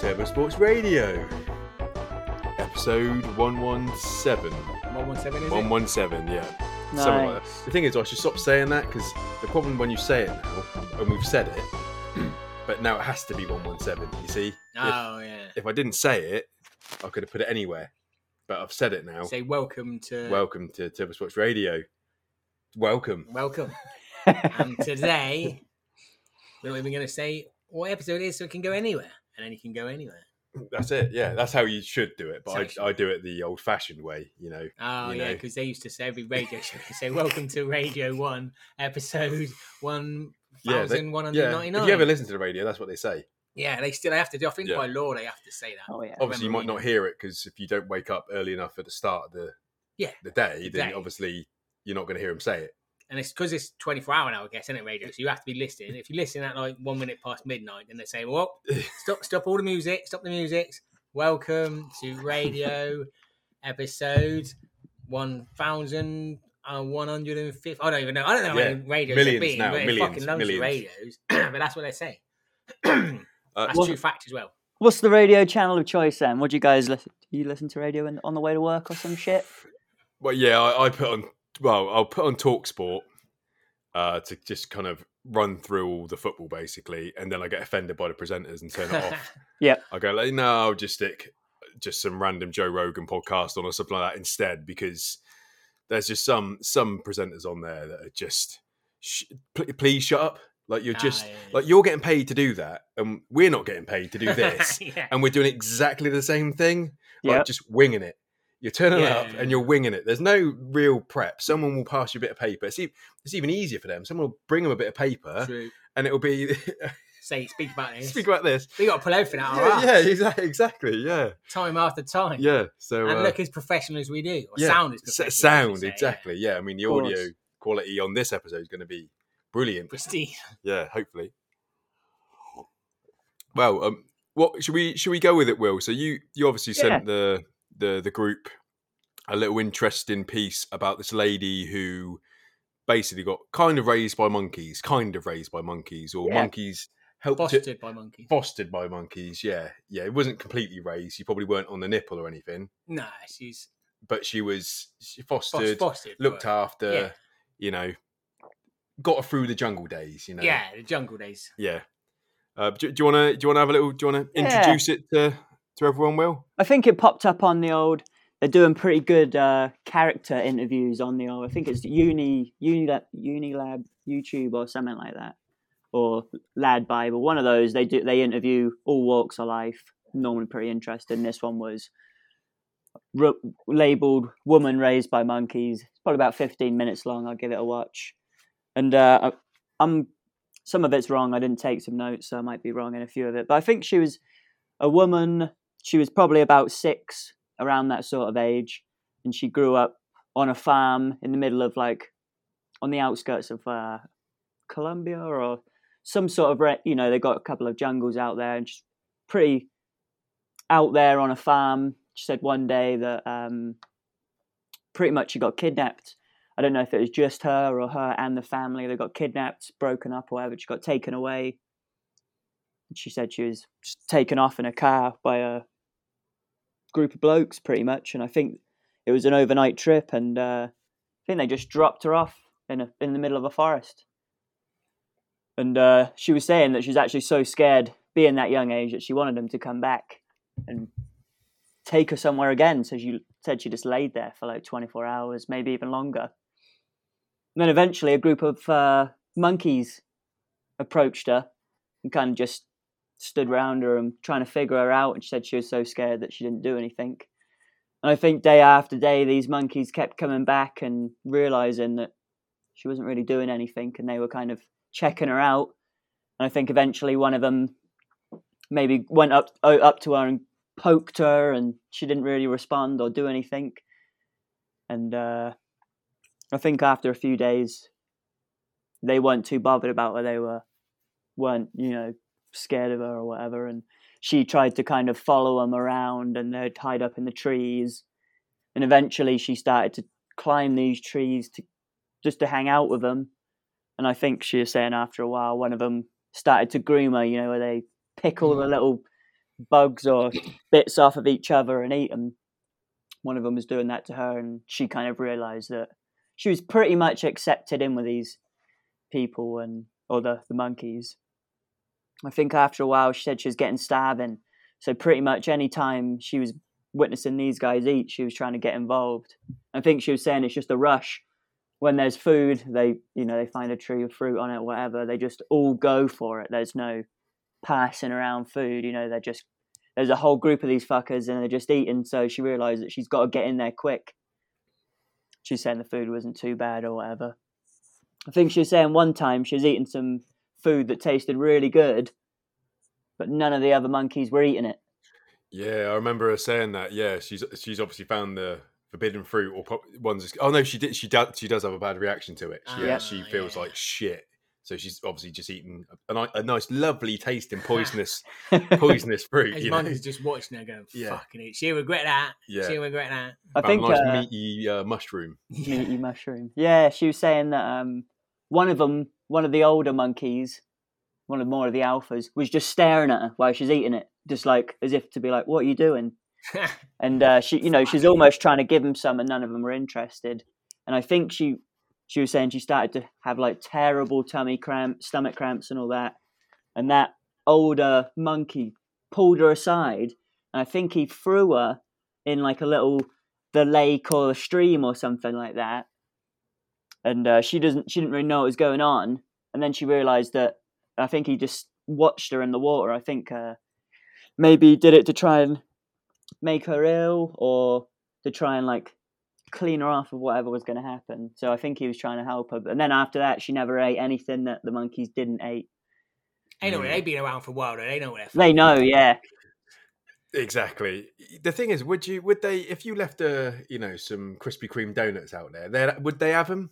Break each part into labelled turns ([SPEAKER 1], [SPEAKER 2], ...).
[SPEAKER 1] Turbo Sports Radio, episode 117.
[SPEAKER 2] 117 is it?
[SPEAKER 1] 117, yeah. Something like that. The thing is, I should stop saying that because the problem when you say it now, and we've said it, but now it has to be 117, you see?
[SPEAKER 2] Oh, yeah.
[SPEAKER 1] If, if I didn't say it, I could have put it anywhere, but I've said it now.
[SPEAKER 2] Say welcome to.
[SPEAKER 1] Welcome to Turbo Sports Radio. Welcome.
[SPEAKER 2] welcome. and today, we're not even going to say what episode it is so it can go anywhere. And then you can go anywhere.
[SPEAKER 1] That's it. Yeah, that's how you should do it. But
[SPEAKER 2] Exactly.
[SPEAKER 1] I, I do it the old fashioned way, you know.
[SPEAKER 2] Oh,
[SPEAKER 1] You
[SPEAKER 2] yeah,
[SPEAKER 1] know.
[SPEAKER 2] because they used to say every radio show, they say welcome to Radio 1, episode
[SPEAKER 1] Yeah, they-
[SPEAKER 2] 1199.
[SPEAKER 1] If you ever listen to the radio, that's what they say.
[SPEAKER 2] Yeah, they still have to do. I think
[SPEAKER 1] Yeah.
[SPEAKER 2] by law they have to say that.
[SPEAKER 3] Oh yeah.
[SPEAKER 1] Obviously, you
[SPEAKER 2] remember
[SPEAKER 1] might not hear it because if you don't wake up early enough at the start of the
[SPEAKER 2] Yeah,
[SPEAKER 1] the day, then
[SPEAKER 2] day.
[SPEAKER 1] obviously you're not going to hear him say it.
[SPEAKER 2] And it's because it's 24 hour now, I guess, isn't it, radio? So you have to be listening. If you listen at like one minute past midnight, then they say, well, stop, stop all the music, stop the music. Welcome to radio episode 1150. I don't even know. I don't know how
[SPEAKER 1] Yeah,
[SPEAKER 2] many radios
[SPEAKER 1] millions
[SPEAKER 2] have been,
[SPEAKER 1] now,
[SPEAKER 2] but it's
[SPEAKER 1] millions,
[SPEAKER 2] fucking loads
[SPEAKER 1] millions.
[SPEAKER 2] of radios. but that's what they say. that's
[SPEAKER 1] Uh,
[SPEAKER 3] Well-
[SPEAKER 2] true fact as well.
[SPEAKER 3] What's the radio channel of choice then? What do you guys listen? Do you listen to radio in, on the way to work or some shit?
[SPEAKER 1] well, yeah, I, I put on. Well, I'll put on Talk Sport uh, to just kind of run through all the football basically, and then I get offended by the presenters and turn it off. I go like, no, I'll just stick just some random Joe Rogan podcast on or something like that instead because there's just some some presenters on there that are just sh- pl- please shut up. Like you're
[SPEAKER 2] Ah,
[SPEAKER 1] just
[SPEAKER 2] yeah, yeah.
[SPEAKER 1] like you're getting paid to do that, and we're not getting paid to do this,
[SPEAKER 2] yeah.
[SPEAKER 1] and we're doing exactly the same thing. Like
[SPEAKER 3] Yep.
[SPEAKER 1] just winging it. You're turning
[SPEAKER 2] Yeah,
[SPEAKER 1] up
[SPEAKER 2] yeah,
[SPEAKER 1] and
[SPEAKER 2] yeah.
[SPEAKER 1] you're winging it. There's no real prep. Someone will pass you a bit of paper. It's, e- it's even easier for them. Someone will bring them a bit of paper,
[SPEAKER 2] True.
[SPEAKER 1] and it'll be
[SPEAKER 2] Say, speak about this.
[SPEAKER 1] uh, speak about this.
[SPEAKER 2] we got to pull out for that, all
[SPEAKER 1] Yeah,
[SPEAKER 2] right?
[SPEAKER 1] yeah, exactly, exactly. Yeah,
[SPEAKER 2] Time after time.
[SPEAKER 1] yeah. So
[SPEAKER 2] and
[SPEAKER 1] uh,
[SPEAKER 2] look as professional as we do. Or
[SPEAKER 1] yeah,
[SPEAKER 2] sound as
[SPEAKER 1] s-
[SPEAKER 2] professional. I should
[SPEAKER 1] sound
[SPEAKER 2] say, yeah.
[SPEAKER 1] exactly. Yeah. I mean the
[SPEAKER 3] Of course.
[SPEAKER 1] audio quality on this episode is going to be brilliant.
[SPEAKER 2] Pristine.
[SPEAKER 1] Yeah, hopefully. Well, um, what should we should we go with it, Will? So you you obviously sent the the the group a little interesting piece about this lady who basically got kind of raised by monkeys, kind of raised by monkeys, or
[SPEAKER 3] Yeah.
[SPEAKER 1] monkeys helped it-
[SPEAKER 2] Fostered by monkeys.
[SPEAKER 1] fostered by monkeys. Yeah, yeah. It wasn't completely raised. You probably weren't on the nipple or anything,
[SPEAKER 2] Nah, she's
[SPEAKER 1] but she was she
[SPEAKER 2] fos-
[SPEAKER 1] fostered,
[SPEAKER 2] fostered.
[SPEAKER 1] looked
[SPEAKER 2] but-
[SPEAKER 1] after.
[SPEAKER 2] Yeah.
[SPEAKER 1] You know, got her through the jungle days. You know.
[SPEAKER 2] Yeah, the jungle days.
[SPEAKER 1] Yeah. Uh, do, do you want to? Do you want to have a little? Do you want to
[SPEAKER 3] Yeah.
[SPEAKER 1] introduce it to to everyone? Will
[SPEAKER 3] I think it popped up on the old. They're doing pretty good uh, character interviews on the old. I think it's Uni Unilab Unilab YouTube or something like that, or Lad Bible. One of those. They do. They interview all walks of life. Normally pretty interesting. This one was r labeled "Woman Raised by Monkeys." It's probably about fifteen minutes long. I'll give it a watch, and uh, I- I'm some of it's wrong. I didn't take some notes, so I might be wrong in a few of it. But I think she was a woman she was probably about six around that sort of age and she grew up on a farm in the middle of like on the outskirts of uh, colombia or some sort of re- you know they got a couple of jungles out there and she's pretty out there on a farm she said one day that um, pretty much she got kidnapped i don't know if it was just her or her and the family they got kidnapped broken up or whatever she got taken away she said she was just taken off in a car by a group of blokes pretty much and i think it was an overnight trip and uh, i think they just dropped her off in a, in the middle of a forest and uh, she was saying that she was actually so scared being that young age that she wanted them to come back and take her somewhere again so she said she just laid there for like 24 hours maybe even longer and then eventually a group of uh, monkeys approached her and kind of just stood round her and trying to figure her out and she said she was so scared that she didn't do anything and i think day after day these monkeys kept coming back and realizing that she wasn't really doing anything and they were kind of checking her out and i think eventually one of them maybe went up o- up to her and poked her and she didn't really respond or do anything and uh, i think after a few days they weren't too bothered about her they were weren't you know scared of her or whatever and she tried to kind of follow them around and they're tied up in the trees and eventually she started to climb these trees to just to hang out with them and i think she was saying after a while one of them started to groom her you know where they pick all the little bugs or bits off of each other and eat them. One of them was doing that to her, and she kind of realized that she was pretty much accepted in with these people and or the, the monkeys. I think after a while, she said she was getting starving, so pretty much any time she was witnessing these guys eat, she was trying to get involved. I think she was saying it's just a rush. When there's food, they you know they find a tree with fruit on it, whatever. They just all go for it. There's no passing around food. You know, they're just there's a whole group of these fuckers and they're just eating. So she realised that she's got to get in there quick. She's saying the food wasn't too bad or whatever. I think she was saying one time she was eating some food that tasted really good, but none of the other monkeys were eating it.
[SPEAKER 1] Yeah, I remember her saying that. Yeah, she's she's obviously found the forbidden fruit or pop, ones. Oh no, she did. She does. She does have a bad reaction to it. She,
[SPEAKER 2] Ah,
[SPEAKER 1] she feels
[SPEAKER 2] yeah.
[SPEAKER 1] like shit. So she's obviously just eaten a, ni- a nice, lovely tasting poisonous poisonous fruit.
[SPEAKER 2] As
[SPEAKER 1] you know?
[SPEAKER 2] monkeys just watching her going,
[SPEAKER 1] Yeah.
[SPEAKER 2] fucking it. She'll regret that.
[SPEAKER 1] Yeah,
[SPEAKER 2] She'll regret that.
[SPEAKER 3] I
[SPEAKER 1] found
[SPEAKER 3] think
[SPEAKER 1] a nice
[SPEAKER 3] uh,
[SPEAKER 1] meaty uh, mushroom.
[SPEAKER 2] Yeah.
[SPEAKER 3] meaty mushroom. Yeah, she was saying that um, one of them, one of the older monkeys, one of more of the alphas, was just staring at her while she's eating it, just like as if to be like, "What are you doing?"
[SPEAKER 1] Mm.
[SPEAKER 3] And uh, she, you know, she's almost trying to give him some, and none of them were interested. And I think she, she was saying she started to have like terrible tummy cramps, stomach cramps, and all that. And that older monkey pulled her aside, and I think he threw her in like a little the lake or a stream or something like that. And uh, she doesn't, she didn't really know what was going on. And then she realised that I think he just watched her in the water. I think uh, maybe he did it to try and make her ill or to try and like clean her off of whatever was going to happen. So I think he was trying to help her. And then after that, she never ate anything that the monkeys didn't eat.
[SPEAKER 2] they
[SPEAKER 1] Mm.
[SPEAKER 2] know they've been around for a while. though. They know what they're.
[SPEAKER 3] They know, yeah.
[SPEAKER 1] Exactly. The thing is, would you? Would they? If you left a, you know, some Krispy Kreme donuts out there, they would they have them?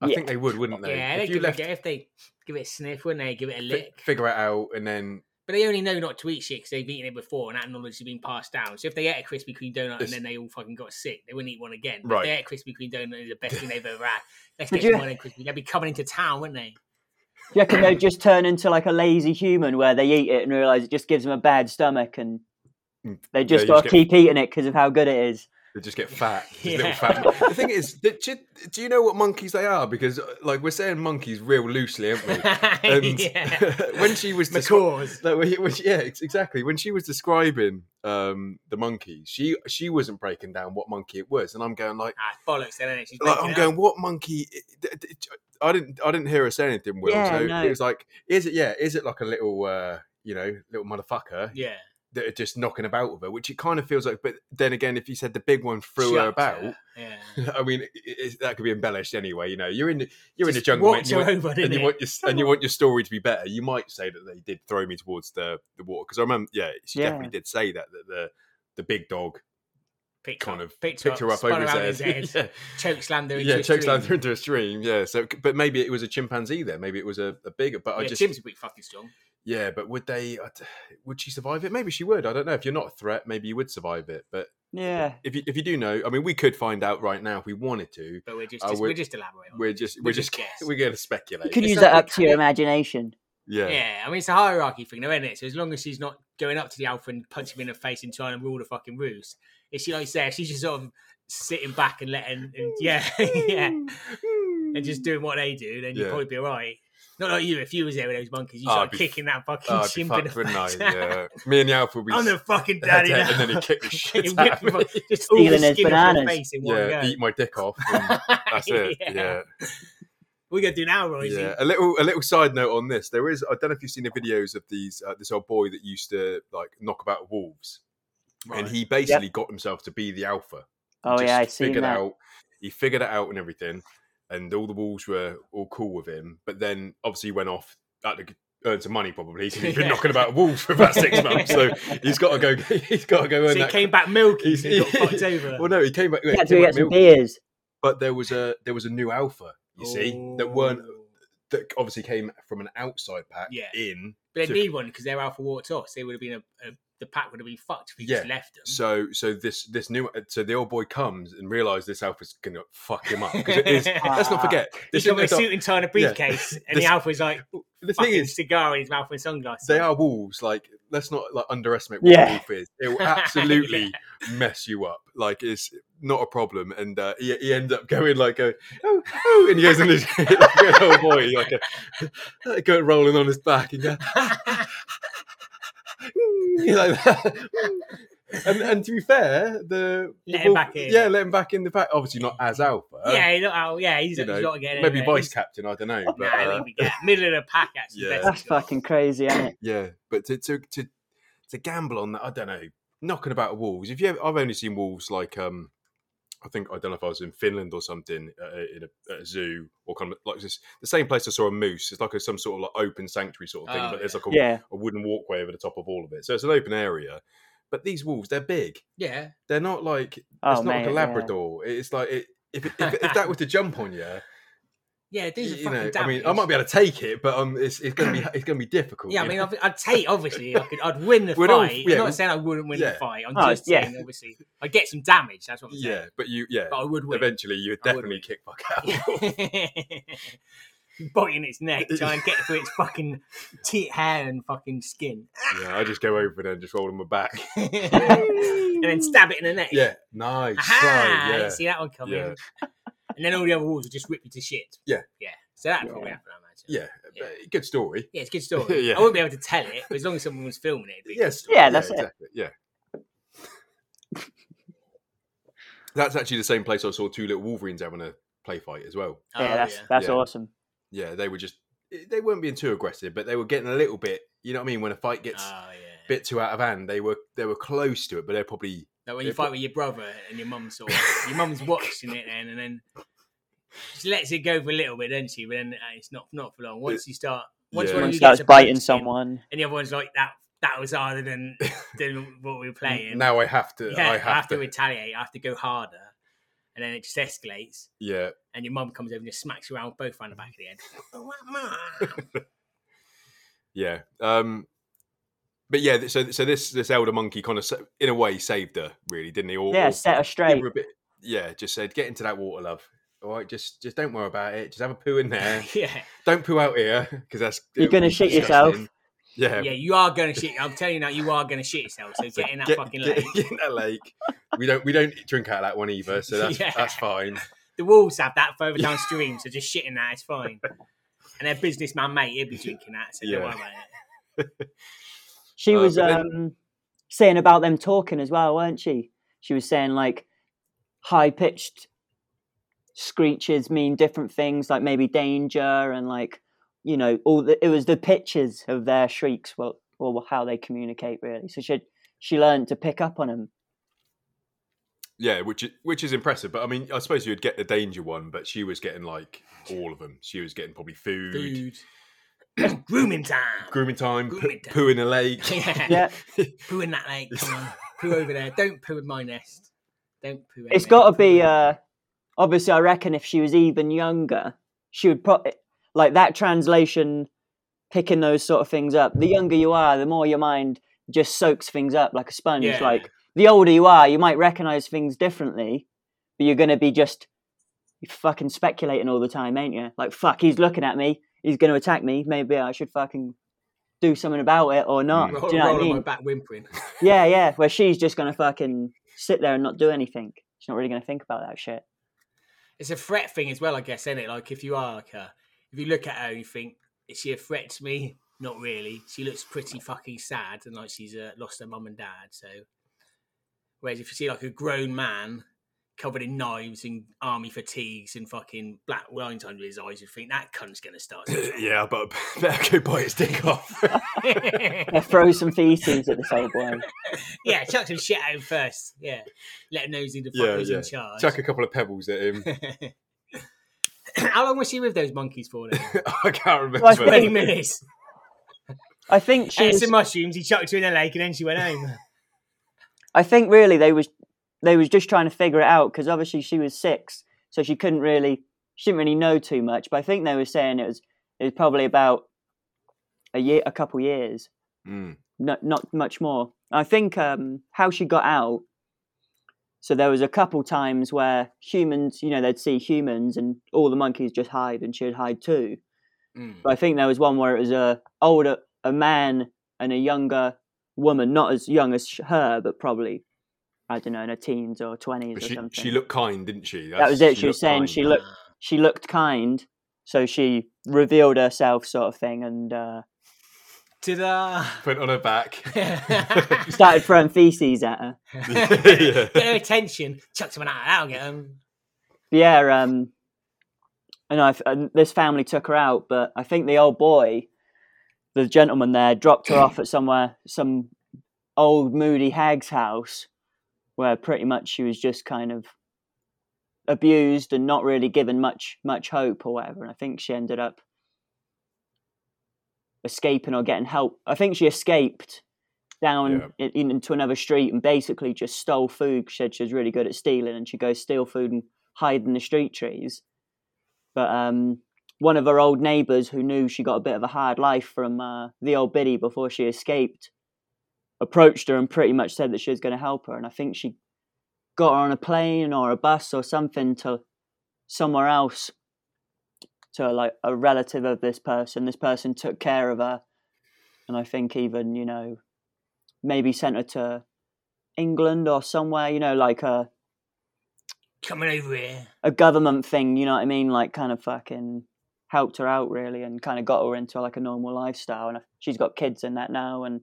[SPEAKER 1] I
[SPEAKER 3] Yeah.
[SPEAKER 1] think they would, wouldn't they?
[SPEAKER 2] Yeah,
[SPEAKER 1] if
[SPEAKER 2] they
[SPEAKER 1] you
[SPEAKER 2] give
[SPEAKER 1] left,
[SPEAKER 2] it, a go. if they give it a sniff, wouldn't they? Give it a
[SPEAKER 1] fi-
[SPEAKER 2] lick.
[SPEAKER 1] figure it out, and then
[SPEAKER 2] But they only know not to eat shit because they've eaten it before, and that knowledge has been passed down. So if they ate a Krispy Kreme donut
[SPEAKER 1] It's-
[SPEAKER 2] and then they all fucking got sick, they wouldn't eat one again. But
[SPEAKER 1] Right.
[SPEAKER 2] If they ate a Krispy Kreme donut is the best thing they've ever had. Let's
[SPEAKER 3] Would
[SPEAKER 2] get some
[SPEAKER 3] you-
[SPEAKER 2] more than Krispy. They'd be coming into town, wouldn't they?
[SPEAKER 3] Do you reckon they just turn into like a lazy human where they eat it and realize it just gives them a bad stomach and
[SPEAKER 1] Mm,
[SPEAKER 3] they just
[SPEAKER 1] you
[SPEAKER 3] got
[SPEAKER 1] just
[SPEAKER 3] to
[SPEAKER 1] get-
[SPEAKER 3] keep eating it because of how good it is?
[SPEAKER 1] They just get fat. just
[SPEAKER 2] Yeah.
[SPEAKER 1] little fat. mon- The thing is, that- do you, do you know what monkeys they are? Because uh, like we're saying monkeys real loosely, aren't we? And
[SPEAKER 2] yeah.
[SPEAKER 1] when she was descri-
[SPEAKER 2] Macaws.
[SPEAKER 1] like, when- when she- yeah, ex- exactly. When she was describing um, the monkeys, she she wasn't breaking down what monkey it was, and I'm going like,
[SPEAKER 2] Ah, bollocks, then, innit? She's
[SPEAKER 1] like
[SPEAKER 2] making
[SPEAKER 1] I'm
[SPEAKER 2] it
[SPEAKER 1] going, what monkey? d- d- d- I didn't I didn't hear her say anything. Will
[SPEAKER 3] Yeah,
[SPEAKER 1] so
[SPEAKER 3] no.
[SPEAKER 1] it was like, is it? Yeah, is it like a little uh, you know little motherfucker
[SPEAKER 2] up. Yeah.
[SPEAKER 1] that are just knocking about with her? Which it kind of feels like. But then again, if you said the big one threw her
[SPEAKER 2] Shucks,
[SPEAKER 1] about.
[SPEAKER 2] Yeah.
[SPEAKER 1] I mean, it, it, that could be embellished anyway. You know, you're in the, you're in the
[SPEAKER 2] Just
[SPEAKER 1] jungle, mate, and
[SPEAKER 2] walked
[SPEAKER 1] you,
[SPEAKER 2] her
[SPEAKER 1] want,
[SPEAKER 2] over,
[SPEAKER 1] and you
[SPEAKER 2] didn't
[SPEAKER 1] want your s- and you want your story to be better. You might say that they did throw me towards the the water because I remember, yeah, she
[SPEAKER 3] Yeah.
[SPEAKER 1] definitely did say that that the the big dog
[SPEAKER 2] Picked
[SPEAKER 1] kind
[SPEAKER 2] up,
[SPEAKER 1] of
[SPEAKER 2] picked,
[SPEAKER 1] picked her up
[SPEAKER 2] spun
[SPEAKER 1] over his
[SPEAKER 2] around
[SPEAKER 1] head,
[SPEAKER 2] choke slammed her
[SPEAKER 1] yeah,
[SPEAKER 2] into
[SPEAKER 1] yeah
[SPEAKER 2] a
[SPEAKER 1] chokes down
[SPEAKER 2] tree.
[SPEAKER 1] into a stream, yeah. So, c- but maybe it was a chimpanzee there. Maybe it was a, a bigger. But I
[SPEAKER 2] yeah,
[SPEAKER 1] just,
[SPEAKER 2] Tim's a bit fucking strong.
[SPEAKER 1] yeah. But would they? I d- Would she survive it? Maybe she would. I don't know. If you're not a threat, maybe you would survive it. But
[SPEAKER 3] Yeah.
[SPEAKER 1] if you if you do know, I mean, we could find out right now if we wanted to.
[SPEAKER 2] But we're just,
[SPEAKER 1] I
[SPEAKER 2] just
[SPEAKER 1] would-
[SPEAKER 2] we're just elaborating.
[SPEAKER 1] We're just we're,
[SPEAKER 2] We
[SPEAKER 1] just
[SPEAKER 2] just guess.
[SPEAKER 1] we're going to
[SPEAKER 3] You
[SPEAKER 1] speculate.
[SPEAKER 3] could
[SPEAKER 2] It's
[SPEAKER 3] use
[SPEAKER 2] like
[SPEAKER 3] that
[SPEAKER 2] they
[SPEAKER 3] up to your
[SPEAKER 2] can't-
[SPEAKER 3] imagination.
[SPEAKER 1] yeah.
[SPEAKER 2] Yeah, I mean it's a hierarchy thing, though, isn't it? So as long as she's not going up to the alpha and punching him in the face and trying to rule the fucking roost, if she like there, she's just sort of sitting back and letting, and yeah, yeah,
[SPEAKER 1] Hmm.
[SPEAKER 2] and just doing what they do, then you'd
[SPEAKER 1] Yeah.
[SPEAKER 2] probably be alright. Not like you, if you was there with those monkeys, you
[SPEAKER 1] Oh,
[SPEAKER 2] start
[SPEAKER 1] I'd be-
[SPEAKER 2] kicking that fucking
[SPEAKER 1] Oh, I'd be
[SPEAKER 2] chimp in the
[SPEAKER 1] fucked, wouldn't I?
[SPEAKER 2] face.
[SPEAKER 1] Yeah. Me and the Alpha would be.
[SPEAKER 2] I'm the
[SPEAKER 1] s-
[SPEAKER 2] fucking
[SPEAKER 1] head
[SPEAKER 2] daddy
[SPEAKER 1] to
[SPEAKER 2] now.
[SPEAKER 1] head, and then he kicked the shit
[SPEAKER 2] He
[SPEAKER 1] out of
[SPEAKER 2] whipped
[SPEAKER 1] me.
[SPEAKER 2] the fu- just all the
[SPEAKER 3] Stealing his
[SPEAKER 2] skin off your
[SPEAKER 3] bananas.
[SPEAKER 2] face in one
[SPEAKER 1] Yeah,
[SPEAKER 2] go.
[SPEAKER 1] eat my dick off. and that's it.
[SPEAKER 2] Yeah.
[SPEAKER 1] Yeah.
[SPEAKER 2] We're gonna do now, Roy.
[SPEAKER 1] yeah. A little, a little side note on this. There is. I don't know if you've seen the videos of these. Uh, this old boy that used to like knock about wolves, and he basically got himself to be the Alpha. He
[SPEAKER 3] Oh
[SPEAKER 1] just
[SPEAKER 3] yeah, I see
[SPEAKER 1] figured
[SPEAKER 3] that.
[SPEAKER 1] out. He figured it out and everything, and all the wolves were all cool with him. But then obviously he went off had to earn some money probably. So he's been
[SPEAKER 2] Yeah.
[SPEAKER 1] knocking about wolves for about six months. So he's got to go. He's got to go earn
[SPEAKER 2] so he
[SPEAKER 1] that.
[SPEAKER 2] came back milky,
[SPEAKER 1] He's-
[SPEAKER 2] so he got fucked over.
[SPEAKER 1] Well, no, he came back.
[SPEAKER 3] Yeah,
[SPEAKER 1] he
[SPEAKER 3] to
[SPEAKER 1] came
[SPEAKER 3] get
[SPEAKER 1] back
[SPEAKER 3] some
[SPEAKER 1] milk,
[SPEAKER 3] beers.
[SPEAKER 1] but there was a there was a new alpha. You see, that weren't
[SPEAKER 2] Oh.
[SPEAKER 1] that obviously came from an outside pack
[SPEAKER 2] Yeah.
[SPEAKER 1] in.
[SPEAKER 2] But
[SPEAKER 1] took-
[SPEAKER 2] they need one because they're out for water toss. They would have been a, a, the the pack would have been fucked if he just
[SPEAKER 1] Yeah.
[SPEAKER 2] left them.
[SPEAKER 1] So, so this this new so the old boy comes and realizes this alpha's gonna fuck him up because it is. let's not forget
[SPEAKER 2] He's
[SPEAKER 1] this
[SPEAKER 2] got a
[SPEAKER 1] is
[SPEAKER 2] suit and tie and a briefcase, and the
[SPEAKER 1] This-
[SPEAKER 2] alpha's like
[SPEAKER 1] the thing
[SPEAKER 2] fucking
[SPEAKER 1] is
[SPEAKER 2] cigar in his mouth and sunglasses.
[SPEAKER 1] they are wolves. Like let's not like underestimate what
[SPEAKER 3] Yeah.
[SPEAKER 1] a wolf is. It will absolutely mess you up. Like it's not a problem. And uh, he, he ends up going like a oh oh, and he goes in his like an old boy like a go rolling on his back and go, like that. And, and to be fair, the the
[SPEAKER 2] Let him
[SPEAKER 1] wolf-
[SPEAKER 2] back in.
[SPEAKER 1] Yeah, let him back in the pack. Obviously not as alpha.
[SPEAKER 2] yeah, he not, oh, yeah, he's,
[SPEAKER 1] uh, you
[SPEAKER 2] he's
[SPEAKER 1] know,
[SPEAKER 2] not getting
[SPEAKER 1] maybe
[SPEAKER 2] anywhere.
[SPEAKER 1] vice
[SPEAKER 2] He's-
[SPEAKER 1] captain. I don't know.
[SPEAKER 2] Nah,
[SPEAKER 1] But,
[SPEAKER 2] I
[SPEAKER 1] uh,
[SPEAKER 2] think we get middle of the pack actually.
[SPEAKER 1] Yeah.
[SPEAKER 2] better
[SPEAKER 3] That's
[SPEAKER 2] than-
[SPEAKER 3] fucking crazy, isn't it?
[SPEAKER 1] Yeah, but to to to, to gamble on that, I don't know. Knocking about wolves. If you, ever, I've only seen wolves like um, I think I don't know if I was in Finland or something uh, in a, at a zoo or kind of like this the same place I saw a moose. It's like a, some sort of like open sanctuary sort of thing,
[SPEAKER 2] Oh,
[SPEAKER 1] but there's
[SPEAKER 2] yeah.
[SPEAKER 1] like a,
[SPEAKER 3] Yeah,
[SPEAKER 1] a wooden walkway over the top of all of it, so it's an open area. But these wolves, they're big.
[SPEAKER 2] Yeah.
[SPEAKER 1] They're not like it's
[SPEAKER 3] oh
[SPEAKER 1] not like
[SPEAKER 3] mate,
[SPEAKER 1] a
[SPEAKER 3] yeah.
[SPEAKER 1] Labrador. It's like it, if, it- if if that were to jump on you,
[SPEAKER 2] Yeah, these are
[SPEAKER 1] you
[SPEAKER 2] fucking
[SPEAKER 1] know, I mean,
[SPEAKER 2] damage.
[SPEAKER 1] I might be able to take it, but um, it's it's gonna be it's gonna be difficult.
[SPEAKER 2] Yeah, I
[SPEAKER 1] you
[SPEAKER 2] mean,
[SPEAKER 1] know?
[SPEAKER 2] I'd, I'd take obviously. I could, I'd win the
[SPEAKER 1] We'd all-
[SPEAKER 2] fight.
[SPEAKER 1] yeah,
[SPEAKER 2] I'm
[SPEAKER 1] we-
[SPEAKER 2] not saying I wouldn't win the
[SPEAKER 1] yeah.
[SPEAKER 2] fight. I'm
[SPEAKER 3] Oh,
[SPEAKER 2] just
[SPEAKER 3] yeah.
[SPEAKER 2] saying, obviously, I get some damage. That's what I'm saying.
[SPEAKER 1] yeah, but you yeah.
[SPEAKER 2] But I would win.
[SPEAKER 1] Eventually, you would
[SPEAKER 2] I would
[SPEAKER 1] definitely kick fuck out.
[SPEAKER 2] biting its neck, trying to get through its fucking teeth, hair and fucking skin,
[SPEAKER 1] yeah, I just go over there and just roll on my back.
[SPEAKER 2] and then stab it in the neck.
[SPEAKER 1] Yeah, nice.
[SPEAKER 2] Aha!
[SPEAKER 1] So,
[SPEAKER 2] You
[SPEAKER 1] yeah.
[SPEAKER 2] see that one coming.
[SPEAKER 1] Yeah.
[SPEAKER 2] And then all the other walls would just rip you to shit.
[SPEAKER 1] Yeah.
[SPEAKER 2] yeah. So that'd probably
[SPEAKER 3] Yeah.
[SPEAKER 2] happen, I imagine.
[SPEAKER 1] yeah,
[SPEAKER 2] Yeah.
[SPEAKER 1] but good story.
[SPEAKER 2] Yeah, it's a good story.
[SPEAKER 1] Yeah.
[SPEAKER 2] I wouldn't be able to tell it, but as long as someone was filming it, it'd be
[SPEAKER 1] Yes.
[SPEAKER 3] Yeah, that's it.
[SPEAKER 1] Exactly. Yeah. that's actually the same place I saw two little Wolverines having a play fight as well.
[SPEAKER 2] Oh,
[SPEAKER 3] Yeah, that's that's
[SPEAKER 1] Yeah.
[SPEAKER 3] awesome.
[SPEAKER 1] Yeah, they were just eh, they weren't being too aggressive, but they were getting a little bit. You know what I mean? When a fight gets
[SPEAKER 2] Oh, yeah.
[SPEAKER 1] a bit too out of hand, they were they were close to it, but they're probably
[SPEAKER 2] Like when you
[SPEAKER 1] They've
[SPEAKER 2] fight
[SPEAKER 1] got-
[SPEAKER 2] with your brother and your mum's sort of, your mum's watching it then and then she lets it go for a little bit, doesn't she? But then uh, it's not not for long. Once you start, once
[SPEAKER 1] Yeah.
[SPEAKER 2] one
[SPEAKER 3] Someone
[SPEAKER 2] of you
[SPEAKER 3] starts
[SPEAKER 2] gets a punch
[SPEAKER 3] biting
[SPEAKER 2] in,
[SPEAKER 3] someone.
[SPEAKER 2] and the other one's like that. That was harder than than what we were playing.
[SPEAKER 1] now I have to.
[SPEAKER 2] yeah,
[SPEAKER 1] I have, to.
[SPEAKER 2] retaliate. I have to go harder, and then it just escalates.
[SPEAKER 1] yeah,
[SPEAKER 2] And your mum comes over and just smacks you around with both around the back of the head. Oh, what, mum?
[SPEAKER 1] Yeah. Um but yeah, th- so so this this elder monkey kind of in a way saved her, really, didn't he? Or,
[SPEAKER 3] Yeah,
[SPEAKER 1] or
[SPEAKER 3] set her
[SPEAKER 1] gave
[SPEAKER 3] straight.
[SPEAKER 1] her a bit, yeah, just said get into that water, love. All right, just just don't worry about it. Just have a poo in there.
[SPEAKER 2] yeah,
[SPEAKER 1] don't poo out here because that's
[SPEAKER 3] You're gonna shit yourself.
[SPEAKER 1] disgusting. Yeah,
[SPEAKER 2] yeah, you are gonna shit. I'm telling you now, you are gonna shit yourself. So
[SPEAKER 1] So
[SPEAKER 2] get in that
[SPEAKER 1] get-
[SPEAKER 2] fucking
[SPEAKER 1] get-
[SPEAKER 2] lake.
[SPEAKER 1] Get in that lake. We don't we don't drink out of that one either, so that's
[SPEAKER 2] Yeah.
[SPEAKER 1] that's fine.
[SPEAKER 2] The wolves have that further downstream, so just shitting that is fine. And their businessman mate, he'll be drinking that, so
[SPEAKER 1] Yeah.
[SPEAKER 2] don't worry about it.
[SPEAKER 3] She
[SPEAKER 1] Uh,
[SPEAKER 3] was
[SPEAKER 1] but
[SPEAKER 3] um,
[SPEAKER 1] then-
[SPEAKER 3] saying about them talking as well, weren't she? She was saying like high pitched screeches mean different things, like maybe danger and like you know all the it was the pitches of their shrieks, well or how they communicate really. So she she learned to pick up on them.
[SPEAKER 1] Yeah, which is, which is impressive. But I mean, I suppose you'd get the danger one, but she was getting like all of them. She was getting probably food,
[SPEAKER 2] Food. grooming time.
[SPEAKER 1] grooming time, poo-
[SPEAKER 2] Grooming time.
[SPEAKER 1] poo in a lake.
[SPEAKER 2] yeah.
[SPEAKER 3] Yeah,
[SPEAKER 2] Poo in that lake. Come on. Poo over there. Don't poo in my nest. Don't poo.
[SPEAKER 3] it's
[SPEAKER 2] anywhere.
[SPEAKER 3] got to
[SPEAKER 2] Poo
[SPEAKER 3] be
[SPEAKER 2] over there.
[SPEAKER 3] uh, obviously. I reckon if she was even younger, she would pro- like that translation, picking those sort of things up. The younger you are, the more your mind just soaks things up like a sponge.
[SPEAKER 2] Yeah.
[SPEAKER 3] Like the older you are, you might recognize things differently, but you're gonna be just fucking speculating all the time, ain't you? Like fuck, he's looking at me. He's gonna attack me. Maybe I should fucking do something about it or not.
[SPEAKER 1] Mm.
[SPEAKER 2] Roll,
[SPEAKER 3] Do you know
[SPEAKER 2] roll
[SPEAKER 3] what I
[SPEAKER 2] on my
[SPEAKER 3] mean?
[SPEAKER 2] back whimpering.
[SPEAKER 3] Yeah, yeah. Where she's just gonna fucking sit there and not do anything. She's not really gonna think about that shit.
[SPEAKER 2] It's a threat thing as well, I guess, isn't it? Like if you are like her, if you look at her and you think, is she a threat to me? Not really. She looks pretty fucking sad and like she's uh, lost her mum and dad. So, whereas if you see like a grown man covered in knives and army fatigues and fucking black lines under his eyes, you think that cunt's gonna start. some trouble."
[SPEAKER 1] yeah, but better go bite his dick off.
[SPEAKER 3] Yeah, throw some feces at this old boy.
[SPEAKER 2] yeah, chuck some shit out first. Yeah, let him know he's the fuck
[SPEAKER 1] Yeah,
[SPEAKER 2] who's
[SPEAKER 1] yeah.
[SPEAKER 2] in charge.
[SPEAKER 1] Chuck a couple of pebbles at him.
[SPEAKER 2] How long was she with those monkeys for? Then?
[SPEAKER 1] I can't remember.
[SPEAKER 3] Well,
[SPEAKER 2] Twenty minutes.
[SPEAKER 3] I think she.
[SPEAKER 2] Ate
[SPEAKER 3] was-
[SPEAKER 2] some mushrooms. He chucked her in the lake, and then she went home.
[SPEAKER 3] I think really they was they was just trying to figure it out because obviously she was six, so she couldn't really she didn't really know too much. But I think they were saying it was it was probably about a year, a couple years,
[SPEAKER 1] Mm.
[SPEAKER 3] not not much more. I think um, how she got out. So there was a couple times where humans, you know, they'd see humans and all the monkeys just hide, and she'd hide too.
[SPEAKER 2] Mm.
[SPEAKER 3] But I think there was one where it was a older a man and a younger woman, not as young as sh- her, but probably I don't know in her teens or twenties
[SPEAKER 1] But
[SPEAKER 3] or
[SPEAKER 1] she,
[SPEAKER 3] something.
[SPEAKER 1] she looked kind, didn't she?
[SPEAKER 3] that was it. She, was
[SPEAKER 1] looked
[SPEAKER 3] saying
[SPEAKER 1] kind.
[SPEAKER 3] she looked she looked kind, so she revealed herself, sort of thing, and uh,
[SPEAKER 2] Ta-da!
[SPEAKER 1] Put on her back.
[SPEAKER 3] started throwing feces at her.
[SPEAKER 2] Get her attention. Chuck someone out. I'll get them.
[SPEAKER 3] But yeah, um, and I and this family took her out, but I think the old boy, the gentleman there, dropped her off at somewhere, some old moody hag's house, where pretty much she was just kind of abused and not really given much much hope or whatever. And I think she ended up escaping or getting help. I think she escaped down in, in- into another street and basically just stole food. 'cause She said she was really good at stealing, and she goes steal food and hide in the street trees. But um, one of her old neighbours who knew she got a bit of a hard life from uh, the old biddy before she escaped approached her and pretty much said that she was going to help her. And I think she got her on a plane or a bus or something to somewhere else to like a relative of this person. This person took care of her. And I think even, you know, maybe sent her to England or somewhere, you know, like uh, a,
[SPEAKER 2] Coming over here.
[SPEAKER 3] a government thing, you know what I mean? Like kind of fucking helped her out really and kind of got her into like a normal lifestyle. And she's got kids and that now and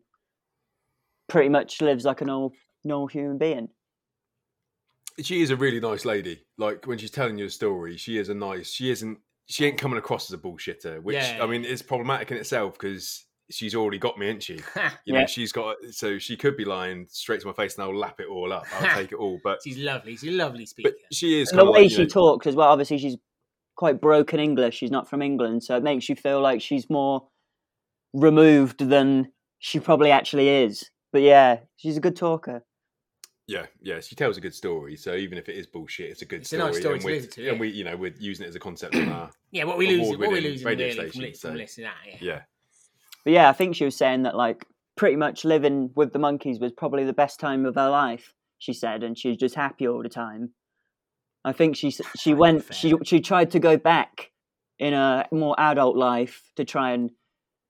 [SPEAKER 3] pretty much lives like a normal, normal human being.
[SPEAKER 1] she is a really nice lady. Like when she's telling you a story, she is a nice. She isn't. She ain't coming across as a bullshitter, which
[SPEAKER 2] Yeah.
[SPEAKER 1] I mean is problematic in itself because she's already got me, isn't she? You
[SPEAKER 3] Yeah.
[SPEAKER 1] know, she's got. So she could be lying straight to my face, and I'll lap it all up. I'll take it all. But
[SPEAKER 2] She's lovely. She's a lovely speaker.
[SPEAKER 1] but she is
[SPEAKER 3] And the
[SPEAKER 1] kind of
[SPEAKER 3] way
[SPEAKER 1] like, you
[SPEAKER 3] she
[SPEAKER 1] know,
[SPEAKER 3] talks as well, obviously she's quite broken English. She's not from England. So it makes you feel like she's more removed than she probably actually is. But yeah, she's a good talker.
[SPEAKER 1] Yeah, yeah. She tells a good story, so even if it is bullshit, it's a good
[SPEAKER 2] It's a
[SPEAKER 1] story.
[SPEAKER 2] nice story
[SPEAKER 1] and
[SPEAKER 2] to
[SPEAKER 1] we're-
[SPEAKER 2] listen to, yeah.
[SPEAKER 1] And we, you know, we're using it as a concept on our.
[SPEAKER 2] yeah, what we lose, what we
[SPEAKER 1] award-winning
[SPEAKER 2] losing
[SPEAKER 1] radio
[SPEAKER 2] really from,
[SPEAKER 1] station,
[SPEAKER 2] li- from
[SPEAKER 1] so-
[SPEAKER 2] listening out. Yeah.
[SPEAKER 1] Yeah,
[SPEAKER 3] But yeah, I think she was saying that like pretty much living with the monkeys was probably the best time of her life. She said, and she was just happy all the time. I think she s- she went she she tried to go back in a more adult life to try and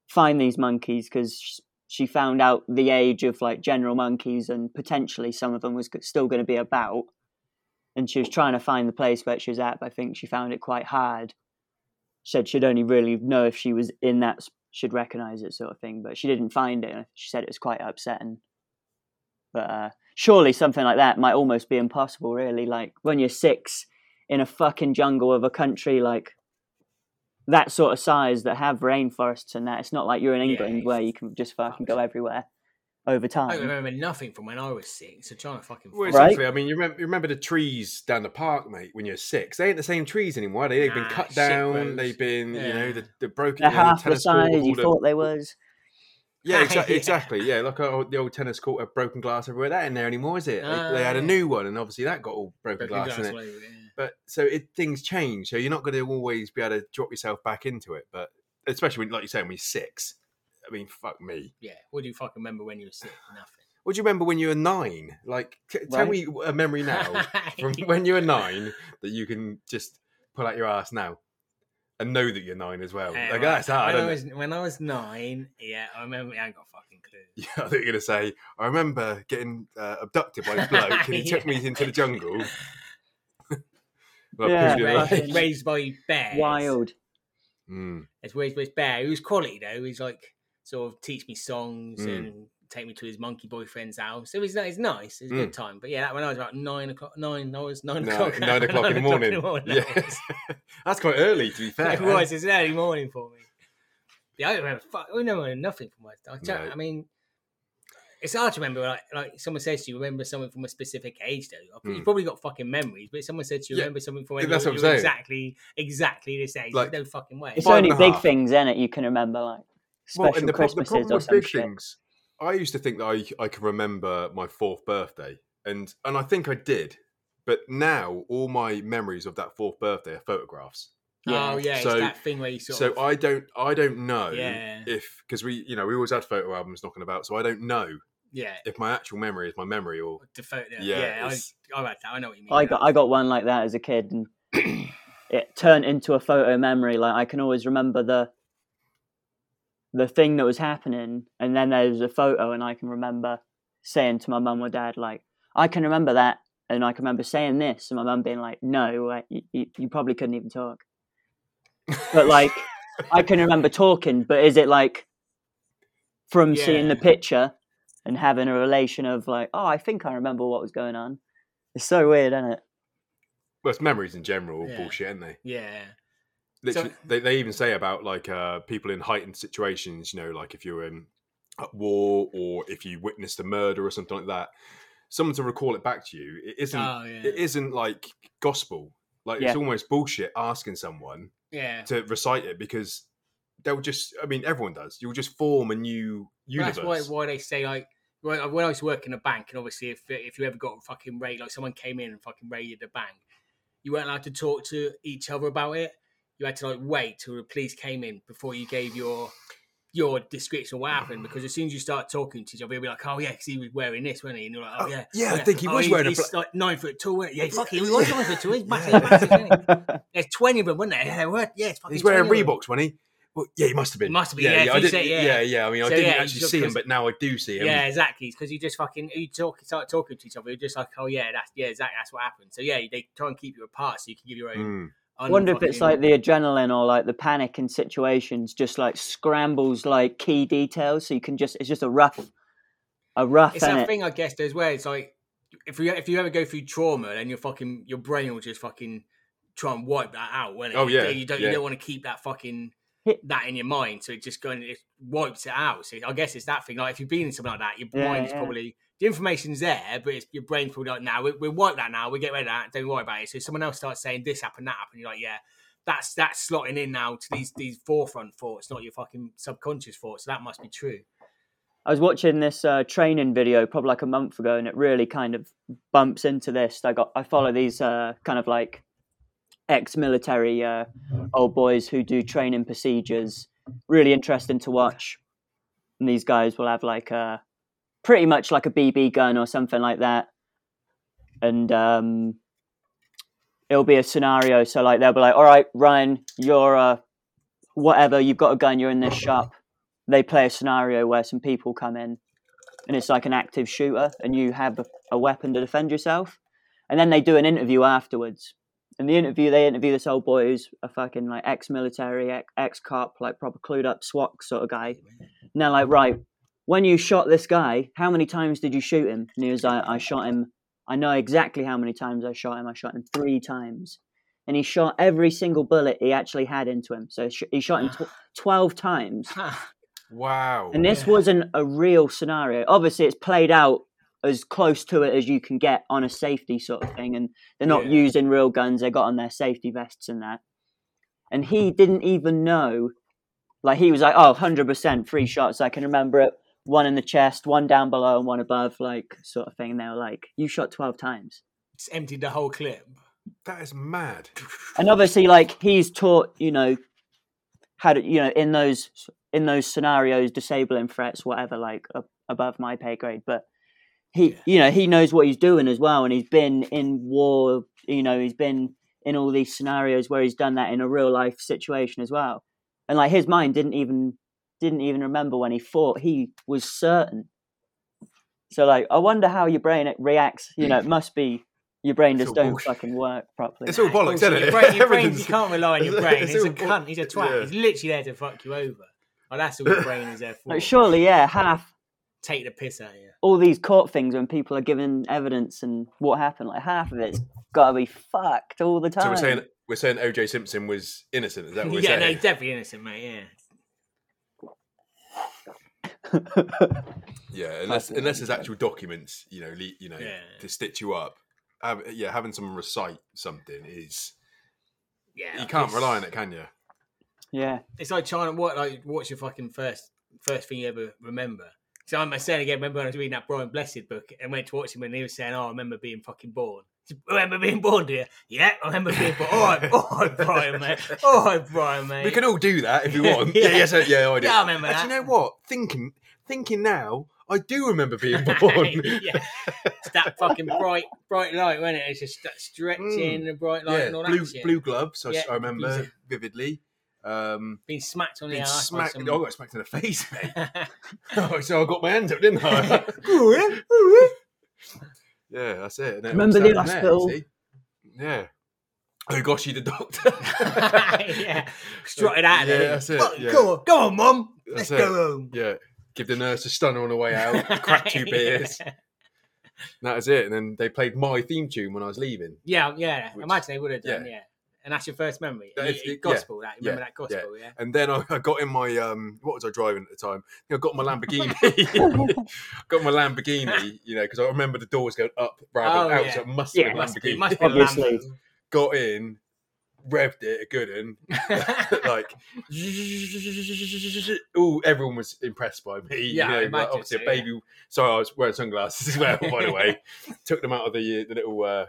[SPEAKER 3] find these monkeys because she found out the age of like general monkeys and potentially some of them was g- still going to be about. And she was trying to find the place where she was at, but I think she found it quite hard. Said she'd only really know if she was in that, s- she'd recognize it, sort of thing. But she didn't find it. She said it was quite upsetting. But uh, surely something like that might almost be impossible, really. Like when you're six in a fucking jungle of a country like that sort of size that have rainforests and that, it's not like you're in
[SPEAKER 2] Yeah,
[SPEAKER 3] England
[SPEAKER 2] it's-
[SPEAKER 3] where you can just fucking go everywhere over
[SPEAKER 2] I
[SPEAKER 3] time.
[SPEAKER 2] remember nothing from when I was six, so trying to fucking.
[SPEAKER 1] well,
[SPEAKER 3] Right.
[SPEAKER 1] exactly. I mean, you remember, you remember the trees down the park, mate? When you're six, they ain't the same trees anymore. are They, they've
[SPEAKER 2] Nah,
[SPEAKER 1] been cut
[SPEAKER 2] shit
[SPEAKER 1] down.
[SPEAKER 2] grows.
[SPEAKER 1] They've been, you
[SPEAKER 2] Yeah.
[SPEAKER 1] know, the, the broken.
[SPEAKER 3] They're
[SPEAKER 1] you know, the
[SPEAKER 3] half the
[SPEAKER 1] tennis court,
[SPEAKER 3] size
[SPEAKER 1] all
[SPEAKER 3] you
[SPEAKER 1] the-
[SPEAKER 3] thought they was.
[SPEAKER 1] Yeah, exa-
[SPEAKER 2] Yeah.
[SPEAKER 1] exactly. Yeah, like uh, the old tennis court, uh, broken glass everywhere. That in there anymore, is it? They, they had
[SPEAKER 2] Ah.
[SPEAKER 1] a new one, and obviously that got all broken,
[SPEAKER 2] Broken
[SPEAKER 1] glass, in
[SPEAKER 2] glass
[SPEAKER 1] it.
[SPEAKER 2] all over it, yeah.
[SPEAKER 1] but so it things change. So you're not going to always be able to drop yourself back into it. But especially when, like you're saying, when you're six. I mean, fuck me.
[SPEAKER 2] Yeah, what do you fucking remember when you were six? Nothing.
[SPEAKER 1] What do you remember when you were nine? Like, t- tell
[SPEAKER 3] Right.
[SPEAKER 1] me a memory now from when you were nine that you can just pull out your ass now and know that you're nine as well.
[SPEAKER 2] Yeah,
[SPEAKER 1] like
[SPEAKER 2] right.
[SPEAKER 1] that's hard.
[SPEAKER 2] when, I
[SPEAKER 1] isn't it?
[SPEAKER 2] was, when I was nine, yeah, I remember. I ain't got a fucking clue.
[SPEAKER 1] Yeah, I thought you were going to say. I remember getting uh, abducted by this bloke, and he took me into the jungle. Well, I
[SPEAKER 3] Yeah,
[SPEAKER 1] pulled you
[SPEAKER 3] right.
[SPEAKER 1] away.
[SPEAKER 2] raised, raised by bears.
[SPEAKER 3] Wild.
[SPEAKER 1] Mm.
[SPEAKER 2] It's raised by his bear. Who's quality though. He's like sort of teach me songs
[SPEAKER 1] Mm.
[SPEAKER 2] and take me to his monkey boyfriend's house. It was it's nice. It's a good time. But yeah, that when I was about nine o'clock, nine, I was nine
[SPEAKER 1] No,
[SPEAKER 2] o'clock,
[SPEAKER 1] Hmm. nine o'clock in the morning.
[SPEAKER 2] that
[SPEAKER 1] Yeah.
[SPEAKER 2] was-
[SPEAKER 1] That's quite early, to be fair.
[SPEAKER 2] it
[SPEAKER 1] man.
[SPEAKER 2] was. It's an early morning for me. Yeah, I don't remember. Fuck, I remember nothing from my. I, don't-
[SPEAKER 1] No.
[SPEAKER 2] I mean, it's hard to remember. Like, like someone says to you, remember something from a specific age. Though I think you've
[SPEAKER 1] Mm.
[SPEAKER 2] probably got fucking memories, but if someone said to you,
[SPEAKER 1] Yeah,
[SPEAKER 2] remember something from when
[SPEAKER 1] that's
[SPEAKER 2] you,
[SPEAKER 1] what
[SPEAKER 2] you
[SPEAKER 1] I'm
[SPEAKER 2] were
[SPEAKER 1] saying.
[SPEAKER 2] exactly, exactly this age.
[SPEAKER 1] Like-
[SPEAKER 2] no fucking way.
[SPEAKER 3] It's
[SPEAKER 1] Five
[SPEAKER 3] only
[SPEAKER 1] and a
[SPEAKER 3] big
[SPEAKER 1] half.
[SPEAKER 3] things, in it, you can remember, like special
[SPEAKER 1] and the pro- the
[SPEAKER 3] Christmases
[SPEAKER 1] problem
[SPEAKER 3] or
[SPEAKER 1] with
[SPEAKER 3] some
[SPEAKER 1] big
[SPEAKER 3] shit.
[SPEAKER 1] things, I used to think that I I could remember my fourth birthday, and and I think I did, but now all my memories of that fourth birthday are photographs.
[SPEAKER 2] Oh yeah,
[SPEAKER 1] So-
[SPEAKER 2] it's that thing where you sort
[SPEAKER 1] So
[SPEAKER 2] of.
[SPEAKER 1] I don't I don't know
[SPEAKER 2] Yeah.
[SPEAKER 1] if because we you know we always had photo albums knocking about, so I don't know
[SPEAKER 2] Yeah.
[SPEAKER 1] If my actual memory is my memory, or
[SPEAKER 2] The photo.
[SPEAKER 1] Yeah,
[SPEAKER 2] Yeah.
[SPEAKER 1] it's-
[SPEAKER 2] I, I read that. I know what you mean.
[SPEAKER 3] I got I got one like that as a kid, and it turned into a photo memory. Like I can always remember the the thing that was happening, and then there's a photo, and I can remember saying to my mum or dad, like, I can remember that, and I can remember saying this, and my mum being like, No, like, you, you, you probably couldn't even talk, but like I can remember talking, but is it like from seeing the
[SPEAKER 2] Yeah.
[SPEAKER 3] picture and having a relation of like, oh, I think I remember what was going on. It's so weird, isn't it?
[SPEAKER 1] well, it's memories in general are
[SPEAKER 2] Yeah.
[SPEAKER 1] bullshit, aren't they?
[SPEAKER 2] Yeah.
[SPEAKER 1] Literally,
[SPEAKER 2] So-
[SPEAKER 1] they, they even say about like uh, people in heightened situations, you know, like if you're in at war or if you witnessed a murder or something like that, someone to recall it back to you. It isn't.
[SPEAKER 2] Oh yeah.
[SPEAKER 1] It isn't like gospel. Like
[SPEAKER 3] Yeah.
[SPEAKER 1] it's almost bullshit asking someone
[SPEAKER 2] yeah.
[SPEAKER 1] to recite it because they'll just. I mean, everyone does. You'll just form a new
[SPEAKER 2] But
[SPEAKER 1] universe.
[SPEAKER 2] That's why, why they say like when I, when I was working in a bank, and obviously if if you ever got fucking raided, like someone came in and fucking raided the bank, you weren't allowed to talk to each other about it. You had to like wait till the police came in before you gave your your description of what happened. Because as soon as you start talking to each other, you'll be like, "Oh yeah, 'cause he was wearing this, wasn't he?" And you're like, "Oh,
[SPEAKER 1] Oh,
[SPEAKER 2] yeah,
[SPEAKER 1] yeah, I think he was wearing a
[SPEAKER 2] he's
[SPEAKER 1] bla-
[SPEAKER 2] like nine foot tall, wasn't he? Yeah, fuck, he
[SPEAKER 1] Yeah.
[SPEAKER 2] was nine foot tall. He's massive,
[SPEAKER 1] Yeah.
[SPEAKER 2] massive, wasn't he? There's twenty of them, wasn't there? Yeah, there were. Yeah, it's fucking
[SPEAKER 1] He's wearing
[SPEAKER 2] 20 of them.
[SPEAKER 1] Reeboks, wasn't he? Well, yeah, he must have been.
[SPEAKER 2] He must have been, yeah, if
[SPEAKER 1] I
[SPEAKER 2] you
[SPEAKER 1] did,
[SPEAKER 2] say- yeah.
[SPEAKER 1] yeah, yeah. I mean, I
[SPEAKER 2] So,
[SPEAKER 1] didn't
[SPEAKER 2] yeah,
[SPEAKER 1] actually
[SPEAKER 2] he's
[SPEAKER 1] see him,
[SPEAKER 2] just-
[SPEAKER 1] but now I do see him.
[SPEAKER 2] Yeah, exactly. Because you just fucking you talk start talking to each other. You're just like, oh yeah, that's yeah, exactly. That's what happened. So yeah, they try and keep you apart so you can give your own.
[SPEAKER 1] Mm.
[SPEAKER 3] I
[SPEAKER 2] I
[SPEAKER 3] wonder if it's like the adrenaline or like the panic in situations just like scrambles like key details, so you can just it's just a rough, a rough,
[SPEAKER 2] It's
[SPEAKER 3] is
[SPEAKER 2] that thing, I guess. There's where it's like if you if you ever go through trauma, then your fucking your brain will just fucking try and wipe that out. When
[SPEAKER 1] Oh, yeah,
[SPEAKER 2] you don't
[SPEAKER 1] yeah.
[SPEAKER 2] you don't want to keep that fucking
[SPEAKER 3] Yeah.
[SPEAKER 2] that in your mind, so it just going it wipes it out. So I guess it's that thing. Like if you've been in something like that, your
[SPEAKER 3] Yeah,
[SPEAKER 2] mind is
[SPEAKER 3] yeah.
[SPEAKER 2] probably the information's there, but it's, your brain's probably like, now we, we'll wipe that now. We get rid of that. Don't worry about it. So if someone else starts saying this happened, that happened. You're like, yeah. That's that's slotting in now to these these forefront thoughts, not your fucking subconscious thoughts. So that must be true.
[SPEAKER 3] I was watching this uh, training video probably like a month ago, and it really kind of bumps into this. I got I follow these uh, kind of like ex-military uh, old boys who do training procedures. Really interesting to watch. And these guys will have like a pretty much like a BB gun or something like that, and um, it'll be a scenario. So like they'll be like, "All right, Ryan, you're uh, whatever. You've got a gun. You're in this shop." they play a scenario where some people come in and it's like an active shooter and you have a weapon to defend yourself and then they do an interview afterwards in the interview they interview this old boy who's a fucking like ex-military ex-cop like proper clued up swat sort of guy and they're like right when you shot this guy how many times did you shoot him and he was like i shot him i know exactly how many times i shot him i shot him three times and he shot every single bullet he actually had into him so sh- he shot him tw- 12 times
[SPEAKER 1] Wow.
[SPEAKER 3] and this
[SPEAKER 2] Yeah.
[SPEAKER 3] wasn't a real scenario. Obviously, it's played out as close to it as you can get on a safety sort of thing. And they're not
[SPEAKER 2] Yeah.
[SPEAKER 3] using real guns, they got on their safety vests and that. And he didn't even know. Like, he was like, oh, 100% free shots. I can remember it. One in the chest, one down below, and one above, like, sort of thing. And they were like, you shot 12 times.
[SPEAKER 2] Just emptied the whole clip.
[SPEAKER 1] that is mad.
[SPEAKER 3] and obviously like he's taught you know how to you know in those in those scenarios disabling threats whatever like ab- above my pay grade but he
[SPEAKER 2] Yeah.
[SPEAKER 3] you know he knows what he's doing as well and he's been in war you know he's been in all these scenarios where he's done that in a real life situation as well and like his mind didn't even didn't even remember when he fought he was certain so like i wonder how your brain reacts you know it must be your brain
[SPEAKER 1] It's
[SPEAKER 3] just
[SPEAKER 1] all
[SPEAKER 3] don't
[SPEAKER 1] bullshit.
[SPEAKER 3] fucking work properly
[SPEAKER 1] It's all
[SPEAKER 2] Nah,
[SPEAKER 1] bollocks,
[SPEAKER 2] bullshit.
[SPEAKER 1] isn't
[SPEAKER 2] Your
[SPEAKER 1] it?
[SPEAKER 2] brain, your brain, you
[SPEAKER 1] Everything's-
[SPEAKER 2] can't rely on your
[SPEAKER 1] it's-
[SPEAKER 2] brain.
[SPEAKER 1] it's
[SPEAKER 2] He's a
[SPEAKER 1] all bull-
[SPEAKER 2] cunt. He's a twat.
[SPEAKER 1] yeah.
[SPEAKER 2] He's literally there to fuck you over. Well, that's all your brain is there for.
[SPEAKER 3] Like surely, yeah, half
[SPEAKER 2] Take the piss out of you.
[SPEAKER 3] all these court things when people are giving evidence and what happened, like half of it's gotta be fucked all the time.
[SPEAKER 1] So we're saying we're saying OJ Simpson was innocent. Is that what we're
[SPEAKER 2] yeah, no,
[SPEAKER 1] saying?
[SPEAKER 2] he's definitely innocent, mate. Yeah.
[SPEAKER 1] yeah, unless unless there's actual documents, you know, le- you know,
[SPEAKER 2] Yeah.
[SPEAKER 1] to stitch you up. Have, yeah, having someone recite something is
[SPEAKER 2] Yeah.
[SPEAKER 1] you can't
[SPEAKER 2] it's-
[SPEAKER 1] rely on it, can you?
[SPEAKER 3] yeah,
[SPEAKER 2] It's like trying to what like what's your fucking first first thing you ever remember? So I'm saying again, remember when I was reading that Brian Blessed book and went to watch him and he was saying, Oh, I remember being fucking born. Remember being born, do you? Yeah, I remember being born. All right, all right, Brian, mate. All right, Brian, mate.
[SPEAKER 1] We can all do that if we want.
[SPEAKER 2] Yeah.
[SPEAKER 1] yeah, yes, yeah, I do.
[SPEAKER 2] Yeah, I remember
[SPEAKER 1] Actually,
[SPEAKER 2] that.
[SPEAKER 1] you know what? Thinking thinking now, I do remember being born.
[SPEAKER 2] yeah, it's that fucking bright, bright light, wasn't it? It's just that stretching, the bright light,
[SPEAKER 1] Mm. yeah,
[SPEAKER 2] and all
[SPEAKER 1] blue,
[SPEAKER 2] that shit.
[SPEAKER 1] blue gloves. I, s-
[SPEAKER 2] Yeah,
[SPEAKER 1] I remember
[SPEAKER 2] blue-
[SPEAKER 1] vividly. Um,
[SPEAKER 2] Being smacked on the
[SPEAKER 1] being
[SPEAKER 2] ass. by
[SPEAKER 1] smacked. oh, I
[SPEAKER 2] someone.
[SPEAKER 1] got smacked in the face, mate. oh, so I got my hands up, didn't I? yeah, that's it. And it all
[SPEAKER 3] Remember the
[SPEAKER 1] started from there,
[SPEAKER 3] hospital?
[SPEAKER 1] see? yeah. Oh gosh, you the doctor.
[SPEAKER 2] yeah, strutted out.
[SPEAKER 1] Yeah,
[SPEAKER 2] there.
[SPEAKER 1] that's it,
[SPEAKER 2] Fuck,
[SPEAKER 1] yeah.
[SPEAKER 2] Go on, go on, mum. Let's
[SPEAKER 1] That's it.
[SPEAKER 2] go home.
[SPEAKER 1] Yeah. Give the nurse a stunner on the way out. crack two beers.
[SPEAKER 2] Yeah,
[SPEAKER 1] That was it. And then they played my theme tune when I was leaving.
[SPEAKER 2] yeah. yeah.
[SPEAKER 1] Which-
[SPEAKER 2] Imagine they would have done.
[SPEAKER 1] yeah.
[SPEAKER 2] Yeah. and that's your first memory.
[SPEAKER 1] That
[SPEAKER 2] You-
[SPEAKER 1] is-
[SPEAKER 2] you-
[SPEAKER 1] yeah,
[SPEAKER 2] gospel. That you
[SPEAKER 1] yeah,
[SPEAKER 2] remember that gospel. Yeah.
[SPEAKER 1] And then I, I got in my um, what was I driving at the time? I, think I got my Lamborghini. got my Lamborghini, you know, because I remember the doors going up rather than
[SPEAKER 2] Oh,
[SPEAKER 1] out,
[SPEAKER 2] yeah.
[SPEAKER 1] so it must
[SPEAKER 3] Yeah.
[SPEAKER 1] have been a
[SPEAKER 2] Must be,
[SPEAKER 1] Lamborghini.
[SPEAKER 2] must be a
[SPEAKER 3] Obviously.
[SPEAKER 2] Lambo.
[SPEAKER 1] Got in, revved it a good un, like oh, everyone was impressed by me.
[SPEAKER 2] Yeah, I
[SPEAKER 1] you know, like,
[SPEAKER 2] imagine
[SPEAKER 1] obviously
[SPEAKER 2] so,
[SPEAKER 1] a baby. Sorry, I was wearing sunglasses as well. By the way, took them out of the uh, the little uh,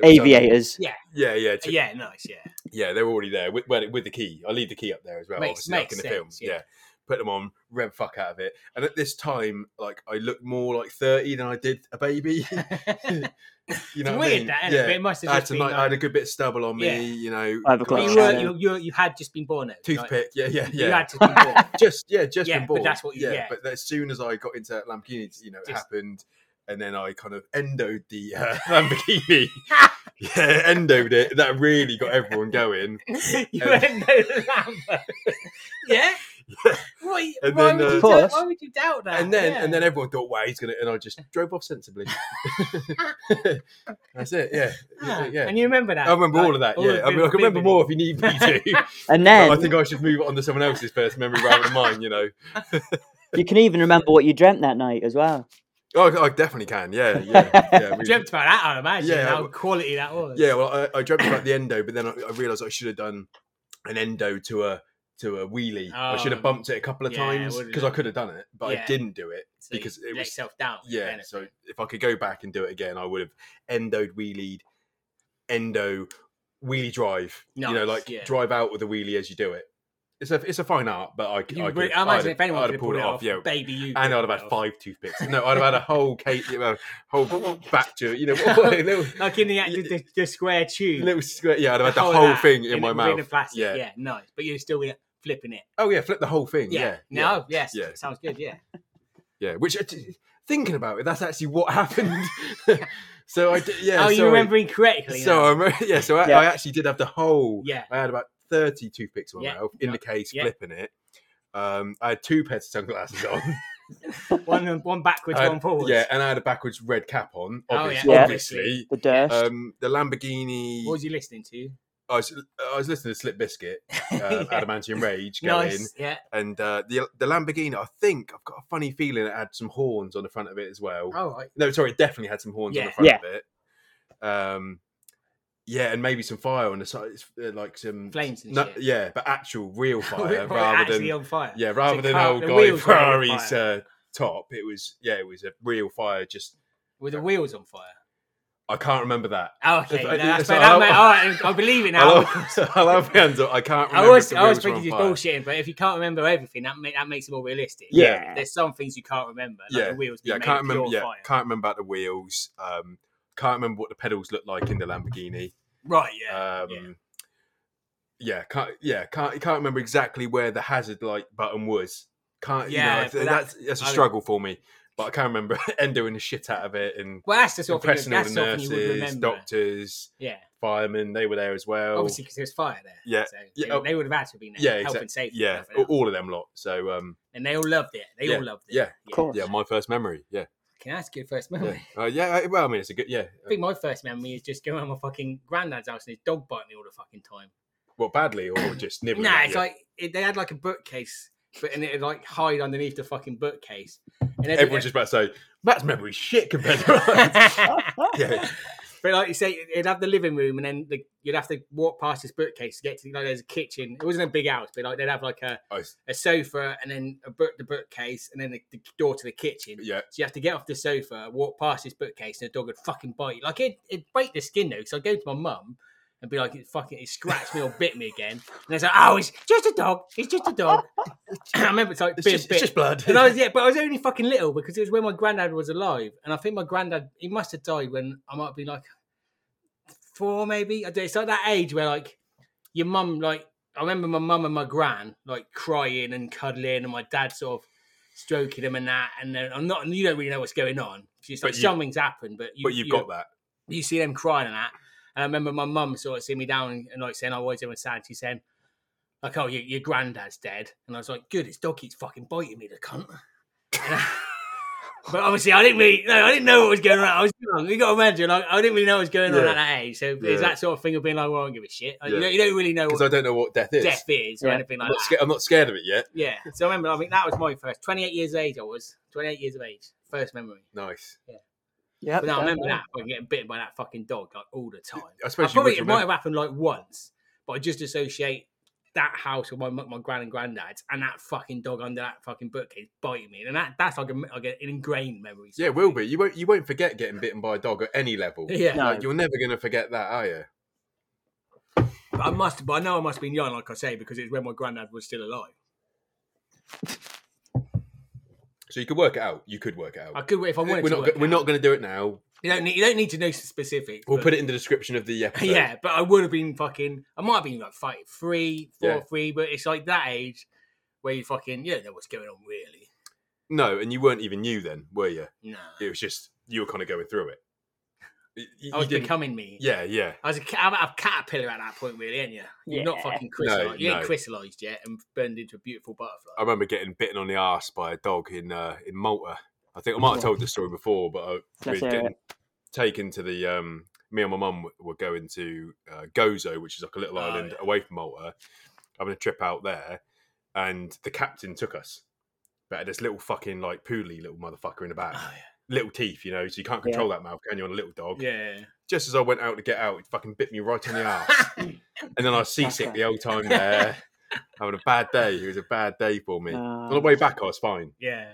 [SPEAKER 1] little-
[SPEAKER 3] Aviators.
[SPEAKER 1] Yeah, yeah, took-
[SPEAKER 2] yeah, nice. Yeah.
[SPEAKER 1] yeah, they're already there with well, with the key. I leave the key up there as well,
[SPEAKER 2] Makes-
[SPEAKER 1] obviously, like
[SPEAKER 2] makes
[SPEAKER 1] in the film.
[SPEAKER 2] sense,
[SPEAKER 1] Yeah.
[SPEAKER 2] yeah.
[SPEAKER 1] put them on, rev fuck out of it. And at this time, like I looked more like thirty than I did a baby. You know, what
[SPEAKER 2] it's
[SPEAKER 1] I
[SPEAKER 2] weird
[SPEAKER 1] mean?
[SPEAKER 2] that, isn't
[SPEAKER 1] yeah.
[SPEAKER 2] it? But it must have
[SPEAKER 1] I had,
[SPEAKER 2] just
[SPEAKER 1] some,
[SPEAKER 2] been
[SPEAKER 1] like, I
[SPEAKER 2] like-
[SPEAKER 1] had a good bit of stubble on me.
[SPEAKER 2] Yeah.
[SPEAKER 1] You know,
[SPEAKER 3] Five o'clock
[SPEAKER 2] But
[SPEAKER 1] glass
[SPEAKER 2] you, were,
[SPEAKER 3] shadow.
[SPEAKER 2] you, you, you had just been born. Though,
[SPEAKER 1] toothpick. Yeah, yeah,
[SPEAKER 2] Like,
[SPEAKER 1] yeah.
[SPEAKER 2] You had just been born.
[SPEAKER 1] just yeah, just
[SPEAKER 2] Yeah,
[SPEAKER 1] been
[SPEAKER 2] but
[SPEAKER 1] born.
[SPEAKER 2] that's what you- yeah.
[SPEAKER 1] But as soon as I got into Lamborghini, it's, you know, it
[SPEAKER 2] Just-
[SPEAKER 1] happened, and then I kind of endoed the uh, Lamborghini. yeah, endoed it. That really got everyone going.
[SPEAKER 2] you
[SPEAKER 1] Um,
[SPEAKER 2] went no Lambo. yeah. Why,
[SPEAKER 1] And
[SPEAKER 2] why,
[SPEAKER 1] then,
[SPEAKER 2] would
[SPEAKER 1] uh,
[SPEAKER 2] you
[SPEAKER 3] Pause.
[SPEAKER 2] doubt, why would you doubt that?
[SPEAKER 1] and then
[SPEAKER 2] yeah.
[SPEAKER 1] and then everyone thought, "Wow, he's gonna," and I just drove off sensibly. That's it. Yeah,
[SPEAKER 2] Ah,
[SPEAKER 1] yeah. yeah.
[SPEAKER 2] And you remember that?
[SPEAKER 1] I remember
[SPEAKER 2] like,
[SPEAKER 1] all of that. Yeah, I mean, I
[SPEAKER 2] vivid-
[SPEAKER 1] can remember
[SPEAKER 2] vividly.
[SPEAKER 1] more if you need me to. but
[SPEAKER 3] And then
[SPEAKER 1] Oh, I think I should move on to someone else's first memory rather than mine. You know.
[SPEAKER 3] you can even remember what you dreamt that night as well.
[SPEAKER 1] Oh, I definitely can. Yeah, yeah. yeah I mean-
[SPEAKER 2] Dreamt about that, I imagine.
[SPEAKER 1] Yeah,
[SPEAKER 2] how
[SPEAKER 1] well-
[SPEAKER 2] quality that was.
[SPEAKER 1] Yeah, well, I, I dreamt about the endo, but then I, I realised I should have done an endo to a to a wheelie. I should have
[SPEAKER 2] Oh,
[SPEAKER 1] bumped it a couple of
[SPEAKER 2] yeah,
[SPEAKER 1] times
[SPEAKER 2] wouldn't
[SPEAKER 1] because
[SPEAKER 2] it?
[SPEAKER 1] I could have done it, but I
[SPEAKER 2] Yeah. Oh,
[SPEAKER 1] didn't do it
[SPEAKER 2] So you
[SPEAKER 1] because it
[SPEAKER 2] let
[SPEAKER 1] was
[SPEAKER 2] yourself down.
[SPEAKER 1] yeah. So if I could go back and do it again, I would have endoed wheelied, endo wheelie drive. You know,
[SPEAKER 2] Nice,
[SPEAKER 1] like
[SPEAKER 2] yeah.
[SPEAKER 1] drive out with the wheelie as you do it. It's a it's a fine art, but I, c-
[SPEAKER 2] you,
[SPEAKER 1] I,
[SPEAKER 2] I,
[SPEAKER 1] could,
[SPEAKER 2] I
[SPEAKER 1] I'd
[SPEAKER 2] imagine if anyone
[SPEAKER 1] I'd
[SPEAKER 2] could have pulled it off,
[SPEAKER 1] yeah.
[SPEAKER 2] baby, you.
[SPEAKER 1] And I'd have had five toothpicks. No, I'd have had a whole cake, a whole batch of you know, what, what, little,
[SPEAKER 2] Like in the, the, the, the square tube.
[SPEAKER 1] little square. Yeah, I'd have had the
[SPEAKER 2] of
[SPEAKER 1] whole
[SPEAKER 2] that
[SPEAKER 1] thing in
[SPEAKER 2] the-
[SPEAKER 1] my
[SPEAKER 2] within
[SPEAKER 1] mouth.
[SPEAKER 2] the plastic,
[SPEAKER 1] Yeah.
[SPEAKER 2] yeah. nice. But you're still yeah, flipping it.
[SPEAKER 1] Oh yeah, flip the whole thing. Yeah.
[SPEAKER 2] Yeah.
[SPEAKER 1] Yeah.
[SPEAKER 2] No, yes.
[SPEAKER 1] Yeah.
[SPEAKER 2] Sounds good, yeah.
[SPEAKER 1] yeah. Which uh, t- thinking about it, that's actually what happened. so I did, yeah.
[SPEAKER 2] oh,
[SPEAKER 1] so
[SPEAKER 2] you're
[SPEAKER 1] I-
[SPEAKER 2] remembering correctly.
[SPEAKER 1] So um,
[SPEAKER 2] now.
[SPEAKER 1] I remember, yeah. So I,
[SPEAKER 3] Yeah.
[SPEAKER 1] I actually did have the whole.
[SPEAKER 2] Yeah.
[SPEAKER 1] I had about thirty toothpicks in my
[SPEAKER 2] Yeah.
[SPEAKER 1] mouth in the case,
[SPEAKER 2] Yeah.
[SPEAKER 1] flipping it. Um, I had two pairs of sunglasses on.
[SPEAKER 2] One, one backwards,
[SPEAKER 1] I had-
[SPEAKER 2] one forwards.
[SPEAKER 1] Yeah, and I had a backwards red cap on.
[SPEAKER 2] Oh,
[SPEAKER 1] Obviously,
[SPEAKER 3] yeah. Yeah.
[SPEAKER 1] obviously.
[SPEAKER 3] The Durst.
[SPEAKER 1] Um, the Lamborghini.
[SPEAKER 2] What was you listening to?
[SPEAKER 1] I, was, I was listening to Slip Biscuit, uh,
[SPEAKER 2] Yeah.
[SPEAKER 1] Adamantium Rage, going.
[SPEAKER 2] Nice. Yeah.
[SPEAKER 1] and uh, the the Lamborghini. I think I've got a funny feeling it had some horns on the front of it as well.
[SPEAKER 2] All right.
[SPEAKER 1] No, sorry, it definitely had some horns on the
[SPEAKER 2] Oh. Yeah.
[SPEAKER 1] front of it. Um, yeah, and maybe some fire on the side, it's, uh, like some
[SPEAKER 2] Flames and
[SPEAKER 1] No,
[SPEAKER 2] shit.
[SPEAKER 1] yeah, but actual real fire
[SPEAKER 2] Probably
[SPEAKER 1] rather
[SPEAKER 2] actually
[SPEAKER 1] than
[SPEAKER 2] on fire.
[SPEAKER 1] yeah, rather than
[SPEAKER 2] car-
[SPEAKER 1] old
[SPEAKER 2] the
[SPEAKER 1] guy
[SPEAKER 2] wheels were on fire.
[SPEAKER 1] Ferrari's uh, top. It was yeah, it was a real fire. Just
[SPEAKER 2] With the wheels on fire.
[SPEAKER 1] I can't remember that.
[SPEAKER 2] Oh, okay.
[SPEAKER 1] If-
[SPEAKER 2] no,
[SPEAKER 1] uh,
[SPEAKER 2] that's
[SPEAKER 1] so
[SPEAKER 2] fair.
[SPEAKER 1] I'll-
[SPEAKER 2] That ma- all right, I believe it
[SPEAKER 1] I'll,
[SPEAKER 2] now.
[SPEAKER 1] have- I'll have my hands up. I can't
[SPEAKER 2] I
[SPEAKER 1] remember. if
[SPEAKER 2] was,
[SPEAKER 1] the
[SPEAKER 2] I was
[SPEAKER 1] wheels were
[SPEAKER 2] thinking
[SPEAKER 1] on
[SPEAKER 2] he's
[SPEAKER 1] fire.
[SPEAKER 2] bullshitting, but if you can't remember everything, that, ma- that makes it more realistic.
[SPEAKER 3] Yeah.
[SPEAKER 2] There's some things you can't remember. Like The wheels
[SPEAKER 1] yeah, I
[SPEAKER 2] being made
[SPEAKER 1] can't
[SPEAKER 2] of
[SPEAKER 1] remember.
[SPEAKER 2] pure
[SPEAKER 1] Yeah,
[SPEAKER 2] fire.
[SPEAKER 1] can't remember about the wheels. Um, can't remember what the pedals looked like in the Lamborghini.
[SPEAKER 2] Right, yeah.
[SPEAKER 1] Um, yeah, can't. Yeah, can't. Can't remember exactly where the hazard light button was. Can't.
[SPEAKER 2] Yeah,
[SPEAKER 1] Yeah,
[SPEAKER 2] but
[SPEAKER 1] you know,
[SPEAKER 2] that's-
[SPEAKER 1] that's that's a
[SPEAKER 2] I-
[SPEAKER 1] struggle for me. But I can't remember and doing the shit out of it and
[SPEAKER 2] Well, that's the sort of
[SPEAKER 1] impressing
[SPEAKER 2] thing,
[SPEAKER 1] all
[SPEAKER 2] that's
[SPEAKER 1] the
[SPEAKER 2] the sort of thing you would
[SPEAKER 1] nurses,
[SPEAKER 2] remember.
[SPEAKER 1] doctors,
[SPEAKER 2] Yeah.
[SPEAKER 1] firemen. They were there as well.
[SPEAKER 2] Obviously, because there was fire there.
[SPEAKER 1] Yeah.
[SPEAKER 2] So
[SPEAKER 1] Yeah,
[SPEAKER 2] They,
[SPEAKER 1] oh.
[SPEAKER 2] they would have had to be there.
[SPEAKER 1] Yeah,
[SPEAKER 2] Health
[SPEAKER 1] exact-
[SPEAKER 2] and safety. and
[SPEAKER 1] yeah, Oh,
[SPEAKER 2] stuff like
[SPEAKER 1] all,
[SPEAKER 2] that.
[SPEAKER 1] all of them lot. So um,
[SPEAKER 2] And they all loved it. They
[SPEAKER 1] Yeah,
[SPEAKER 2] all loved it.
[SPEAKER 1] yeah, of
[SPEAKER 3] course.
[SPEAKER 1] yeah, my first memory. Yeah,
[SPEAKER 2] Okay, that's a good first
[SPEAKER 1] yeah.
[SPEAKER 2] memory.
[SPEAKER 1] Uh, yeah. I- Well, I mean, it's a good. Yeah, uh,
[SPEAKER 2] I think my first memory is just going around my fucking granddad's house and his dog bite me all the fucking time.
[SPEAKER 1] well, badly or just nibbling.
[SPEAKER 2] Nah,
[SPEAKER 1] at
[SPEAKER 2] it's
[SPEAKER 1] you.
[SPEAKER 2] like it, they had like a bookcase, but and it'd like hide underneath the fucking bookcase. And every-
[SPEAKER 1] Everyone's just about to say, Matt's memory shit compared to mine. yeah.
[SPEAKER 2] but like you say, it'd have the living room, and then the, you'd have to walk past this bookcase to get to like there's a kitchen. It wasn't a big house, but like they'd have like a,
[SPEAKER 1] I s-
[SPEAKER 2] a sofa, and then a book, the bookcase, and then the, the door to the kitchen.
[SPEAKER 1] yeah.
[SPEAKER 2] So you have to get off the sofa, walk past this bookcase, and the dog would fucking bite you. Like, it'd, it'd break the skin, though, because I'd go to my mum, and be like, it fucking it scratched me or bit me again. And it's like, oh, it's just a dog. It's just a dog. I remember it's like,
[SPEAKER 4] It's
[SPEAKER 2] bit,
[SPEAKER 4] just,
[SPEAKER 2] bit.
[SPEAKER 4] it's just blood.
[SPEAKER 2] And I was yeah, but I was only fucking little because it was when my granddad was alive, and I think my granddad he must have died when I might be like four, maybe. I don't. It's like that age where like your mum, like I remember my mum and my gran like crying and cuddling, and my dad sort of stroking him and that. And then I'm not, you don't really know what's going on. She's like
[SPEAKER 1] But you-
[SPEAKER 2] something's happened, but you,
[SPEAKER 1] but you've
[SPEAKER 2] you-
[SPEAKER 1] got that.
[SPEAKER 2] you see them crying and that. And I remember my mum sort of seeing me down and, and like saying, "Oh, why is everyone sad?" She saying, "Like, oh, your, your granddad's dead." And I was like, "Good, his dog keeps fucking biting me, the cunt." And I- but obviously, I didn't really, no, I didn't know what was going on. I was young. You got to imagine, like, I didn't really know what was going on
[SPEAKER 1] Yeah.
[SPEAKER 2] at that age. So
[SPEAKER 1] Yeah.
[SPEAKER 2] it's that sort of thing of being like, "Well, I don't give a shit." Like, you,
[SPEAKER 1] Yeah.
[SPEAKER 2] don't, you don't really know
[SPEAKER 1] Because
[SPEAKER 2] what
[SPEAKER 1] I don't know what death is.
[SPEAKER 2] death is or
[SPEAKER 3] Yeah.
[SPEAKER 2] anything
[SPEAKER 1] I'm,
[SPEAKER 2] like
[SPEAKER 1] not
[SPEAKER 2] that.
[SPEAKER 1] sca- I'm not scared of it yet.
[SPEAKER 2] Yeah. So I remember, I think that was my first, 28 years of age. I was 28 years of age, first memory.
[SPEAKER 1] Nice.
[SPEAKER 3] Yeah,
[SPEAKER 2] But no, I remember that fucking getting bitten by that fucking dog like all the time.
[SPEAKER 1] I suppose
[SPEAKER 2] I
[SPEAKER 1] you
[SPEAKER 2] probably
[SPEAKER 1] would
[SPEAKER 2] it might
[SPEAKER 1] remember.
[SPEAKER 2] have happened like once, but I just associate that house with my mu- my gran and granddad's and that fucking dog under that fucking bookcase biting me, and that that's like, a, like an ingrained memory.
[SPEAKER 1] Yeah, it will be. You won't. You won't forget getting bitten by a dog at any level.
[SPEAKER 2] Yeah,
[SPEAKER 3] No.
[SPEAKER 1] Like, you're never going to forget that, are you?
[SPEAKER 2] but I must. But I know I must have been young, like I say, because it's when my granddad was still alive.
[SPEAKER 1] So you could work it out. You could work it
[SPEAKER 2] I
[SPEAKER 1] out.
[SPEAKER 2] could if I wanted
[SPEAKER 1] We're
[SPEAKER 2] to.
[SPEAKER 1] not.
[SPEAKER 2] work
[SPEAKER 1] go- We're
[SPEAKER 2] it
[SPEAKER 1] not
[SPEAKER 2] out.
[SPEAKER 1] going to do it now.
[SPEAKER 2] You don't need. You don't need to know specifics.
[SPEAKER 1] We'll
[SPEAKER 2] but-
[SPEAKER 1] put it in the description of the episode.
[SPEAKER 2] Yeah, but I would have been fucking. I might have been like fight three, four,
[SPEAKER 1] Yeah.
[SPEAKER 2] three. But it's like that age where you fucking you don't know what's going on really.
[SPEAKER 1] No, and you weren't even you then, were you?
[SPEAKER 2] No,
[SPEAKER 1] It was just you were kind of going through it. You- you-
[SPEAKER 2] I
[SPEAKER 1] you
[SPEAKER 2] was
[SPEAKER 1] Oh, didn't-
[SPEAKER 2] becoming me.
[SPEAKER 1] Yeah, yeah.
[SPEAKER 2] I was a, ca- I'm a caterpillar at that point, really, ain't you? You're not
[SPEAKER 3] Yeah.
[SPEAKER 2] fucking crystallized. you ain't
[SPEAKER 1] no.
[SPEAKER 2] crystallized yet and burned into a beautiful butterfly.
[SPEAKER 1] I remember getting bitten on the ass by a dog in uh, in Malta. I think I might have told this story before, but I
[SPEAKER 3] Let's
[SPEAKER 1] was
[SPEAKER 3] hear
[SPEAKER 1] getting taken to the. Um, me and my mum were going to uh, Gozo, which is like a little
[SPEAKER 2] Oh,
[SPEAKER 1] island away from Malta, having a trip out there, and the captain took us. But had this little fucking like poodly little motherfucker in the back, little teeth, you know, so you can't
[SPEAKER 3] Yeah.
[SPEAKER 1] control that mouth, can you? On a little dog,
[SPEAKER 2] yeah.
[SPEAKER 1] just as I went out to get out, it fucking bit me right on the ass. and then I was seasick
[SPEAKER 3] Fucker.
[SPEAKER 1] the whole time there, having a bad day. It was a bad day for me.
[SPEAKER 3] Uh,
[SPEAKER 1] On the way back, I was fine.
[SPEAKER 2] yeah.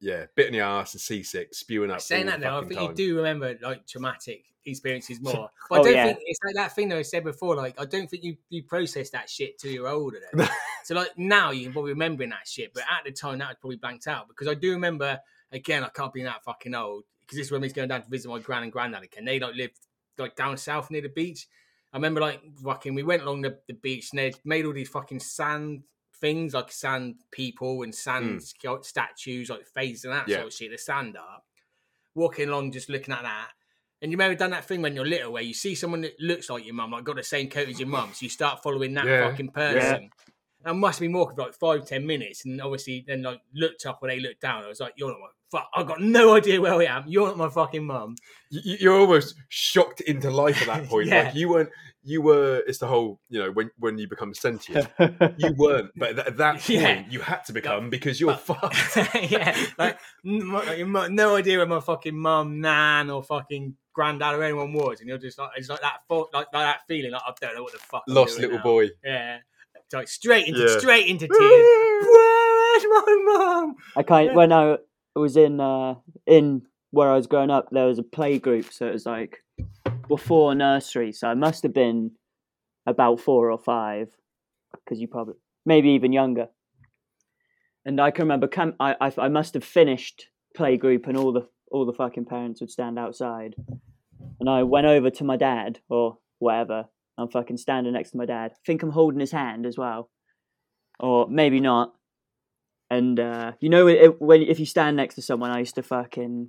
[SPEAKER 1] Yeah, bit in the ass and seasick, spewing up.
[SPEAKER 2] Saying
[SPEAKER 1] all
[SPEAKER 2] that
[SPEAKER 1] the
[SPEAKER 2] though, I
[SPEAKER 1] fucking
[SPEAKER 2] think you
[SPEAKER 1] time.
[SPEAKER 2] do remember like traumatic experiences more. But I
[SPEAKER 3] Oh,
[SPEAKER 2] don't
[SPEAKER 3] yeah.
[SPEAKER 2] think it's like that thing that I said before. Like I don't think you you process that shit till you're older. Though. so like now you can probably remembering that shit, but at the time that was probably blanked out because I do remember again. I can't be that fucking old because this is when we was going down to visit my gran and granddad again. They like lived like down south near the beach. I remember like fucking we went along the, the beach and they made all these fucking sand things like sand people and sand scu- statues like faces and that
[SPEAKER 1] Hmm. Yeah.
[SPEAKER 2] sort of shit. The sand art walking along, just looking at that. And you may have done that thing when you're little where you see someone that looks like your mum, like got the same coat as your mum. So you start following that
[SPEAKER 1] Yeah,
[SPEAKER 2] fucking person. And I must have been walking for like five, ten minutes. And obviously, then like looked up or they looked down. I was like, you're not my fuck. I've got no idea where I am. You're not my fucking mum.
[SPEAKER 1] You- you- You're almost shocked into life at that point.
[SPEAKER 2] Yeah.
[SPEAKER 1] Like you weren't. You were. It's the whole. You know, when when you become sentient, you weren't. But at that point,
[SPEAKER 2] Yeah.
[SPEAKER 1] you had to become because you're fucked.
[SPEAKER 2] yeah. Like, n- my- like, your mu- no idea where my fucking mum, nan, or fucking granddad or anyone was. And you're just like, it's like that, thought, like, like that feeling like, I don't know what the fuck. I'm
[SPEAKER 1] Lost
[SPEAKER 2] doing
[SPEAKER 1] little
[SPEAKER 2] now.
[SPEAKER 1] boy.
[SPEAKER 2] Yeah. So like, straight into,
[SPEAKER 1] Yeah.
[SPEAKER 2] straight into tears. Where's my mum?
[SPEAKER 3] I can't. When I was in uh, in where I was growing up, there was a play group, so it was like before nursery. So I must have been about four or five, because you probably maybe even younger. And I can remember, com- I, I I must have finished play group, and all the all the fucking parents would stand outside, and I went over to my dad or whatever. I'm fucking standing next to my dad. think I'm holding his hand as well, or maybe not and uh, you know it, when if you stand next to someone, I used to fucking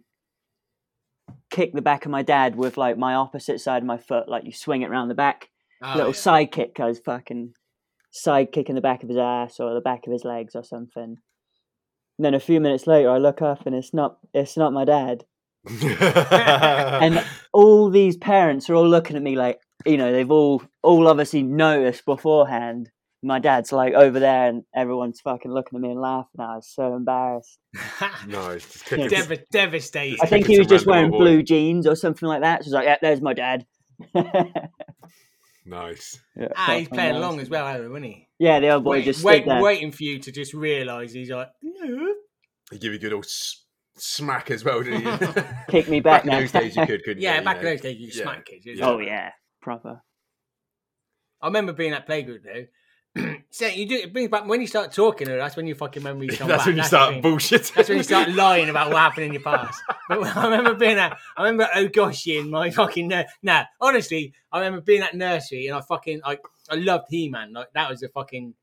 [SPEAKER 3] kick the back of my dad with like my opposite side of my foot, like you swing it round the back,
[SPEAKER 2] Oh,
[SPEAKER 3] little
[SPEAKER 2] yeah.
[SPEAKER 3] side kick. I was fucking side kicking the back of his ass or the back of his legs or something. And then a few minutes later, I look up and it's not it's not my dad.
[SPEAKER 2] Oh.
[SPEAKER 3] And all these parents are all looking at me like you know they've all all obviously noticed beforehand. My dad's like over there, and everyone's fucking looking at me and laughing. I was so embarrassed.
[SPEAKER 1] no, it's just kicking-
[SPEAKER 3] Dev-
[SPEAKER 2] Dev- devastating.
[SPEAKER 3] I think
[SPEAKER 1] It's
[SPEAKER 3] he
[SPEAKER 1] a
[SPEAKER 3] was just wearing
[SPEAKER 1] random
[SPEAKER 3] blue jeans or something like that. So he's like, yeah, there's my dad.
[SPEAKER 1] nice.
[SPEAKER 3] yeah,
[SPEAKER 2] ah, he's
[SPEAKER 3] fucking
[SPEAKER 2] playing
[SPEAKER 3] nice.
[SPEAKER 2] along as well, Aaron, isn't he?
[SPEAKER 3] Yeah, the old boy
[SPEAKER 2] Wait-
[SPEAKER 3] just
[SPEAKER 2] wait-
[SPEAKER 3] stood there.
[SPEAKER 2] waiting for you to just realise he's like, no.
[SPEAKER 1] He give you a good old s- smack as well, didn't he?
[SPEAKER 3] Kick me
[SPEAKER 1] back
[SPEAKER 3] back,
[SPEAKER 1] in
[SPEAKER 3] now.
[SPEAKER 1] those days, you could, couldn't
[SPEAKER 2] Yeah,
[SPEAKER 1] you?
[SPEAKER 2] back
[SPEAKER 1] you
[SPEAKER 2] in
[SPEAKER 1] know?
[SPEAKER 2] those days, you
[SPEAKER 1] yeah.
[SPEAKER 2] smack kids. didn't
[SPEAKER 1] Yeah.
[SPEAKER 3] Oh
[SPEAKER 2] you?
[SPEAKER 3] yeah, proper.
[SPEAKER 2] I remember being at playgroup though. so you do it brings back when you start talking. though, That's when your fucking memories come
[SPEAKER 1] that's
[SPEAKER 2] back.
[SPEAKER 1] when you
[SPEAKER 2] the
[SPEAKER 1] start
[SPEAKER 2] thing.
[SPEAKER 1] bullshitting.
[SPEAKER 2] That's when you start lying about what happened in your past. But when- I remember being at, I remember, oh gosh, in my fucking, nur- no, honestly, I remember being at nursery and I fucking, I, I loved He Man. Like, that was a fucking,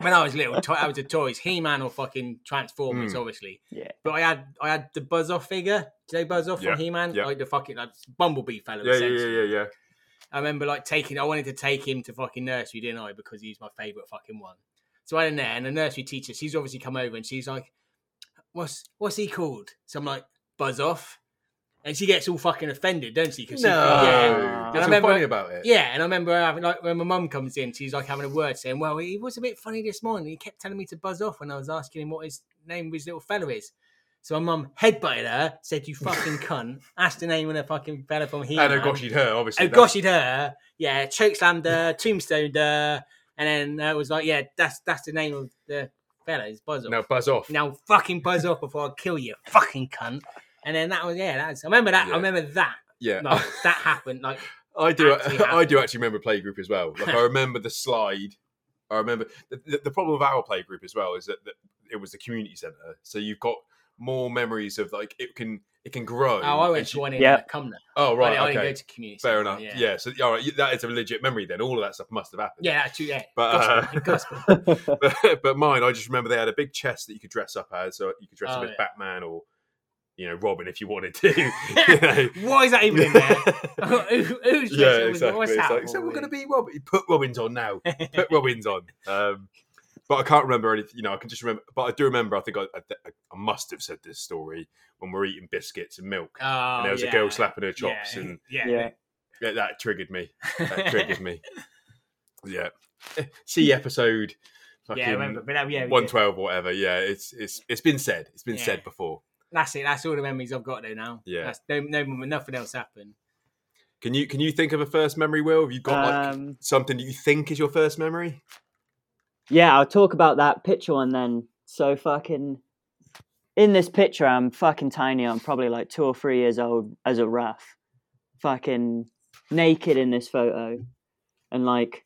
[SPEAKER 2] when I was little, to- I was a toys, He Man or fucking
[SPEAKER 1] Hmm.
[SPEAKER 2] Transformers, obviously.
[SPEAKER 3] Yeah.
[SPEAKER 2] But I had, I had the Buzz Off figure. Do they Buzz Off
[SPEAKER 1] Yeah,
[SPEAKER 2] from He Man?
[SPEAKER 1] yeah.
[SPEAKER 2] Like the fucking, like, Bumblebee fella,
[SPEAKER 1] yeah, yeah,
[SPEAKER 2] essentially.
[SPEAKER 1] yeah, yeah, yeah.
[SPEAKER 2] I remember like taking, I wanted to take him to fucking nursery, didn't I? Because he's my favourite fucking one. So I went in there, and the nursery teacher, she's obviously come over, and she's like, "What's what's he called?" So I'm like, "Buzz off," and she gets all fucking offended, don't she? 'Cause she- yeah.
[SPEAKER 1] There's
[SPEAKER 2] Uh, I
[SPEAKER 1] something
[SPEAKER 2] remember-
[SPEAKER 1] funny about it.
[SPEAKER 2] Yeah, and I remember having, like when my mum comes in, she's like having a word saying, "Well, he was a bit funny this morning. He kept telling me to buzz off when I was asking him what his name of his little fella is." So my mum headbutted her, said, "You fucking cunt!" Asked the name of the fucking fella from here.
[SPEAKER 1] And oh gosh, you'd her obviously.
[SPEAKER 2] Oh gosh, he'd her. Yeah, chokeslammed her, tombstoned her, and then uh, it was like, yeah, that's that's the name of the fella. It's Buzz
[SPEAKER 1] That's-
[SPEAKER 2] Off.
[SPEAKER 1] Now buzz off.
[SPEAKER 2] Now fucking buzz off before I kill you, fucking cunt. And then that was yeah, that's I remember that.
[SPEAKER 1] Yeah.
[SPEAKER 2] I remember that.
[SPEAKER 1] yeah,
[SPEAKER 2] Like, that happened. Like
[SPEAKER 1] I do.
[SPEAKER 2] actually
[SPEAKER 1] I
[SPEAKER 2] happened.
[SPEAKER 1] do actually remember playgroup as well. Like I remember the slide. I remember the, the, the problem with our playgroup as well is that, that it was the community centre, so you've got more memories of like it can it can grow.
[SPEAKER 2] oh, I went
[SPEAKER 1] and
[SPEAKER 2] to
[SPEAKER 1] you-
[SPEAKER 2] one in
[SPEAKER 3] Yeah.
[SPEAKER 2] uh, Cumnor.
[SPEAKER 1] Oh right,
[SPEAKER 2] I, didn't- I
[SPEAKER 1] okay,
[SPEAKER 2] didn't go to community.
[SPEAKER 1] fair
[SPEAKER 2] centre,
[SPEAKER 1] enough. Yeah.
[SPEAKER 2] Yeah.
[SPEAKER 1] so all right, you- that is a legit memory then. All of that stuff must have happened.
[SPEAKER 2] Yeah, that's true. Yeah,
[SPEAKER 1] But, uh,
[SPEAKER 2] gospel, gospel.
[SPEAKER 1] but, but mine, I just remember they had a big chest that you could dress up as, so you could dress up
[SPEAKER 2] Oh,
[SPEAKER 1] as
[SPEAKER 2] yeah.
[SPEAKER 1] Batman or you know Robin if you wanted to. you know.
[SPEAKER 2] Why is that even in there? Who, Oh, who's
[SPEAKER 1] yeah,
[SPEAKER 2] dressed up as-
[SPEAKER 1] exactly.
[SPEAKER 2] What's
[SPEAKER 1] It's
[SPEAKER 2] that
[SPEAKER 1] like, so
[SPEAKER 2] for,
[SPEAKER 1] we're going to
[SPEAKER 2] really?
[SPEAKER 1] be Robin. Put Robins on now. Put Robins on. Um, but I can't remember anything. You know, I can just remember. But I do remember. I think I, I, I must have said this story when we're eating biscuits and milk,
[SPEAKER 2] Oh,
[SPEAKER 1] and there was
[SPEAKER 2] yeah.
[SPEAKER 1] a girl slapping her
[SPEAKER 2] Yeah,
[SPEAKER 1] chops, and
[SPEAKER 2] yeah.
[SPEAKER 3] Yeah.
[SPEAKER 1] yeah, that triggered me. That triggered me. Yeah. See episode. Fucking
[SPEAKER 2] Yeah, I remember, but that- yeah, we
[SPEAKER 1] one
[SPEAKER 2] did.
[SPEAKER 1] twelve or whatever. Yeah, it's it's it's been said. It's been
[SPEAKER 2] Yeah.
[SPEAKER 1] said before.
[SPEAKER 2] That's it. That's all the memories I've got though now.
[SPEAKER 1] Yeah.
[SPEAKER 2] That's, no, no, more- nothing else happened.
[SPEAKER 1] Can you can you think of a first memory? Will have you got like
[SPEAKER 3] Um,
[SPEAKER 1] something that you think is your first memory?
[SPEAKER 3] yeah, I'll talk about that picture one then. So fucking in this picture, I'm fucking tiny. I'm probably like two or three years old as a rough, fucking naked in this photo, and like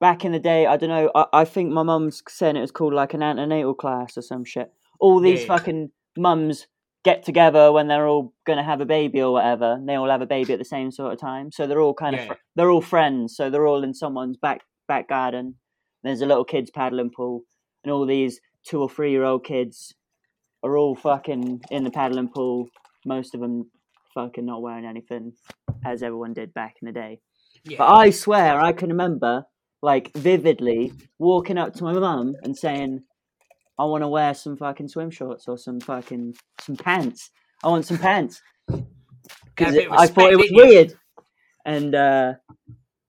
[SPEAKER 3] back in the day, I don't know. I, I think my mum's saying it was called like an antenatal class or some shit. All these
[SPEAKER 2] Yeah.
[SPEAKER 3] fucking mums get together when they're all gonna have a baby or whatever. And they all have a baby at the same sort of time, so they're all kind of
[SPEAKER 2] Yeah.
[SPEAKER 3] fr- they're all friends. So they're all in someone's back back garden. There's a little kids paddling pool, and all these two or three year old kids are all fucking in the paddling pool. Most of them fucking not wearing anything, as everyone did back in the day.
[SPEAKER 2] Yeah.
[SPEAKER 3] But I swear I can remember, like vividly, walking up to my mum and saying, "I want to wear some fucking swim shorts or some fucking some pants. I want some pants."
[SPEAKER 2] Had a
[SPEAKER 3] Because
[SPEAKER 2] bit of
[SPEAKER 3] I thought
[SPEAKER 2] respect,
[SPEAKER 3] it was
[SPEAKER 2] didn't you?
[SPEAKER 3] weird, and uh,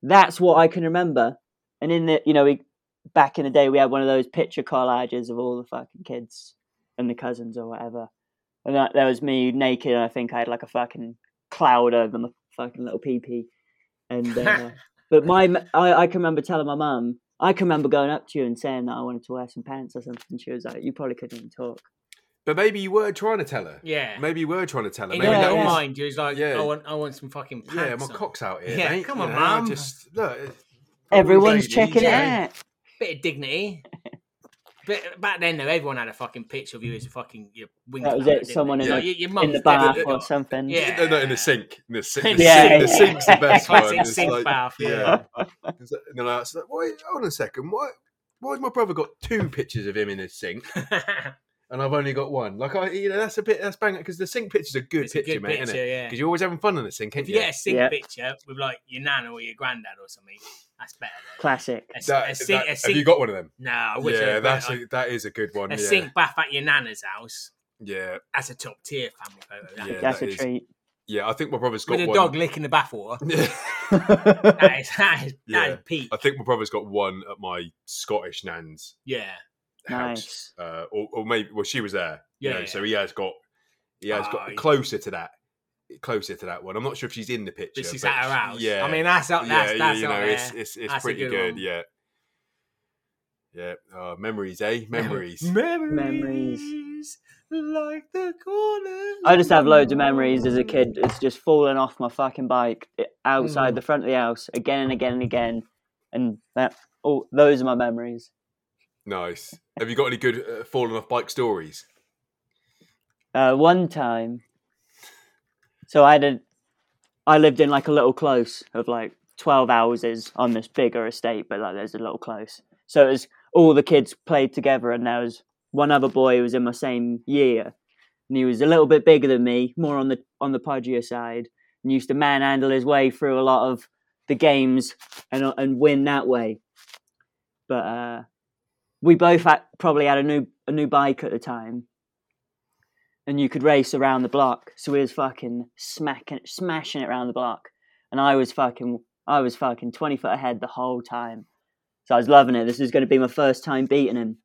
[SPEAKER 3] that's what I can remember. And in the you know we back in the day we had one of those picture collages of all the fucking kids and the cousins or whatever. And that, there was me naked, and I think I had like a fucking cloud over my fucking little pee pee. And uh, but my m- I, I can remember telling my mum, I can remember going up to you and saying that I wanted to wear some pants or something. She was like, "You probably couldn't even talk."
[SPEAKER 1] But maybe you were trying to tell her.
[SPEAKER 2] yeah.
[SPEAKER 1] Maybe you were trying to tell her.
[SPEAKER 2] In
[SPEAKER 1] Maybe
[SPEAKER 2] your
[SPEAKER 3] Yeah,
[SPEAKER 1] that
[SPEAKER 2] little
[SPEAKER 3] yeah.
[SPEAKER 1] was-
[SPEAKER 2] mind, you was like,
[SPEAKER 1] Yeah.
[SPEAKER 2] I want, I want some fucking pants.
[SPEAKER 1] yeah, my
[SPEAKER 2] on.
[SPEAKER 1] cock's out here.
[SPEAKER 2] Yeah,
[SPEAKER 1] mate.
[SPEAKER 2] come on,
[SPEAKER 1] You know,
[SPEAKER 2] Mum.
[SPEAKER 1] Just look. it's-
[SPEAKER 3] Everyone's
[SPEAKER 1] lady,
[SPEAKER 3] checking
[SPEAKER 1] you
[SPEAKER 3] it
[SPEAKER 1] know.
[SPEAKER 3] out.
[SPEAKER 2] Bit of dignity. But back then, though, everyone had a fucking picture of you as a fucking your wing.
[SPEAKER 3] That was
[SPEAKER 2] flower,
[SPEAKER 3] it,
[SPEAKER 2] didn't
[SPEAKER 3] someone
[SPEAKER 2] they?
[SPEAKER 1] in
[SPEAKER 2] Like,
[SPEAKER 3] the-
[SPEAKER 2] your, your
[SPEAKER 3] In
[SPEAKER 2] mum's
[SPEAKER 3] the
[SPEAKER 2] definitely
[SPEAKER 3] bath or
[SPEAKER 2] got-
[SPEAKER 3] something.
[SPEAKER 2] Yeah.
[SPEAKER 1] No, no, in the sink. In the sink. The,
[SPEAKER 2] Yeah,
[SPEAKER 1] sink, the
[SPEAKER 3] yeah.
[SPEAKER 1] sink's the best
[SPEAKER 2] Classic
[SPEAKER 1] one. It's
[SPEAKER 2] sink
[SPEAKER 1] like-
[SPEAKER 2] bath, yeah.
[SPEAKER 1] Yeah. It's like- and then I asked, like, why, hold on a second. Why, why has my brother got two pictures of him in his sink and I've only got one? Like, I, you know, that's a bit, that's bang. Because the sink picture's a good
[SPEAKER 2] it's a
[SPEAKER 1] picture,
[SPEAKER 2] good
[SPEAKER 1] mate,
[SPEAKER 2] picture,
[SPEAKER 1] isn't it?
[SPEAKER 2] yeah.
[SPEAKER 1] Because you're always having fun in the sink,
[SPEAKER 2] If
[SPEAKER 1] ain't
[SPEAKER 2] you
[SPEAKER 1] you?
[SPEAKER 2] get a sink
[SPEAKER 3] Yeah.
[SPEAKER 2] picture with like your nan or your granddad or something, that's better. Though.
[SPEAKER 3] Classic.
[SPEAKER 2] A s-
[SPEAKER 1] That-
[SPEAKER 2] a sink,
[SPEAKER 1] that-
[SPEAKER 2] a
[SPEAKER 1] Have you
[SPEAKER 2] sink.
[SPEAKER 1] got one of them?
[SPEAKER 2] No, I wish I
[SPEAKER 1] Yeah,
[SPEAKER 2] had,
[SPEAKER 1] that's
[SPEAKER 2] but,
[SPEAKER 1] a, that is a good one.
[SPEAKER 2] like, a
[SPEAKER 1] yeah.
[SPEAKER 2] sink bath at your nana's house.
[SPEAKER 1] Yeah,
[SPEAKER 2] That's a top tier family photo. that.
[SPEAKER 1] Yeah,
[SPEAKER 3] That's
[SPEAKER 1] that
[SPEAKER 3] a
[SPEAKER 1] is-
[SPEAKER 3] treat.
[SPEAKER 1] yeah. I think my brother's got
[SPEAKER 2] With a
[SPEAKER 1] one.
[SPEAKER 2] dog licking the bathwater. That is, that is, that
[SPEAKER 1] Yeah.
[SPEAKER 2] is peak.
[SPEAKER 1] I think my brother's got one at my Scottish nan's
[SPEAKER 2] Yeah.
[SPEAKER 1] house,
[SPEAKER 3] nice.
[SPEAKER 1] uh, or, or maybe well, she was there. you
[SPEAKER 2] Yeah,
[SPEAKER 1] know,
[SPEAKER 2] yeah.
[SPEAKER 1] So he has got he has
[SPEAKER 2] Ah,
[SPEAKER 1] got
[SPEAKER 2] he-
[SPEAKER 1] closer to that, closer to that one. I'm not sure if she's in the picture.
[SPEAKER 2] But she's
[SPEAKER 1] but
[SPEAKER 2] at her house.
[SPEAKER 1] Yeah,
[SPEAKER 2] I mean, that's up. Oh, That's,
[SPEAKER 1] yeah,
[SPEAKER 2] that's
[SPEAKER 1] you
[SPEAKER 2] up
[SPEAKER 1] know,
[SPEAKER 2] there.
[SPEAKER 1] it's it's, it's
[SPEAKER 2] That's a
[SPEAKER 1] pretty
[SPEAKER 2] good
[SPEAKER 1] good.
[SPEAKER 2] one.
[SPEAKER 1] yeah, yeah. Oh, memories, eh? Memories.
[SPEAKER 2] Memories.
[SPEAKER 1] like the corner.
[SPEAKER 3] I just have loads of memories as a eh, kid. It's just falling off my fucking bike i- outside the front of the house again and again and again. and that all those are my memories.
[SPEAKER 1] Nice. Have you got any good uh, falling off bike stories?
[SPEAKER 3] Uh, one time, so I had a, I lived in like a little close of like twelve houses on this bigger estate, but like there's a little close. So it was all the kids played together, and there was one other boy who was in my same year, and he was a little bit bigger than me, more on the on the pudgier side, and used to manhandle his way through a lot of the games and and win that way. But uh, we both had, probably had a new a new bike at the time, and you could race around the block. So we was fucking smacking smashing it around the block, and I was fucking I was fucking twenty foot ahead the whole time. So I was loving it. This was going to be my first time beating him.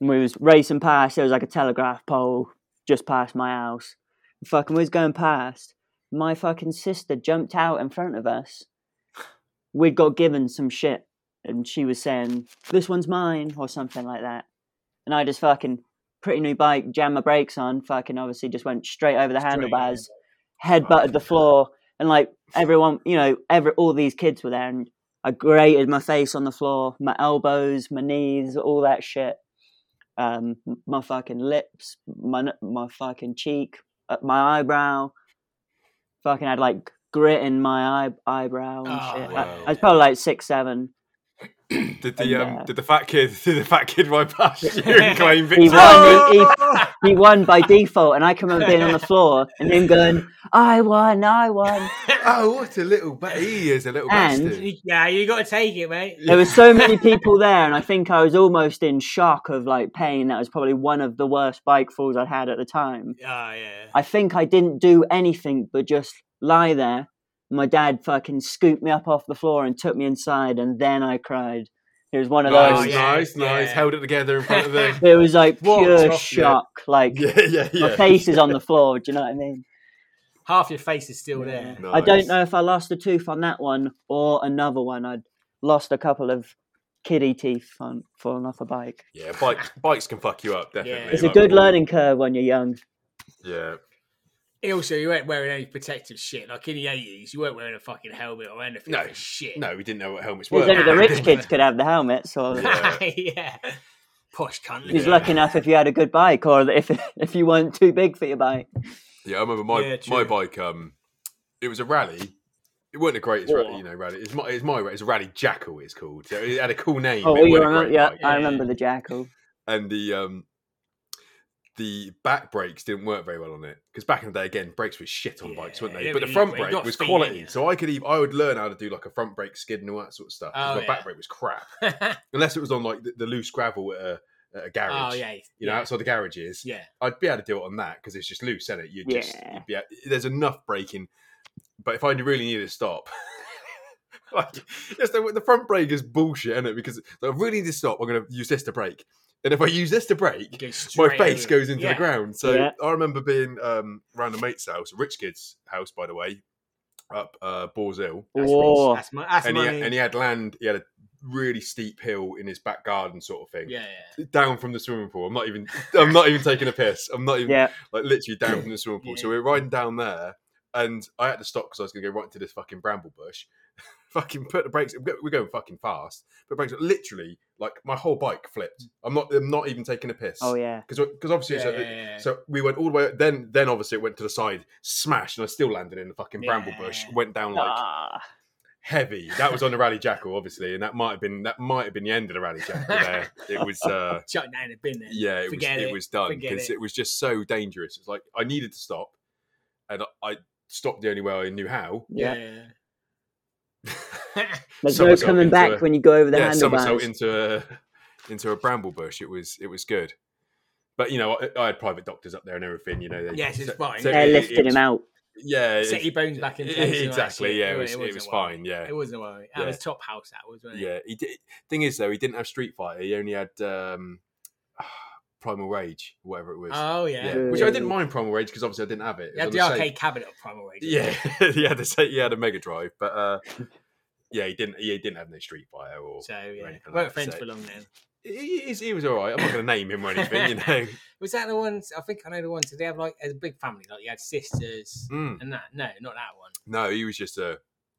[SPEAKER 3] And we was racing past. There was like a telegraph pole just past my house. And fucking we was going past. My fucking sister jumped out in front of us. We'd got given some shit, and she was saying, "This one's mine" or something like that. And I just fucking pretty new bike, jammed my brakes on. Fucking obviously just went straight over the handlebars, head butted the floor, and like everyone, you know, every all these kids were there, and I grated my face on the floor, my elbows, my knees, all that shit. Um, my fucking lips, my my fucking cheek, uh, my eyebrow. Fucking had like grit in my eye, eyebrow and
[SPEAKER 2] Oh,
[SPEAKER 3] shit.
[SPEAKER 1] wow.
[SPEAKER 3] I, I was probably like six seven.
[SPEAKER 1] Did
[SPEAKER 3] And,
[SPEAKER 1] the um,
[SPEAKER 3] uh,
[SPEAKER 1] did the fat kid did the fat kid ride past you and claim
[SPEAKER 3] He
[SPEAKER 1] victory?
[SPEAKER 2] Oh!
[SPEAKER 3] won. He, he, he won by default, and I can remember being on the floor and him going, "I won, I won."
[SPEAKER 1] oh, what a little bat! He is a little
[SPEAKER 3] And-
[SPEAKER 1] bastard.
[SPEAKER 2] yeah, you got to take it, mate.
[SPEAKER 3] There were so many people there, and I think I was almost in shock of like pain. That was probably one of the worst bike falls I'd had at the time.
[SPEAKER 2] Oh yeah.
[SPEAKER 3] I think I didn't do anything but just lie there. My dad fucking scooped me up off the floor and took me inside, and then I cried. It was one of
[SPEAKER 1] Nice,
[SPEAKER 3] those.
[SPEAKER 2] Oh, yeah,
[SPEAKER 1] nice, nice.
[SPEAKER 2] yeah.
[SPEAKER 1] Held it together in front of the.
[SPEAKER 3] It was like
[SPEAKER 1] Walked
[SPEAKER 3] pure
[SPEAKER 1] off, yeah.
[SPEAKER 3] shock. Like
[SPEAKER 1] yeah, yeah, yeah.
[SPEAKER 3] my face is on the floor. Do you know what I mean?
[SPEAKER 2] Half your face is still there.
[SPEAKER 3] I
[SPEAKER 1] Nice.
[SPEAKER 3] don't know if I lost a tooth on that one or another one. I'd lost a couple of kiddie teeth on falling off a bike.
[SPEAKER 1] Yeah, bikes bikes can fuck you up. Definitely.
[SPEAKER 2] Yeah.
[SPEAKER 3] It's a
[SPEAKER 1] Like,
[SPEAKER 3] good learning curve when you're young.
[SPEAKER 1] Yeah,
[SPEAKER 2] Also, you weren't wearing any protective shit. Like in the eighties, you weren't wearing a fucking helmet or anything.
[SPEAKER 1] No,
[SPEAKER 2] for shit.
[SPEAKER 1] no, we didn't know what helmets were.
[SPEAKER 3] Because only the rich
[SPEAKER 2] Yeah.
[SPEAKER 3] kids could have the helmet, so
[SPEAKER 1] Yeah.
[SPEAKER 2] yeah. Posh cunt.
[SPEAKER 3] he was
[SPEAKER 1] Yeah.
[SPEAKER 3] lucky enough if you had a good bike or if if you weren't too big for your bike.
[SPEAKER 1] Yeah, I remember my
[SPEAKER 2] Yeah,
[SPEAKER 1] my
[SPEAKER 2] true.
[SPEAKER 1] bike. Um, it was a rally. It wasn't the greatest, rally,
[SPEAKER 2] Or-
[SPEAKER 1] you know, rally. It's my it's my rally. It's a rally jackal. It's called. So it had a cool name.
[SPEAKER 3] Oh,
[SPEAKER 1] but it
[SPEAKER 3] you
[SPEAKER 1] wasn't a
[SPEAKER 3] remember?
[SPEAKER 1] great
[SPEAKER 3] Yeah,
[SPEAKER 1] bike.
[SPEAKER 3] I remember the jackal.
[SPEAKER 1] And the um, the back brakes didn't work very well on it because back in the day, again, brakes were shit on bikes, weren't
[SPEAKER 2] Yeah,
[SPEAKER 1] they?
[SPEAKER 2] yeah,
[SPEAKER 1] But the
[SPEAKER 2] but you-
[SPEAKER 1] front
[SPEAKER 2] but you
[SPEAKER 1] brake
[SPEAKER 2] got
[SPEAKER 1] was
[SPEAKER 2] speed,
[SPEAKER 1] quality,
[SPEAKER 2] yeah.
[SPEAKER 1] so I could even I would learn how to do like a front brake skid and all that sort of stuff. 'cause
[SPEAKER 2] Oh,
[SPEAKER 1] my back
[SPEAKER 2] yeah.
[SPEAKER 1] brake was crap,
[SPEAKER 2] oh
[SPEAKER 1] unless it was on like the, the loose gravel at a, at a garage.
[SPEAKER 2] yeah.
[SPEAKER 1] You know,
[SPEAKER 2] yeah.
[SPEAKER 1] outside the garages,
[SPEAKER 2] Yeah.
[SPEAKER 1] I'd be able to do it on that because it's just loose, isn't it? You just
[SPEAKER 3] Yeah.
[SPEAKER 1] you'd be a- there's enough braking, but if I really needed to stop, like yes, the, the front brake is bullshit, isn't it? Because like, I really need to stop. I'm going to use this to brake, and if I use this to
[SPEAKER 2] You
[SPEAKER 1] brake,
[SPEAKER 2] go
[SPEAKER 1] my
[SPEAKER 2] straight
[SPEAKER 1] face
[SPEAKER 2] over.
[SPEAKER 1] goes into
[SPEAKER 2] Yeah.
[SPEAKER 1] the ground. So
[SPEAKER 3] Yeah.
[SPEAKER 1] I remember being um, around a mate's house, a rich kid's house, by the way, up uh, Boars Hill,
[SPEAKER 2] That's,
[SPEAKER 3] Whoa.
[SPEAKER 2] rich. that's, my, that's
[SPEAKER 1] and he,
[SPEAKER 2] money.
[SPEAKER 1] and he had land. He had a really steep hill in his back garden, sort of thing.
[SPEAKER 2] yeah,
[SPEAKER 1] Down from the swimming pool. I'm not even. I'm not even taking a piss. I'm not even
[SPEAKER 3] Yeah,
[SPEAKER 1] like literally down from the swimming pool. So we were riding down there, and I had to stop because I was going to go right into this fucking bramble bush. fucking put the brakes. We're going fucking fast, but brakes literally like my whole bike flipped. I'm not. I'm not even taking a piss.
[SPEAKER 3] oh yeah.
[SPEAKER 1] because obviously,
[SPEAKER 2] yeah.
[SPEAKER 1] so,
[SPEAKER 2] yeah, yeah, yeah.
[SPEAKER 1] so we went all the way. Then then obviously it went to the side, smashed, and I still landed in the fucking bramble bush.
[SPEAKER 2] Yeah.
[SPEAKER 1] Went down like
[SPEAKER 3] Ah,
[SPEAKER 1] heavy. That was on the rally jackal, obviously, and that might have been that might have been the end of the rally jackal. There, it was. uh
[SPEAKER 2] Chuck down the bin then.
[SPEAKER 1] yeah, it
[SPEAKER 2] Forget
[SPEAKER 1] was it,
[SPEAKER 2] it.
[SPEAKER 1] was done
[SPEAKER 2] Forget
[SPEAKER 1] because
[SPEAKER 2] it.
[SPEAKER 1] it. was just so dangerous. It's like I needed to stop, and I, I stopped the only way I knew how.
[SPEAKER 3] yeah.
[SPEAKER 2] yeah.
[SPEAKER 3] There's no
[SPEAKER 1] somersault
[SPEAKER 3] coming
[SPEAKER 1] into
[SPEAKER 3] back
[SPEAKER 1] a-
[SPEAKER 3] when you go over the
[SPEAKER 1] yeah, somersault
[SPEAKER 3] handlebars.
[SPEAKER 1] into a into a bramble bush. It was it was good, but you know I, I had private doctors up there and everything. You know, they,
[SPEAKER 2] Yes, it's fine.
[SPEAKER 3] They're
[SPEAKER 1] it-
[SPEAKER 3] lifting
[SPEAKER 1] it was-
[SPEAKER 3] him out.
[SPEAKER 1] Yeah, it-
[SPEAKER 2] Set your bones back in
[SPEAKER 1] it-
[SPEAKER 2] place. and all that
[SPEAKER 1] exactly.
[SPEAKER 2] shit.
[SPEAKER 1] Yeah,
[SPEAKER 2] It
[SPEAKER 1] it was
[SPEAKER 2] wasn't
[SPEAKER 1] it was
[SPEAKER 2] a worry.
[SPEAKER 1] fine. Yeah,
[SPEAKER 2] It wasn't a worry. That
[SPEAKER 1] Yeah.
[SPEAKER 2] was top house. That was. Wasn't it?
[SPEAKER 1] yeah. He did, thing is though, he didn't have Street Fighter. He only had um, Primal Rage, whatever it was.
[SPEAKER 2] Oh yeah.
[SPEAKER 1] yeah,
[SPEAKER 2] You
[SPEAKER 1] which I didn't mind Primal Rage because obviously I didn't have it. It was
[SPEAKER 2] had
[SPEAKER 1] on
[SPEAKER 2] the
[SPEAKER 1] the same-
[SPEAKER 2] arcade cabinet of Primal Rage.
[SPEAKER 1] Yeah, he had a sa- he had a Mega Drive, but uh, yeah, he didn't. He didn't have no Street Fighter or.
[SPEAKER 2] So yeah,
[SPEAKER 1] anything like
[SPEAKER 2] weren't
[SPEAKER 1] that,
[SPEAKER 2] friends
[SPEAKER 1] so-
[SPEAKER 2] for long then.
[SPEAKER 1] He, he- he's- he was all right. I'm not going to name him or anything, you know.
[SPEAKER 2] Was that the ones? I think I know the ones. Did they have like a big family? Like you had sisters
[SPEAKER 1] Mm.
[SPEAKER 2] and that? No, not that one.
[SPEAKER 1] No, he was just a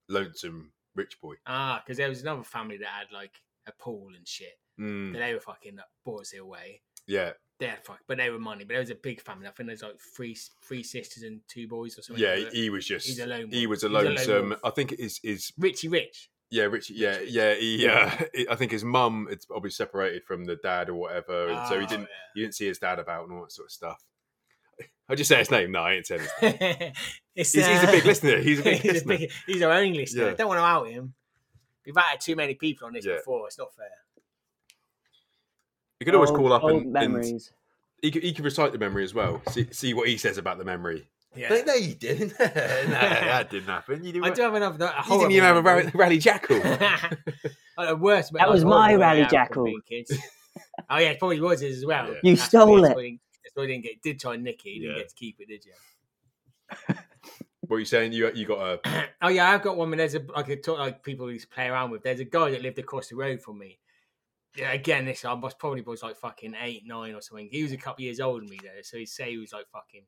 [SPEAKER 1] lonesome rich boy.
[SPEAKER 2] Ah, because there was another family that had like a pool and shit.
[SPEAKER 1] Mm,
[SPEAKER 2] But they were fucking like, boys away.
[SPEAKER 1] yeah,
[SPEAKER 2] They had fuck, but they were money. But there was a big family. I think there's like three three sisters and two boys or something.
[SPEAKER 1] yeah.
[SPEAKER 2] like that.
[SPEAKER 1] He was just
[SPEAKER 2] he's a lone
[SPEAKER 1] he
[SPEAKER 2] wolf.
[SPEAKER 1] was a
[SPEAKER 2] He's a lone
[SPEAKER 1] lonesome.
[SPEAKER 2] wolf.
[SPEAKER 1] I think his his
[SPEAKER 2] Richie Rich.
[SPEAKER 1] yeah, Rich. Yeah, yeah. He, uh, I think his mum. It's probably separated from the dad or whatever, and so he
[SPEAKER 2] Oh,
[SPEAKER 1] didn't. You didn't see his dad about and all that sort of stuff. I just say his name. No, I ain't saying. His
[SPEAKER 2] yeah. It's,
[SPEAKER 1] He's, he's a
[SPEAKER 2] uh,
[SPEAKER 1] big listener. He's a big
[SPEAKER 2] he's,
[SPEAKER 1] listener.
[SPEAKER 2] big- he's our own listener.
[SPEAKER 1] Yeah.
[SPEAKER 2] Don't want to out him. We've had too many people on this
[SPEAKER 1] Yeah.
[SPEAKER 2] before. It's not fair.
[SPEAKER 1] You could always
[SPEAKER 3] Old-
[SPEAKER 1] call up
[SPEAKER 3] old
[SPEAKER 1] and, and
[SPEAKER 3] memories.
[SPEAKER 1] he, could, he could recite the memory as well. See, see what he says about the memory.
[SPEAKER 2] Yeah.
[SPEAKER 1] no, you didn't. no, didn't happen. You didn't,
[SPEAKER 2] I do have another. A
[SPEAKER 1] you didn't even have a
[SPEAKER 2] horrible-
[SPEAKER 1] rally, rally jackal.
[SPEAKER 2] Oh, the worst.
[SPEAKER 3] That was
[SPEAKER 2] oh,
[SPEAKER 3] my
[SPEAKER 2] oh,
[SPEAKER 3] rally
[SPEAKER 2] yeah,
[SPEAKER 3] jackal.
[SPEAKER 2] being kids. oh yeah, it probably was his as well.
[SPEAKER 1] Yeah.
[SPEAKER 3] You
[SPEAKER 2] That's
[SPEAKER 3] stole
[SPEAKER 2] probably-
[SPEAKER 3] it.
[SPEAKER 2] That's why he didn't- that's why he didn't get. Did try and nick it. He didn't
[SPEAKER 1] Yeah.
[SPEAKER 2] get to keep it, did you?
[SPEAKER 1] what are you saying? You you got a
[SPEAKER 2] oh yeah, I've got one. But there's a I could talk like people who used to play around with. There's a guy that lived across the road from me. Yeah, again, this I was probably was like fucking eight, nine or something. He was a couple years older than me though, so he'd say he was like fucking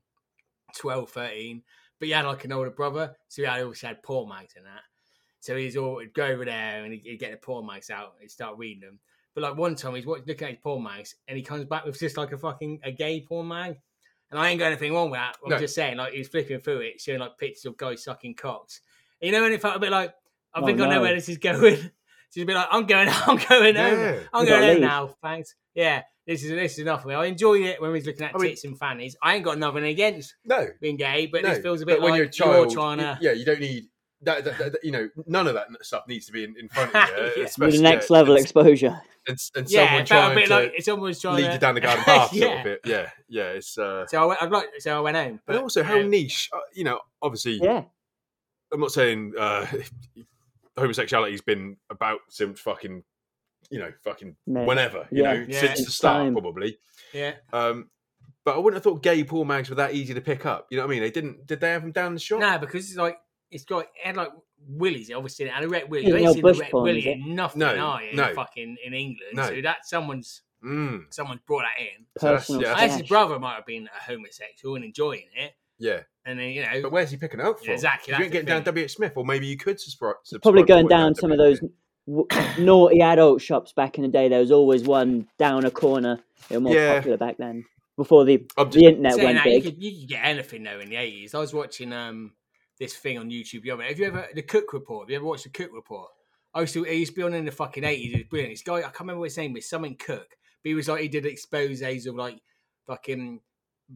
[SPEAKER 2] 12, 13. But he had like an older brother, so he had, obviously had porn mags and that. So he's all he'd go over there and he'd, he'd get the porn mags out and start reading them. But like one time he's watching, looking at his porn mags and he comes back with just like a fucking a gay porn mag. And I ain't got anything wrong with that. I'm
[SPEAKER 1] No.
[SPEAKER 2] just saying, like he's flipping through it, showing like pictures of guys sucking cocks. You know, and it felt a bit like I
[SPEAKER 3] Oh,
[SPEAKER 2] think I know
[SPEAKER 3] no.
[SPEAKER 2] where this is going. So you'd be like, I'm going, I'm going home. I'm going
[SPEAKER 3] You gotta
[SPEAKER 2] home
[SPEAKER 3] leave.
[SPEAKER 2] now. Thanks. Yeah, this is this is enough of it. I enjoyed it when we was looking at
[SPEAKER 1] I mean-
[SPEAKER 2] tits and fannies. I ain't got nothing against
[SPEAKER 1] no.
[SPEAKER 2] being gay, but
[SPEAKER 1] no.
[SPEAKER 2] this feels a bit
[SPEAKER 1] but
[SPEAKER 2] like
[SPEAKER 1] when you're a child,
[SPEAKER 2] trying to.
[SPEAKER 1] you- yeah, you don't need that, that, that- that- You know, none of that stuff needs to be in, in front of you,
[SPEAKER 2] Yeah.
[SPEAKER 1] especially
[SPEAKER 3] The next level
[SPEAKER 1] And,
[SPEAKER 3] exposure.
[SPEAKER 1] and, and
[SPEAKER 2] Yeah,
[SPEAKER 1] someone
[SPEAKER 2] it felt a
[SPEAKER 1] trying
[SPEAKER 2] bit
[SPEAKER 1] to
[SPEAKER 2] like it's almost trying
[SPEAKER 1] lead
[SPEAKER 2] to
[SPEAKER 1] you down the garden path,
[SPEAKER 2] yeah.
[SPEAKER 1] sort of bit. Yeah, yeah. It's uh,
[SPEAKER 2] So I went, I'd like, so I went home.
[SPEAKER 1] but,
[SPEAKER 2] But
[SPEAKER 1] also
[SPEAKER 2] you
[SPEAKER 1] how
[SPEAKER 2] know,
[SPEAKER 1] niche. Uh, you know, obviously,
[SPEAKER 3] Yeah.
[SPEAKER 1] I'm not saying uh, homosexuality's been about since fucking, you know, fucking
[SPEAKER 3] No.
[SPEAKER 1] whenever, you
[SPEAKER 3] Yeah.
[SPEAKER 1] know,
[SPEAKER 2] Yeah.
[SPEAKER 1] since the
[SPEAKER 3] It's
[SPEAKER 1] start
[SPEAKER 3] time.
[SPEAKER 1] probably.
[SPEAKER 2] yeah,
[SPEAKER 1] Um, but I wouldn't have thought gay porn mags were that easy to pick up. You know what I mean? They didn't. Did they have them down the shop?
[SPEAKER 2] no, because it's like it's got it had like willies, obviously, and a red willie.
[SPEAKER 3] Yeah,
[SPEAKER 2] You
[SPEAKER 3] no
[SPEAKER 2] ain't seen a
[SPEAKER 3] bush
[SPEAKER 2] red
[SPEAKER 3] bonds,
[SPEAKER 2] willie
[SPEAKER 3] eh?
[SPEAKER 2] in nothing,
[SPEAKER 1] No,
[SPEAKER 2] are you?
[SPEAKER 1] no.
[SPEAKER 2] Fucking in England,
[SPEAKER 1] No.
[SPEAKER 2] so that someone's
[SPEAKER 1] Mm,
[SPEAKER 2] someone's brought that in.
[SPEAKER 1] So that's-
[SPEAKER 3] Personal.
[SPEAKER 1] yeah,
[SPEAKER 2] I guess
[SPEAKER 3] stash.
[SPEAKER 2] his brother might have been a homosexual and enjoying it,
[SPEAKER 1] yeah,
[SPEAKER 2] and then you know,
[SPEAKER 1] but where's he picking it up from?
[SPEAKER 2] Yeah, exactly,
[SPEAKER 1] You
[SPEAKER 2] that's
[SPEAKER 1] ain't getting
[SPEAKER 2] the
[SPEAKER 1] down
[SPEAKER 2] thing.
[SPEAKER 1] W. H. Smith, or maybe you could subscribe. subscribe
[SPEAKER 3] Probably
[SPEAKER 1] to
[SPEAKER 3] going
[SPEAKER 1] what you
[SPEAKER 3] down
[SPEAKER 1] had
[SPEAKER 3] some of
[SPEAKER 1] W. H.
[SPEAKER 3] those w- naughty adult shops back in the day. There was always one down a corner. They were more
[SPEAKER 1] Yeah.
[SPEAKER 3] popular back then. Before the,
[SPEAKER 1] I'm
[SPEAKER 3] the
[SPEAKER 1] just,
[SPEAKER 3] internet
[SPEAKER 2] saying
[SPEAKER 3] went
[SPEAKER 2] that, you
[SPEAKER 3] big.
[SPEAKER 2] could you could get anything though in the eighties. I was watching um this thing on YouTube. Yeah, have you ever the Cook Report? Have you ever watched the Cook Report? I used to, he used to be on in the fucking eighties. It was brilliant. This guy, I can't remember what his name was, something Cook, but he was like he did exposés of like fucking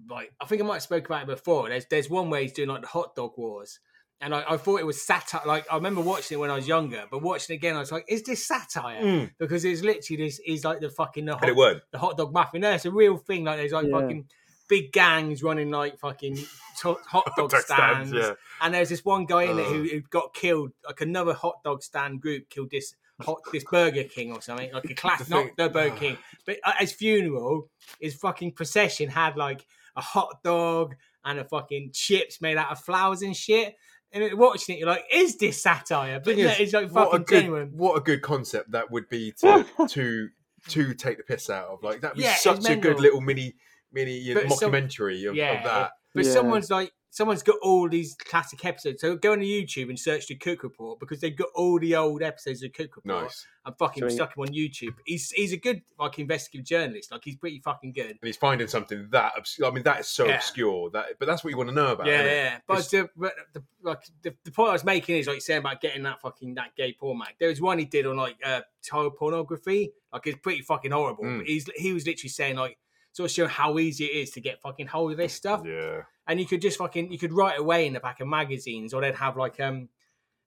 [SPEAKER 2] like I think I might have spoke about it before. There's there's one where he's doing like the hot dog wars. And I, I thought it was satire. Like I remember watching it when I was younger, but watching it again, I was like, "Is this satire?"
[SPEAKER 1] Mm.
[SPEAKER 2] Because it's literally this is like the fucking the
[SPEAKER 1] But
[SPEAKER 2] hot
[SPEAKER 1] it weren't.
[SPEAKER 2] the hot dog mafia. No, it's a real thing. Like there's like
[SPEAKER 3] Yeah.
[SPEAKER 2] fucking big gangs running like fucking to- hot dog
[SPEAKER 1] Text
[SPEAKER 2] stands.
[SPEAKER 1] stands, yeah. Uh.
[SPEAKER 2] And there's this one guy in it who,
[SPEAKER 1] Ugh.
[SPEAKER 2] who got killed. Like another hot dog stand group killed this hot this Burger King or something. Like a class,
[SPEAKER 1] The
[SPEAKER 2] not
[SPEAKER 1] thing-
[SPEAKER 2] the Burger King, but at his funeral, his fucking procession had like a hot dog and a fucking chips made out of flowers and shit. And it- watching it, you're like, is this satire? But
[SPEAKER 1] Thing
[SPEAKER 2] no,
[SPEAKER 1] is,
[SPEAKER 2] it's like
[SPEAKER 1] what a
[SPEAKER 2] fucking
[SPEAKER 1] good,
[SPEAKER 2] genuine.
[SPEAKER 1] What a good concept that would be to to to take the piss out of. Like that'd be
[SPEAKER 2] Yeah, it's
[SPEAKER 1] such a good
[SPEAKER 2] mental.
[SPEAKER 1] little mini mini
[SPEAKER 2] But it's so-
[SPEAKER 1] mockumentary of,
[SPEAKER 2] Yeah.
[SPEAKER 1] of that.
[SPEAKER 2] But
[SPEAKER 3] Yeah.
[SPEAKER 2] someone's like, someone's got all these classic episodes. So go on YouTube and search the Cook Report because they've got all the old episodes of Cook Report.
[SPEAKER 1] Nice.
[SPEAKER 2] I'm fucking
[SPEAKER 3] Sweet.
[SPEAKER 2] stuck him on YouTube. He's he's a good like investigative journalist. Like he's pretty fucking good.
[SPEAKER 1] and he's finding something that obs- I mean that is so
[SPEAKER 2] Yeah.
[SPEAKER 1] obscure that but that's what you want to know about.
[SPEAKER 2] yeah,
[SPEAKER 1] innit?
[SPEAKER 2] yeah. But the, but the like the, the point I was making is like you're saying about getting that fucking that gay porn mag. There was one he did on like uh, child pornography. Like it's pretty fucking horrible.
[SPEAKER 1] Mm.
[SPEAKER 2] But he's he was literally saying like sort of showing how easy it is to get fucking hold of this stuff.
[SPEAKER 1] yeah.
[SPEAKER 2] And you could just fucking you could write away in the back of magazines or they'd have like um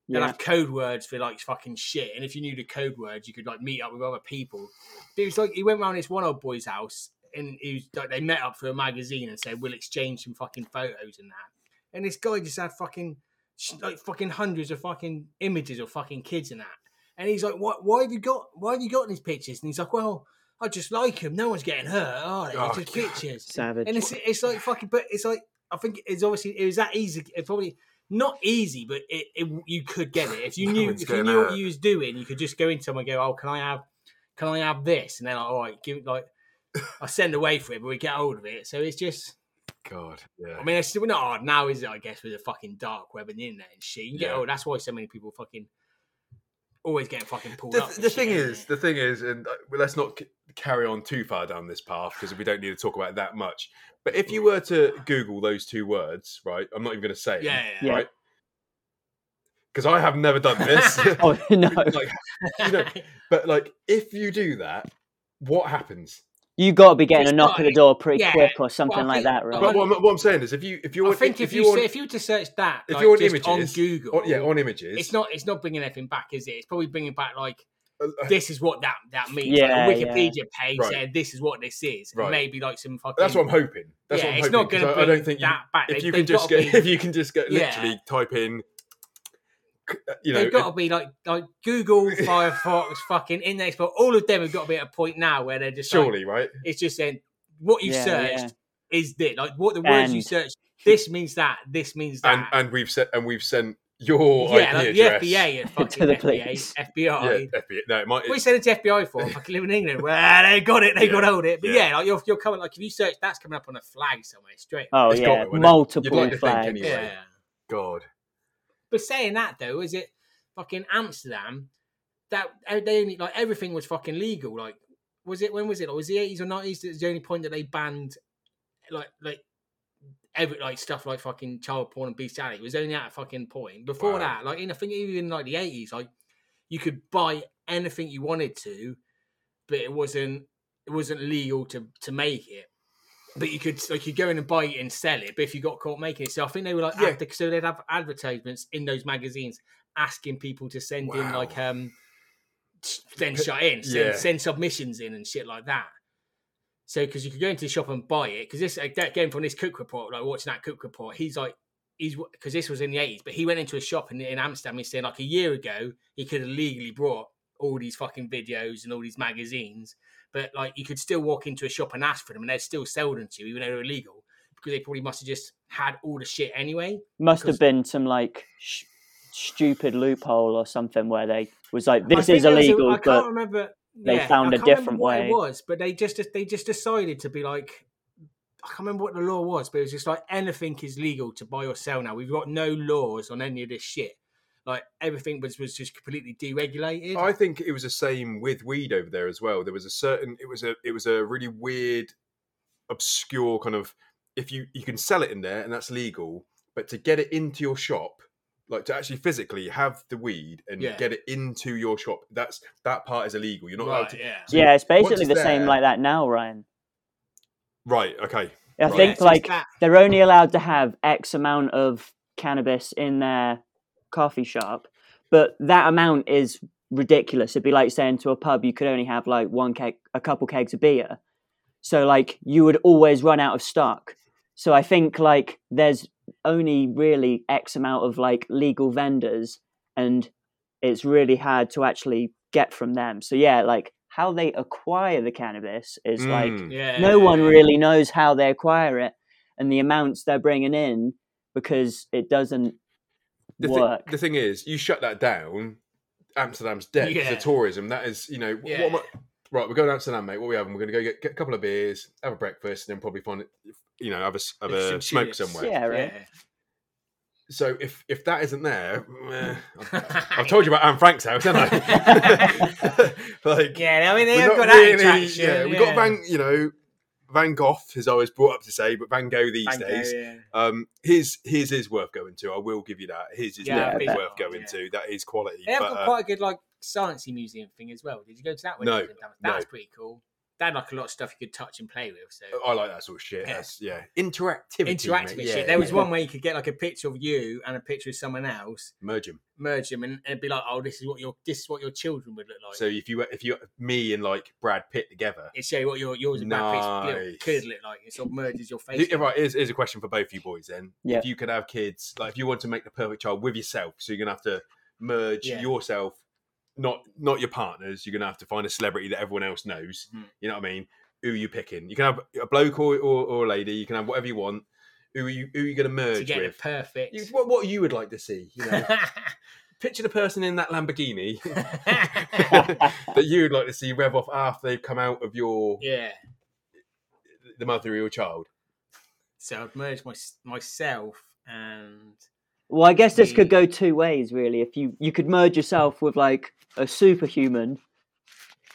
[SPEAKER 2] They'd
[SPEAKER 3] Yeah.
[SPEAKER 2] have code words for like fucking shit. And if you knew the code words, you could like meet up with other people. But it was like he went round this one old boy's house and he was like they met up for a magazine and said we'll exchange some fucking photos and that. And this guy just had fucking sh- like fucking hundreds of fucking images of fucking kids and that. And he's like, "What? Why have you got? Why have you got these pictures?" And he's like, "Well, I just like him. No one's getting hurt, are they?
[SPEAKER 1] Oh,
[SPEAKER 2] They're just
[SPEAKER 1] God.
[SPEAKER 2] pictures."
[SPEAKER 3] Savage.
[SPEAKER 2] And it's it's like fucking, but it's like I think it's obviously it was that easy. It's probably not easy, but it, it you could get it if you
[SPEAKER 1] No
[SPEAKER 2] knew
[SPEAKER 1] one's
[SPEAKER 2] if you
[SPEAKER 1] getting
[SPEAKER 2] knew what
[SPEAKER 1] out.
[SPEAKER 2] you was doing. You could just go into someone and go, "Oh, can I have can I have this?" And then like, all right, give it like I send away for it, but we get hold of it. So it's just,
[SPEAKER 1] God. Yeah.
[SPEAKER 2] I mean, it's still not hard now, is it? I guess with the fucking dark web and the internet and shit, you can get
[SPEAKER 1] Yeah.
[SPEAKER 2] oh, that's why so many people fucking always getting fucking pulled
[SPEAKER 1] The,
[SPEAKER 2] up.
[SPEAKER 1] the thing is, the thing is, and uh, well, let's not c- carry on too far down this path because we don't need to talk about it that much. But if you were to Google those two words, right? I'm not even going to say
[SPEAKER 2] yeah,
[SPEAKER 1] it,
[SPEAKER 2] yeah,
[SPEAKER 3] Yeah.
[SPEAKER 1] right? Because I have never done this.
[SPEAKER 3] Oh no,
[SPEAKER 1] like, you know, but like, if you do that, what happens?
[SPEAKER 3] you got to be getting a
[SPEAKER 2] Just
[SPEAKER 3] knock at the
[SPEAKER 2] like-
[SPEAKER 3] door pretty
[SPEAKER 2] yeah,
[SPEAKER 3] quick or something
[SPEAKER 2] well, Oh, I
[SPEAKER 3] like
[SPEAKER 2] think-
[SPEAKER 3] that, right?
[SPEAKER 1] But what I'm, what I'm saying is, if you if you're
[SPEAKER 2] I think if, you
[SPEAKER 1] you're
[SPEAKER 2] se- if you were to search that,
[SPEAKER 1] if
[SPEAKER 2] like,
[SPEAKER 1] you're on
[SPEAKER 2] just
[SPEAKER 1] images
[SPEAKER 2] on Google,
[SPEAKER 1] on- yeah, on images,
[SPEAKER 2] it's not it's not bringing anything back, is it? It's probably bringing back like
[SPEAKER 1] uh, uh,
[SPEAKER 2] this is what that that means. Like,
[SPEAKER 3] Yeah,
[SPEAKER 2] the
[SPEAKER 3] yeah.
[SPEAKER 2] Wikipedia page
[SPEAKER 1] Right.
[SPEAKER 2] said this is what this is.
[SPEAKER 1] Right.
[SPEAKER 2] And maybe like some fucking.
[SPEAKER 1] that's what I'm hoping. That's
[SPEAKER 2] yeah,
[SPEAKER 1] what I'm
[SPEAKER 2] it's
[SPEAKER 1] hoping,
[SPEAKER 2] not going
[SPEAKER 1] 'cause
[SPEAKER 2] to
[SPEAKER 1] I, I
[SPEAKER 2] bring
[SPEAKER 1] don't think you,
[SPEAKER 2] that back.
[SPEAKER 1] if
[SPEAKER 2] They-
[SPEAKER 1] you
[SPEAKER 2] they've
[SPEAKER 1] can just
[SPEAKER 2] gotta
[SPEAKER 1] go,
[SPEAKER 2] be-
[SPEAKER 1] if you can just go,
[SPEAKER 2] Yeah.
[SPEAKER 1] literally type in, c- uh, you know,
[SPEAKER 2] They've got to be like like Google, Firefox, fucking index, but all of them have got to be at a point now where they're just like,
[SPEAKER 1] surely, right?
[SPEAKER 2] it's just saying what you
[SPEAKER 3] Yeah,
[SPEAKER 2] searched is this. Like what the words you
[SPEAKER 3] And-
[SPEAKER 2] searched. This means that. This means that.
[SPEAKER 1] And and we've sent and we've sent your
[SPEAKER 2] yeah,
[SPEAKER 1] IP
[SPEAKER 2] like the
[SPEAKER 1] address
[SPEAKER 2] FBA, and fucking
[SPEAKER 3] To the
[SPEAKER 2] FBA,
[SPEAKER 3] police.
[SPEAKER 1] Yeah,
[SPEAKER 2] FBI.
[SPEAKER 1] FBI. No, it might.
[SPEAKER 2] What are you saying to FBI for? I fucking live in England. Well, they got it. They
[SPEAKER 1] Yeah,
[SPEAKER 2] got hold of it. But
[SPEAKER 1] yeah.
[SPEAKER 2] yeah, like you're, you're coming. Like if you search, that's coming up on a flag somewhere straight.
[SPEAKER 3] Oh
[SPEAKER 1] It's got
[SPEAKER 3] yeah,
[SPEAKER 1] it, wouldn't it? You'd
[SPEAKER 3] multiple
[SPEAKER 1] like to think
[SPEAKER 3] flags.
[SPEAKER 1] anyway.
[SPEAKER 2] yeah.
[SPEAKER 1] God,
[SPEAKER 2] But saying that though, is it fucking Amsterdam? That oh, they only like everything was fucking legal. Like, was it when was it? Like, was the eighties or nineties? That was the only point that they banned, like, like every like stuff like fucking child porn and bestiality It was only at a fucking point. Before
[SPEAKER 1] Wow.
[SPEAKER 2] that, like, in I think even in like the eighties, like you could buy anything you wanted to, but it wasn't it wasn't legal to to make it. But you could like you go in and buy it and sell it. But if you got caught making it, so I think they were like
[SPEAKER 1] Yeah.
[SPEAKER 2] after, so they'd have advertisements in those magazines asking people to send in
[SPEAKER 1] Wow.
[SPEAKER 2] like um s- then shut in, send,
[SPEAKER 1] Yeah.
[SPEAKER 2] send submissions in and shit like that. So because you could go into the shop and buy it because this like, that game from this cook report, like watching that cook report, he's like he's because this was in the eighties, but he went into a shop in, in Amsterdam. He's saying like a year ago he could have legally brought all these fucking videos and all these magazines, but like you could still walk into a shop and ask for them, and they'd still sell them to you, even though they're illegal, because they probably must have just had all the shit anyway.
[SPEAKER 3] Must
[SPEAKER 2] because-
[SPEAKER 3] have been some like sh- stupid loophole or something where they was like,
[SPEAKER 2] I
[SPEAKER 3] "This
[SPEAKER 2] think
[SPEAKER 3] is
[SPEAKER 2] there was a-
[SPEAKER 3] illegal,"
[SPEAKER 2] I can't
[SPEAKER 3] but
[SPEAKER 2] remember.
[SPEAKER 3] they
[SPEAKER 2] yeah,
[SPEAKER 3] found
[SPEAKER 2] I
[SPEAKER 3] a
[SPEAKER 2] can't remember
[SPEAKER 3] different
[SPEAKER 2] what
[SPEAKER 3] way.
[SPEAKER 2] It was, but they just they just decided to be like, I can't remember what the law was, but it was just like anything is legal to buy or sell now. We've got no laws on any of this shit. Like everything was was just completely deregulated.
[SPEAKER 1] I think it was the same with weed over there as well. There was a certain. It was a. It was a really weird, obscure kind of. If you you can sell it in there and that's legal, but to get it into your shop, like to actually physically have the weed and
[SPEAKER 2] Yeah.
[SPEAKER 1] get it into your shop, that's that part is illegal. You're not allowed
[SPEAKER 2] right,
[SPEAKER 1] to.
[SPEAKER 2] yeah.
[SPEAKER 1] so
[SPEAKER 3] yeah, it's
[SPEAKER 1] once
[SPEAKER 3] basically the
[SPEAKER 1] it's
[SPEAKER 3] same
[SPEAKER 1] there-
[SPEAKER 3] like that now, Ryan.
[SPEAKER 1] Right. Okay.
[SPEAKER 3] I
[SPEAKER 1] Right.
[SPEAKER 2] Yeah,
[SPEAKER 3] think
[SPEAKER 2] it's just
[SPEAKER 3] like
[SPEAKER 2] that.
[SPEAKER 3] they're only allowed to have X amount of cannabis in their coffee shop, but that amount is ridiculous. It'd be like saying to a pub you could only have like one keg, a couple kegs of beer, so like you would always run out of stock. So I think like there's only really X amount of like legal vendors, and it's really hard to actually get from them. So yeah, like how they acquire the cannabis is like
[SPEAKER 1] Mm.
[SPEAKER 2] yeah.
[SPEAKER 3] no one really knows how they acquire it and the amounts they're bringing in because it doesn't
[SPEAKER 1] the thi-
[SPEAKER 3] work.
[SPEAKER 1] the thing is, you shut that down, Amsterdam's dead.
[SPEAKER 2] Yeah.
[SPEAKER 1] The tourism, that is, you know, wh-
[SPEAKER 2] Yeah.
[SPEAKER 1] what am I, right, we're going to Amsterdam, mate. What are we having? We're going to go get, get a couple of beers, have a breakfast, and then probably find, it, you know, have a, s- have
[SPEAKER 2] It's some
[SPEAKER 1] a smoke
[SPEAKER 2] chips.
[SPEAKER 1] somewhere.
[SPEAKER 3] yeah, right.
[SPEAKER 2] Yeah.
[SPEAKER 1] So if if that isn't there, meh, I've, I've told you about Anne Frank's house, haven't I? like,
[SPEAKER 2] Yeah, I mean, they
[SPEAKER 1] we're
[SPEAKER 2] have
[SPEAKER 1] not
[SPEAKER 2] got that
[SPEAKER 1] really-
[SPEAKER 2] attraction.
[SPEAKER 1] yeah, we got Van, you know, Van Gogh is always brought up to say, but Van Gogh these
[SPEAKER 2] Van Gogh,
[SPEAKER 1] days,
[SPEAKER 2] yeah.
[SPEAKER 1] um, his his is worth going to. I will give you that. His is
[SPEAKER 2] Yeah,
[SPEAKER 1] definitely
[SPEAKER 2] I bet.
[SPEAKER 1] worth going
[SPEAKER 2] Yeah.
[SPEAKER 1] to. That is quality.
[SPEAKER 2] They have
[SPEAKER 1] but,
[SPEAKER 2] got
[SPEAKER 1] uh,
[SPEAKER 2] quite a good like sciencey museum thing as well. Did you go to that one?
[SPEAKER 1] No, no. Oh,
[SPEAKER 2] that's pretty cool. They had like a lot of stuff you could touch and play with. So
[SPEAKER 1] I like that sort of shit.
[SPEAKER 2] Yeah.
[SPEAKER 1] That's yeah. Interactivity.
[SPEAKER 2] interactive
[SPEAKER 1] mate.
[SPEAKER 2] and shit. There was one where you could get like a picture of you and a picture of someone else,
[SPEAKER 1] merge 'em.
[SPEAKER 2] merge them, and it'd be like, oh, this is what your this is what your children would look like.
[SPEAKER 1] So if you if you me and like Brad Pitt together,
[SPEAKER 2] It'd show you what your yours and Brad Pitt's
[SPEAKER 1] Nice.
[SPEAKER 2] little kid look like. It sort of merges your face.
[SPEAKER 1] Who- right? Here's, here's a question for both you boys. Then,
[SPEAKER 3] Yeah.
[SPEAKER 1] if you could have kids, like if you want to make the perfect child with yourself, so you're gonna have to merge
[SPEAKER 2] Yeah.
[SPEAKER 1] yourself, not not your partners. You're gonna have to find a celebrity that everyone else knows.
[SPEAKER 2] Mhm.
[SPEAKER 1] You know what I mean? Who you picking? You can have a bloke or, or, or a lady. You can have whatever you want. Who are you who are you gonna
[SPEAKER 2] to
[SPEAKER 1] merge
[SPEAKER 2] get the
[SPEAKER 1] with?
[SPEAKER 2] perfect.
[SPEAKER 1] You, what what you would like to see? You know, picture the person in that Lamborghini. that you would like to see rev off after they've come out of your
[SPEAKER 2] yeah.
[SPEAKER 1] the mother of your child.
[SPEAKER 2] So I'd merge my, myself and
[SPEAKER 3] Well, I guess this could go two ways, really. If you you could merge yourself with like a superhuman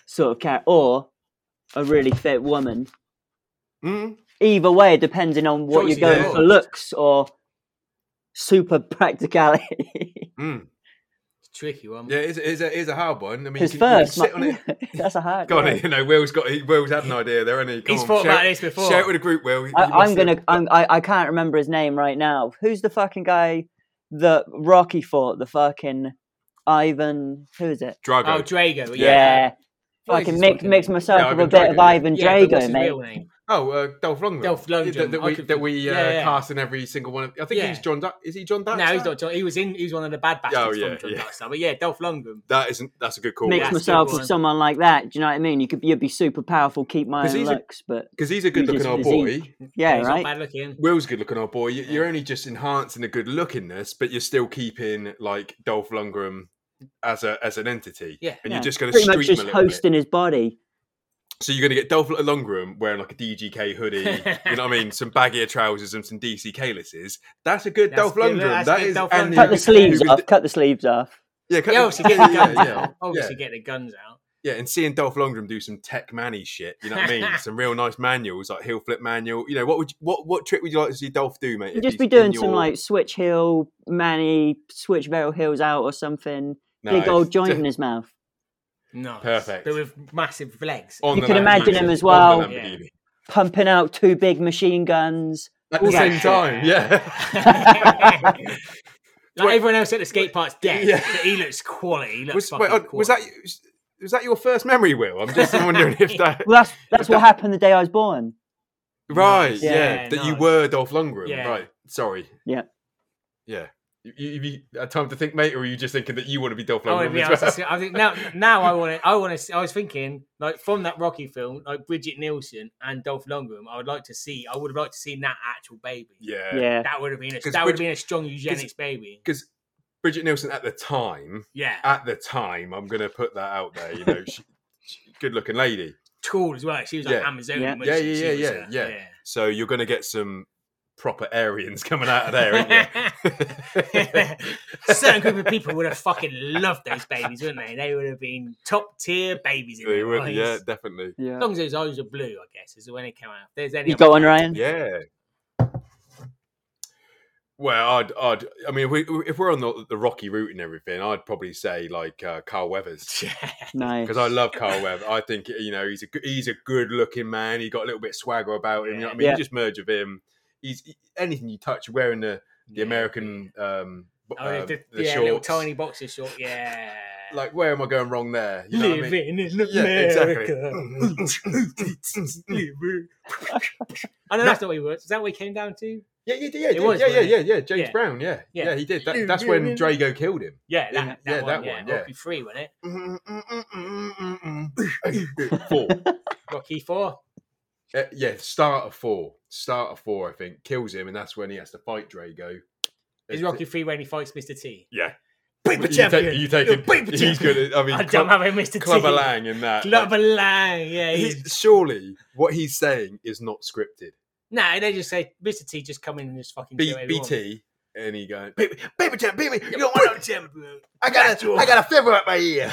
[SPEAKER 3] sort of cat, or a really fit woman.
[SPEAKER 1] Mm.
[SPEAKER 3] Either way, depending on what
[SPEAKER 2] Choices,
[SPEAKER 3] you're going
[SPEAKER 2] yeah.
[SPEAKER 3] for, looks or super practicality.
[SPEAKER 1] Mm.
[SPEAKER 2] It's a tricky one.
[SPEAKER 1] Yeah, it's, it's, a, it's a hard one. I mean,
[SPEAKER 3] His
[SPEAKER 1] you can- you can
[SPEAKER 3] first,
[SPEAKER 1] sit on it.
[SPEAKER 3] mate. that's a hard.
[SPEAKER 1] Go on,
[SPEAKER 3] one.
[SPEAKER 1] you know, Will's got. He, Will's had an idea there, hasn't he? Come
[SPEAKER 2] He's
[SPEAKER 1] on,
[SPEAKER 2] thought
[SPEAKER 1] shout-
[SPEAKER 2] about this before.
[SPEAKER 1] Shout with a group, Will. You- you
[SPEAKER 3] I, I'm
[SPEAKER 1] must
[SPEAKER 3] gonna.
[SPEAKER 1] have-
[SPEAKER 3] I'm, I I can't remember his name right now. Who's the fucking guy that Rocky fought? The fucking Ivan. Who is it?
[SPEAKER 1] Drago.
[SPEAKER 2] Oh, Drago. Yeah.
[SPEAKER 3] Yeah.
[SPEAKER 2] What is
[SPEAKER 3] Fucking
[SPEAKER 2] his
[SPEAKER 3] mix
[SPEAKER 2] fucking
[SPEAKER 3] mix
[SPEAKER 2] name?
[SPEAKER 3] myself
[SPEAKER 1] Yeah,
[SPEAKER 3] with a
[SPEAKER 1] Ivan Drago, yeah.
[SPEAKER 3] bit of Ivan
[SPEAKER 2] Yeah, but what's
[SPEAKER 3] Drago,
[SPEAKER 2] his
[SPEAKER 3] mate.
[SPEAKER 2] real name?
[SPEAKER 1] Oh, uh, Dolph Lundgren.
[SPEAKER 2] Dolph
[SPEAKER 1] That-
[SPEAKER 2] Lundgren.
[SPEAKER 1] That
[SPEAKER 2] I
[SPEAKER 1] we,
[SPEAKER 2] could-
[SPEAKER 1] that we uh,
[SPEAKER 2] yeah, yeah.
[SPEAKER 1] cast in every single one. Of, I think
[SPEAKER 2] Yeah.
[SPEAKER 1] he's John. Dax. Is he John Dax?
[SPEAKER 2] No, he's not John. He was in. He was one of the bad bastards
[SPEAKER 1] Oh, yeah,
[SPEAKER 2] from John
[SPEAKER 1] yeah.
[SPEAKER 2] Darkstar. But yeah, Dolph Lundgren.
[SPEAKER 1] That isn't. That's a good call.
[SPEAKER 3] Mix
[SPEAKER 2] that's a good
[SPEAKER 3] myself with
[SPEAKER 2] one.
[SPEAKER 3] someone like that. Do you know what I mean? You could you'd be super powerful, keep my
[SPEAKER 1] 'Cause
[SPEAKER 3] own
[SPEAKER 1] he's a-
[SPEAKER 3] looks, but
[SPEAKER 1] Because he's a good-looking
[SPEAKER 3] He's
[SPEAKER 1] old
[SPEAKER 3] his
[SPEAKER 1] boy.
[SPEAKER 3] yeah,
[SPEAKER 2] he's
[SPEAKER 3] right.
[SPEAKER 2] not bad looking.
[SPEAKER 1] Will's a good-looking old boy. You- You're only just enhancing the good-lookingness, but you're still keeping like Dolph Lundgren as a as an entity.
[SPEAKER 2] Yeah.
[SPEAKER 1] and
[SPEAKER 3] Yeah.
[SPEAKER 1] you're just going to
[SPEAKER 3] Pretty much
[SPEAKER 1] stream a
[SPEAKER 3] just
[SPEAKER 1] little bit.
[SPEAKER 3] hosting his body.
[SPEAKER 1] So you're going to get Dolph Lundgren wearing like a DGK hoodie, you know what I mean? Some baggier trousers and some DC Kalises. That's a good
[SPEAKER 2] That's
[SPEAKER 1] Dolph
[SPEAKER 2] good,
[SPEAKER 1] Lundgren.
[SPEAKER 2] that's
[SPEAKER 1] that
[SPEAKER 2] good
[SPEAKER 1] is
[SPEAKER 2] Dolph
[SPEAKER 1] and
[SPEAKER 2] Lundgren.
[SPEAKER 1] he
[SPEAKER 3] Cut the
[SPEAKER 1] was-
[SPEAKER 3] sleeves
[SPEAKER 1] he was-
[SPEAKER 3] off. Cut the sleeves off.
[SPEAKER 1] Yeah, cut
[SPEAKER 2] He
[SPEAKER 1] the-
[SPEAKER 2] obviously get
[SPEAKER 1] yeah,
[SPEAKER 2] the
[SPEAKER 1] yeah,
[SPEAKER 2] guns
[SPEAKER 1] yeah,
[SPEAKER 2] out.
[SPEAKER 1] yeah.
[SPEAKER 2] Obviously get the guns out.
[SPEAKER 1] Yeah, and seeing Dolph Lundgren do some tech manny shit, you know what I mean? some real nice manuals like heel flip manual. You know what would you, what what trick would you like to see Dolph do, mate?
[SPEAKER 3] You'd
[SPEAKER 1] if
[SPEAKER 3] just
[SPEAKER 1] he's
[SPEAKER 3] be doing
[SPEAKER 1] in
[SPEAKER 3] some
[SPEAKER 1] your-
[SPEAKER 3] like switch heel, Manny, switch barrel heels out or something.
[SPEAKER 1] No,
[SPEAKER 3] Big old joint
[SPEAKER 1] just
[SPEAKER 3] in his mouth.
[SPEAKER 2] Nice.
[SPEAKER 1] Perfect.
[SPEAKER 2] But with massive legs.
[SPEAKER 1] on
[SPEAKER 3] You
[SPEAKER 1] the
[SPEAKER 3] can imagine
[SPEAKER 1] Lamborghini,
[SPEAKER 3] him as
[SPEAKER 1] on the
[SPEAKER 3] well.
[SPEAKER 2] Yeah.
[SPEAKER 1] Lamborghini.
[SPEAKER 3] Pumping out two big machine guns.
[SPEAKER 1] At the
[SPEAKER 3] Yeah.
[SPEAKER 1] same time, yeah.
[SPEAKER 2] like everyone else at the skate park's dead,
[SPEAKER 1] Yeah.
[SPEAKER 2] but he looks quality. He looks
[SPEAKER 1] was,
[SPEAKER 2] fucking
[SPEAKER 1] wait, uh, was that
[SPEAKER 2] quality.
[SPEAKER 1] was that your first memory, Will? I'm just wondering if that
[SPEAKER 3] Well, that's that's what happened the day I was born.
[SPEAKER 1] Right,
[SPEAKER 2] Nice.
[SPEAKER 1] yeah,
[SPEAKER 2] Yeah,
[SPEAKER 1] that you
[SPEAKER 2] nice.
[SPEAKER 1] were Dolph Lundgren.
[SPEAKER 2] Yeah.
[SPEAKER 1] Right, sorry.
[SPEAKER 3] Yeah.
[SPEAKER 1] Yeah. You, you, you had time to think, mate, or are you just thinking that you want to be Dolph
[SPEAKER 2] Oh, I want to
[SPEAKER 1] Lundgren?
[SPEAKER 2] be
[SPEAKER 1] as well?
[SPEAKER 2] honest. I think now, now I want to. I want to. I was thinking, like from that Rocky film, like Bridget Nielsen and Dolph Lundgren. I would like to see. I would have liked to see that actual baby.
[SPEAKER 1] Yeah.
[SPEAKER 3] Yeah.
[SPEAKER 2] That would have been a.
[SPEAKER 1] 'Cause
[SPEAKER 2] That would have
[SPEAKER 1] Bridget-
[SPEAKER 2] been a strong eugenics baby.
[SPEAKER 1] Because Bridget Nielsen at the time,
[SPEAKER 2] Yeah,
[SPEAKER 1] at the time, I'm going to put that out there, you know, she, good looking lady.
[SPEAKER 2] cool as well. She was like
[SPEAKER 1] Yeah.
[SPEAKER 2] Amazonian.
[SPEAKER 3] Yeah.
[SPEAKER 2] wasn't
[SPEAKER 1] Yeah,
[SPEAKER 2] she?
[SPEAKER 1] yeah,
[SPEAKER 2] She
[SPEAKER 1] yeah,
[SPEAKER 2] was,
[SPEAKER 1] yeah,
[SPEAKER 2] uh,
[SPEAKER 1] yeah. So you're going to get some proper Aryans coming out of there, aren't you?
[SPEAKER 2] Certain group of people would have fucking loved those babies, wouldn't they? They would have been top tier babies in
[SPEAKER 1] They
[SPEAKER 2] their
[SPEAKER 1] would,
[SPEAKER 2] eyes.
[SPEAKER 1] yeah, definitely.
[SPEAKER 3] Yeah.
[SPEAKER 2] As long as those eyes are blue, I guess, is when it came out. If There's any
[SPEAKER 3] You got
[SPEAKER 2] other-
[SPEAKER 3] one, Ryan?
[SPEAKER 1] Yeah. Well, I'd, I'd, I mean, if, we, if we're on the, the rocky route and everything, I'd probably say like uh, Carl Weathers
[SPEAKER 3] Nice.
[SPEAKER 1] because I love Carl Weathers. I think you know he's a g- he's a good looking man. He got a little bit of swagger about him. You know what I mean?
[SPEAKER 3] Yeah.
[SPEAKER 1] You just merge with him. He's he- anything you touch wearing the the
[SPEAKER 2] Yeah.
[SPEAKER 1] American um, b-
[SPEAKER 2] Oh,
[SPEAKER 1] um,
[SPEAKER 2] the,
[SPEAKER 1] the
[SPEAKER 2] yeah, little
[SPEAKER 1] shorts.
[SPEAKER 2] tiny boxer short. Yeah.
[SPEAKER 1] Like, where am I going wrong there? You know what I mean?
[SPEAKER 2] Living in
[SPEAKER 1] Yeah, exactly.
[SPEAKER 2] America. Living. I know that's not what he was. Is that what he came down to?
[SPEAKER 1] yeah, yeah, yeah,
[SPEAKER 2] It
[SPEAKER 1] yeah,
[SPEAKER 2] was,
[SPEAKER 1] yeah, yeah,
[SPEAKER 2] wasn't
[SPEAKER 1] yeah, yeah. James
[SPEAKER 2] Yeah.
[SPEAKER 1] Brown, yeah. yeah,
[SPEAKER 2] Yeah.
[SPEAKER 1] he did. That, that's when Drago killed him.
[SPEAKER 2] Yeah, that,
[SPEAKER 1] Yeah,
[SPEAKER 2] that
[SPEAKER 1] yeah,
[SPEAKER 2] one.
[SPEAKER 1] that
[SPEAKER 2] yeah,
[SPEAKER 1] one, yeah.
[SPEAKER 2] Rocky three, wasn't it?
[SPEAKER 1] four.
[SPEAKER 2] Rocky four.
[SPEAKER 1] Uh, yeah, start of four. Start of four, I think. Kills him, and that's when he has to fight Drago.
[SPEAKER 2] Is Rocky three when he fights Mr. T?
[SPEAKER 1] Yeah. You,
[SPEAKER 2] Paper
[SPEAKER 1] take, you take
[SPEAKER 2] You're
[SPEAKER 1] him.
[SPEAKER 2] paper
[SPEAKER 1] He's
[SPEAKER 2] champion.
[SPEAKER 1] good. At, I mean,
[SPEAKER 2] I
[SPEAKER 1] Cl-
[SPEAKER 2] don't have a Mr.
[SPEAKER 1] Clubber
[SPEAKER 2] T.
[SPEAKER 1] Lang in that.
[SPEAKER 2] Clubber
[SPEAKER 1] like,
[SPEAKER 2] Lang. Yeah.
[SPEAKER 1] he-
[SPEAKER 2] he's-
[SPEAKER 1] surely what he's saying is not scripted.
[SPEAKER 2] Nah, they just say Mr. T just come in and just fucking
[SPEAKER 1] B-
[SPEAKER 2] do what he wants.
[SPEAKER 1] BT, and he going, paper, paper champ, beat me. You don't
[SPEAKER 2] World
[SPEAKER 1] want to.
[SPEAKER 2] champion.
[SPEAKER 1] I got a, I got a fever up my ear.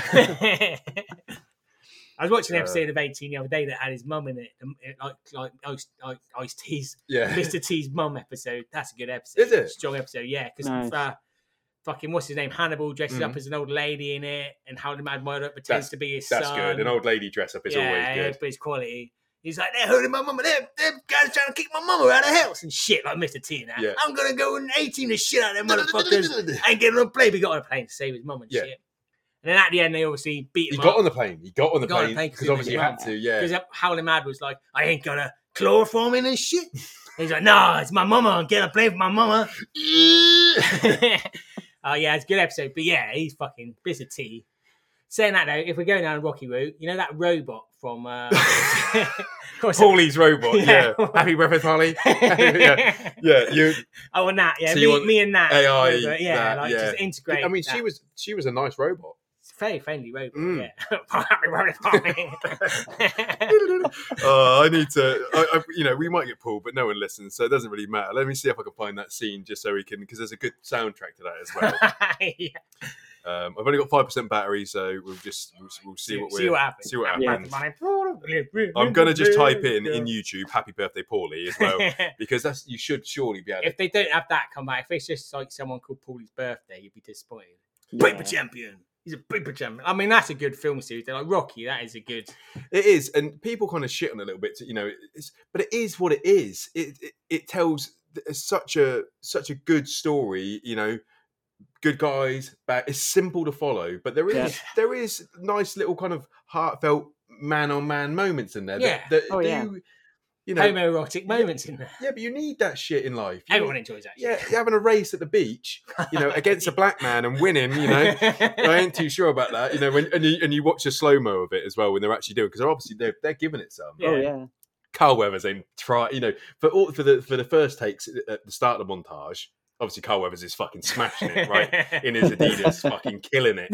[SPEAKER 2] I was watching an
[SPEAKER 1] Uh,
[SPEAKER 2] episode of 18 the other day that had his mum in it, um, it- like like Ice like Ice T's
[SPEAKER 1] yeah.
[SPEAKER 2] Mr T's mum episode. That's a good episode.
[SPEAKER 1] Is it?
[SPEAKER 2] strong episode? Yeah, because
[SPEAKER 3] Nice.
[SPEAKER 2] uh, fucking what's his name? Hannibal dresses
[SPEAKER 1] Mhm.
[SPEAKER 2] up as an old lady in it, and Howard the Mad Murderer pretends
[SPEAKER 1] That's-
[SPEAKER 2] to be his
[SPEAKER 1] That's
[SPEAKER 2] son.
[SPEAKER 1] good. An old lady dress up is
[SPEAKER 2] yeah,
[SPEAKER 1] always good.
[SPEAKER 2] but it's quality. He's like, they're hurting my mama. They're, they're guys trying to kick my mama out of the house and shit, like Mr. T now.
[SPEAKER 1] Yeah.
[SPEAKER 2] I'm going to go and 18 the shit out of them motherfuckers. I ain't getting on a plane. But he got on a plane to save his mum and
[SPEAKER 1] Yeah.
[SPEAKER 2] shit. And then at the end, they obviously beat
[SPEAKER 1] He
[SPEAKER 2] him
[SPEAKER 1] got on
[SPEAKER 2] up
[SPEAKER 1] the plane. He got on the
[SPEAKER 2] He got on
[SPEAKER 1] plane
[SPEAKER 2] the plane 'cause
[SPEAKER 1] because
[SPEAKER 2] he
[SPEAKER 1] obviously he
[SPEAKER 2] was
[SPEAKER 1] had
[SPEAKER 2] young.
[SPEAKER 1] to. Yeah.
[SPEAKER 2] because Howling Mad was like, "I ain't gonna chloroform him and shit." He's like, "Nah, it's my mama. I'm gonna play with my mama." oh yeah, it's a good episode. But yeah, he's fucking Mr. T. Saying that though, if we're going down a rocky route, you know that robot from uh, What's it-
[SPEAKER 1] Paulie's robot. Yeah.
[SPEAKER 2] Yeah.
[SPEAKER 1] Happy breakfast, Polly. yeah. Yeah. You.
[SPEAKER 2] I want Oh, that. Yeah,
[SPEAKER 1] So you
[SPEAKER 2] me,
[SPEAKER 1] want
[SPEAKER 2] me and that
[SPEAKER 1] AI,
[SPEAKER 2] robot, Yeah,
[SPEAKER 1] that,
[SPEAKER 2] like
[SPEAKER 1] yeah.
[SPEAKER 2] just integrate.
[SPEAKER 1] I mean,
[SPEAKER 2] that.
[SPEAKER 1] she was she was a nice robot.
[SPEAKER 2] It's a very friendly robot.
[SPEAKER 1] Mm.
[SPEAKER 2] Yeah.
[SPEAKER 1] uh, I need to, I, I, you know, we might get pulled, but no one listens, so it doesn't really matter. Let me see if I can find that scene just so we can, because there's a good soundtrack to that as well.
[SPEAKER 2] Yeah.
[SPEAKER 1] Um, I've only got five percent battery, so we'll just we'll, we'll see what we
[SPEAKER 2] see what happens.
[SPEAKER 1] See what
[SPEAKER 3] Yeah.
[SPEAKER 1] happens. I'm gonna just type in in YouTube "Happy Birthday, Paulie" as well because that's you should surely be able.
[SPEAKER 2] if they don't have that come back, if it's just like someone called Paulie's birthday, you'd be disappointed. Paper
[SPEAKER 3] Yeah.
[SPEAKER 2] champion. He's a paper champion. I mean, that's a good film series. They're like Rocky. That is a good.
[SPEAKER 1] To, it is, and people kind of shit on it a little bit, you know. It's, but it is what it is. It it, it tells th- it's such a such a good story, you know. Good guys, bad. It's simple to follow, but there is
[SPEAKER 3] Yeah.
[SPEAKER 1] there is nice little kind of heartfelt man on man moments in there.
[SPEAKER 2] Yeah.
[SPEAKER 1] That, that
[SPEAKER 3] Oh,
[SPEAKER 1] do,
[SPEAKER 3] yeah.
[SPEAKER 1] You know,
[SPEAKER 2] Homoerotic moments in there.
[SPEAKER 1] yeah, but you need that shit in life. You
[SPEAKER 2] Everyone enjoys that.
[SPEAKER 1] yeah, you're having a race at the beach, you know, against a black man and winning, you know. I ain't too sure about that, you know. When, and you and you watch a slow mo of it as well when they're actually doing because obviously they're they're giving it some.
[SPEAKER 2] Yeah.
[SPEAKER 3] Oh yeah.
[SPEAKER 1] Carl Weathers ain't try, you know, for all for the for the first takes at the start of the montage. Obviously, Carl Weathers is fucking smashing it, right? in his Adidas, fucking killing it.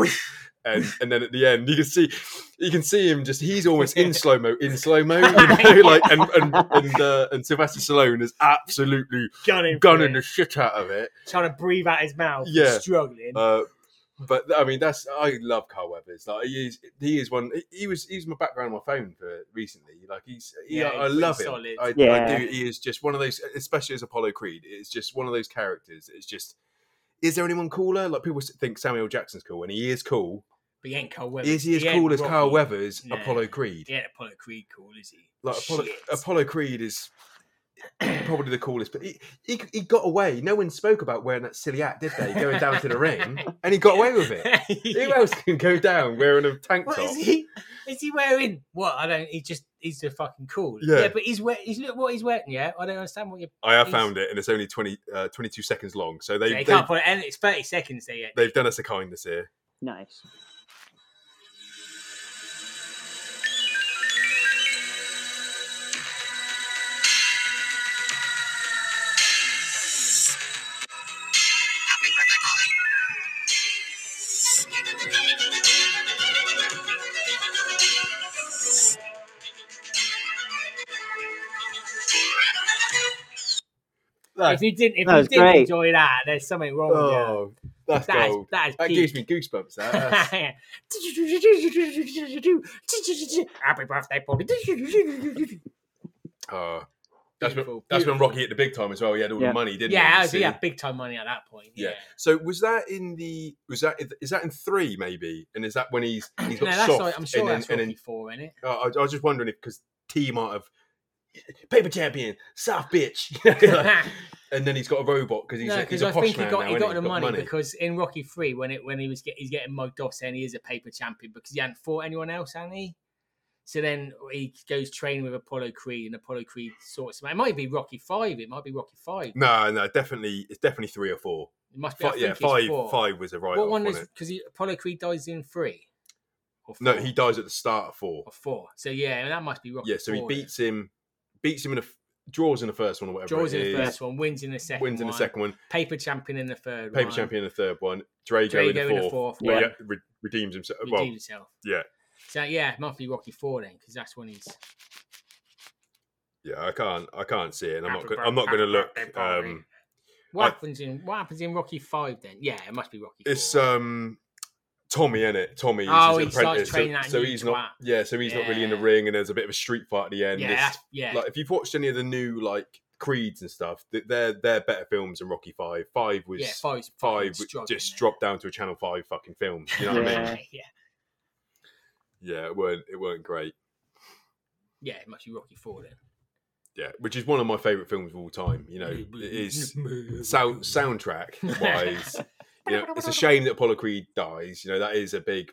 [SPEAKER 1] And and then at the end, you can see you can see him just he's almost in slow mo, in slow mo, you know, like and and and, uh, and Sylvester Stallone is absolutely
[SPEAKER 2] Gunning,
[SPEAKER 1] gunning the shit out of it.
[SPEAKER 2] trying to breathe out his mouth.
[SPEAKER 1] Yeah.
[SPEAKER 2] struggling.
[SPEAKER 1] Uh, but I mean, that's I love Carl Weathers. Like he is, he is one. he- He was he's my background on my phone for recently. Like he's, he,
[SPEAKER 2] Yeah,
[SPEAKER 1] I, I
[SPEAKER 2] he's
[SPEAKER 1] love him.
[SPEAKER 2] pretty solid.
[SPEAKER 1] I, I
[SPEAKER 3] Yeah.
[SPEAKER 1] do. He is just one of those, especially as Apollo Creed. It's just one of those characters. It's just. Is there anyone cooler? Like people think Samuel Jackson's cool, and he is cool.
[SPEAKER 2] but he ain't Carl Weathers.
[SPEAKER 1] Is he as
[SPEAKER 2] ain't
[SPEAKER 1] cool as Carl
[SPEAKER 2] Rocky.
[SPEAKER 1] Weathers?
[SPEAKER 2] No.
[SPEAKER 1] Apollo Creed.
[SPEAKER 2] He ain't Apollo Creed cool, is he?
[SPEAKER 1] Like Apollo,
[SPEAKER 2] Shit.
[SPEAKER 1] Apollo Creed is probably the coolest, but he, he he got away. No one spoke about wearing that silly hat, did they? Going down to the ring, and he got away with it. Who else can go down wearing a tank
[SPEAKER 2] What
[SPEAKER 1] top?
[SPEAKER 2] is he? Is he wearing? What I don't. He just. He's just fucking cool.
[SPEAKER 1] Yeah.
[SPEAKER 2] but he's wearing. He's look what he's wearing. Yeah, I don't understand what you.
[SPEAKER 1] I have
[SPEAKER 2] He's-
[SPEAKER 1] found it, and it's only 20, uh, 22 seconds long, so they,
[SPEAKER 2] They,
[SPEAKER 1] they,
[SPEAKER 2] can't
[SPEAKER 1] they,
[SPEAKER 2] put it. And it's thirty seconds. They get.
[SPEAKER 1] have done us a kindness here.
[SPEAKER 3] Nice.
[SPEAKER 2] if you didn't, if
[SPEAKER 3] That
[SPEAKER 2] you
[SPEAKER 3] was
[SPEAKER 2] didn't
[SPEAKER 3] great.
[SPEAKER 2] enjoy that, there's something wrong. with you.
[SPEAKER 1] oh, that's
[SPEAKER 2] that is
[SPEAKER 1] gold.
[SPEAKER 2] that is
[SPEAKER 1] That
[SPEAKER 2] peak.
[SPEAKER 1] gives me goosebumps. That. That's-
[SPEAKER 2] Happy birthday, Paul.
[SPEAKER 1] oh. That's when,
[SPEAKER 2] Beautiful,
[SPEAKER 1] that's when
[SPEAKER 2] beautiful.
[SPEAKER 1] Rocky hit the big time as well. He had all
[SPEAKER 3] Yeah.
[SPEAKER 1] the money, didn't he?
[SPEAKER 2] yeah,
[SPEAKER 1] You
[SPEAKER 2] I was,
[SPEAKER 1] see?
[SPEAKER 2] yeah, big time money at that point. Yeah.
[SPEAKER 1] Yeah. So was that in the was that is that in three maybe? And is that when he's he's
[SPEAKER 2] No,
[SPEAKER 1] got
[SPEAKER 2] that's
[SPEAKER 1] soft?
[SPEAKER 2] like, I'm sure
[SPEAKER 1] and then,
[SPEAKER 2] that's
[SPEAKER 1] and
[SPEAKER 2] Rocky
[SPEAKER 1] then
[SPEAKER 2] Four, isn't it?
[SPEAKER 1] uh, I, I was just wondering if because T might have paper champion, soft bitch, and then he's got a robot because he's
[SPEAKER 2] no,
[SPEAKER 1] a, he's
[SPEAKER 2] because
[SPEAKER 1] a
[SPEAKER 2] I
[SPEAKER 1] posh
[SPEAKER 2] think he
[SPEAKER 1] man
[SPEAKER 2] got
[SPEAKER 1] now,
[SPEAKER 2] he
[SPEAKER 1] innit?
[SPEAKER 2] got
[SPEAKER 1] He's
[SPEAKER 2] the money, because in Rocky Three, when it when he was get, he's getting mugged off, saying he is a paper champion because he hadn't fought anyone else, hadn't he? So then he goes train with Apollo Creed, and Apollo Creed sorts him. out. It might be Rocky Five. It might be Rocky Five.
[SPEAKER 1] No, no, definitely it's definitely three or four.
[SPEAKER 2] It must be. I
[SPEAKER 1] Five,
[SPEAKER 2] think
[SPEAKER 1] yeah,
[SPEAKER 2] it's
[SPEAKER 1] five
[SPEAKER 2] four.
[SPEAKER 1] five was a right.
[SPEAKER 2] What one
[SPEAKER 1] was
[SPEAKER 2] is because Apollo Creed dies in three? Or
[SPEAKER 1] No,
[SPEAKER 2] four?
[SPEAKER 1] he dies at the start of four.
[SPEAKER 2] Or four. So yeah, that must be Rocky.
[SPEAKER 1] Yeah, so he
[SPEAKER 2] four then.
[SPEAKER 1] beats him, beats him in a f- draws in the first one or whatever.
[SPEAKER 2] Draws
[SPEAKER 1] it
[SPEAKER 2] in the
[SPEAKER 1] is,
[SPEAKER 2] first one, wins in the second.
[SPEAKER 1] wins in the
[SPEAKER 2] one,
[SPEAKER 1] second one,
[SPEAKER 2] Paper champion in the third.
[SPEAKER 1] paper
[SPEAKER 2] one,
[SPEAKER 1] champion in the third one, Drago,
[SPEAKER 2] Drago
[SPEAKER 1] in the fourth.
[SPEAKER 2] yeah.
[SPEAKER 1] where he re- redeems himself.
[SPEAKER 2] Redeemed
[SPEAKER 1] well,
[SPEAKER 2] himself.
[SPEAKER 1] yeah.
[SPEAKER 2] So yeah, it must be Rocky Four then, because that's when he's.
[SPEAKER 1] yeah, I can't, I can't see it. And I'm not,
[SPEAKER 2] Happy
[SPEAKER 1] go- I'm not going to
[SPEAKER 2] birthday,
[SPEAKER 1] look.
[SPEAKER 2] Bobby.
[SPEAKER 1] Um,
[SPEAKER 2] What
[SPEAKER 1] I-
[SPEAKER 2] happens in What happens in Rocky Five then? Yeah, it must be Rocky.
[SPEAKER 1] it's
[SPEAKER 2] Four.
[SPEAKER 1] um, Tommy in it. Tommy, is
[SPEAKER 2] Oh,
[SPEAKER 1] his
[SPEAKER 2] he starts
[SPEAKER 1] apprentice.
[SPEAKER 2] training
[SPEAKER 1] so
[SPEAKER 2] that
[SPEAKER 1] so
[SPEAKER 2] new
[SPEAKER 1] he's not,
[SPEAKER 2] twat.
[SPEAKER 1] yeah, so he's not really in the
[SPEAKER 2] Yeah.
[SPEAKER 1] ring, and there's a bit of a street fight at the end.
[SPEAKER 2] yeah,
[SPEAKER 1] It's-
[SPEAKER 2] that's, yeah.
[SPEAKER 1] like if you've watched any of the new like creeds and stuff th- they're they're better films than rocky five five was
[SPEAKER 2] yeah, five's
[SPEAKER 1] five was
[SPEAKER 2] struggling
[SPEAKER 1] just
[SPEAKER 2] there.
[SPEAKER 1] dropped down to a channel five fucking film you know what i mean
[SPEAKER 3] Yeah.
[SPEAKER 2] yeah,
[SPEAKER 1] yeah it weren't it weren't great
[SPEAKER 2] yeah, it must be Rocky Four then.
[SPEAKER 1] yeah which is one of my favorite films of all time you know
[SPEAKER 2] Mm.
[SPEAKER 1] it is sound soundtrack wise you know it's a shame that apollo creed dies you know that is a big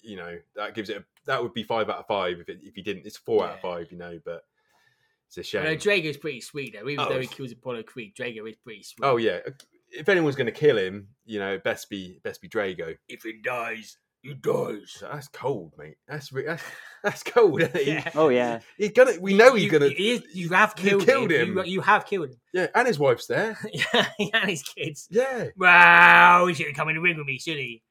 [SPEAKER 1] you know that gives it a, that would be five out of five if, it, if he didn't it's four out of
[SPEAKER 2] Yeah.
[SPEAKER 1] five you know but it's a
[SPEAKER 2] I know
[SPEAKER 1] shame
[SPEAKER 2] Drago's pretty sweet though. Even
[SPEAKER 1] Oh,
[SPEAKER 2] though he
[SPEAKER 1] it's-
[SPEAKER 2] kills Apollo Creed, Drago is pretty sweet.
[SPEAKER 1] oh yeah if anyone's going to kill him you know best be best be drago
[SPEAKER 2] if he dies, he dies.
[SPEAKER 1] So that's cold, mate. That's re- that's, that's cold. isn't it?
[SPEAKER 2] Yeah.
[SPEAKER 3] Oh yeah.
[SPEAKER 1] He- he's gonna. We know
[SPEAKER 2] you,
[SPEAKER 1] he's gonna.
[SPEAKER 2] He is, you have
[SPEAKER 1] you
[SPEAKER 2] killed,
[SPEAKER 1] killed
[SPEAKER 2] him. You,
[SPEAKER 1] him.
[SPEAKER 2] you have killed him.
[SPEAKER 1] Yeah, and his wife's there.
[SPEAKER 2] yeah, and his kids.
[SPEAKER 1] Yeah,
[SPEAKER 2] Wow, he should have come in the ring with me, should he?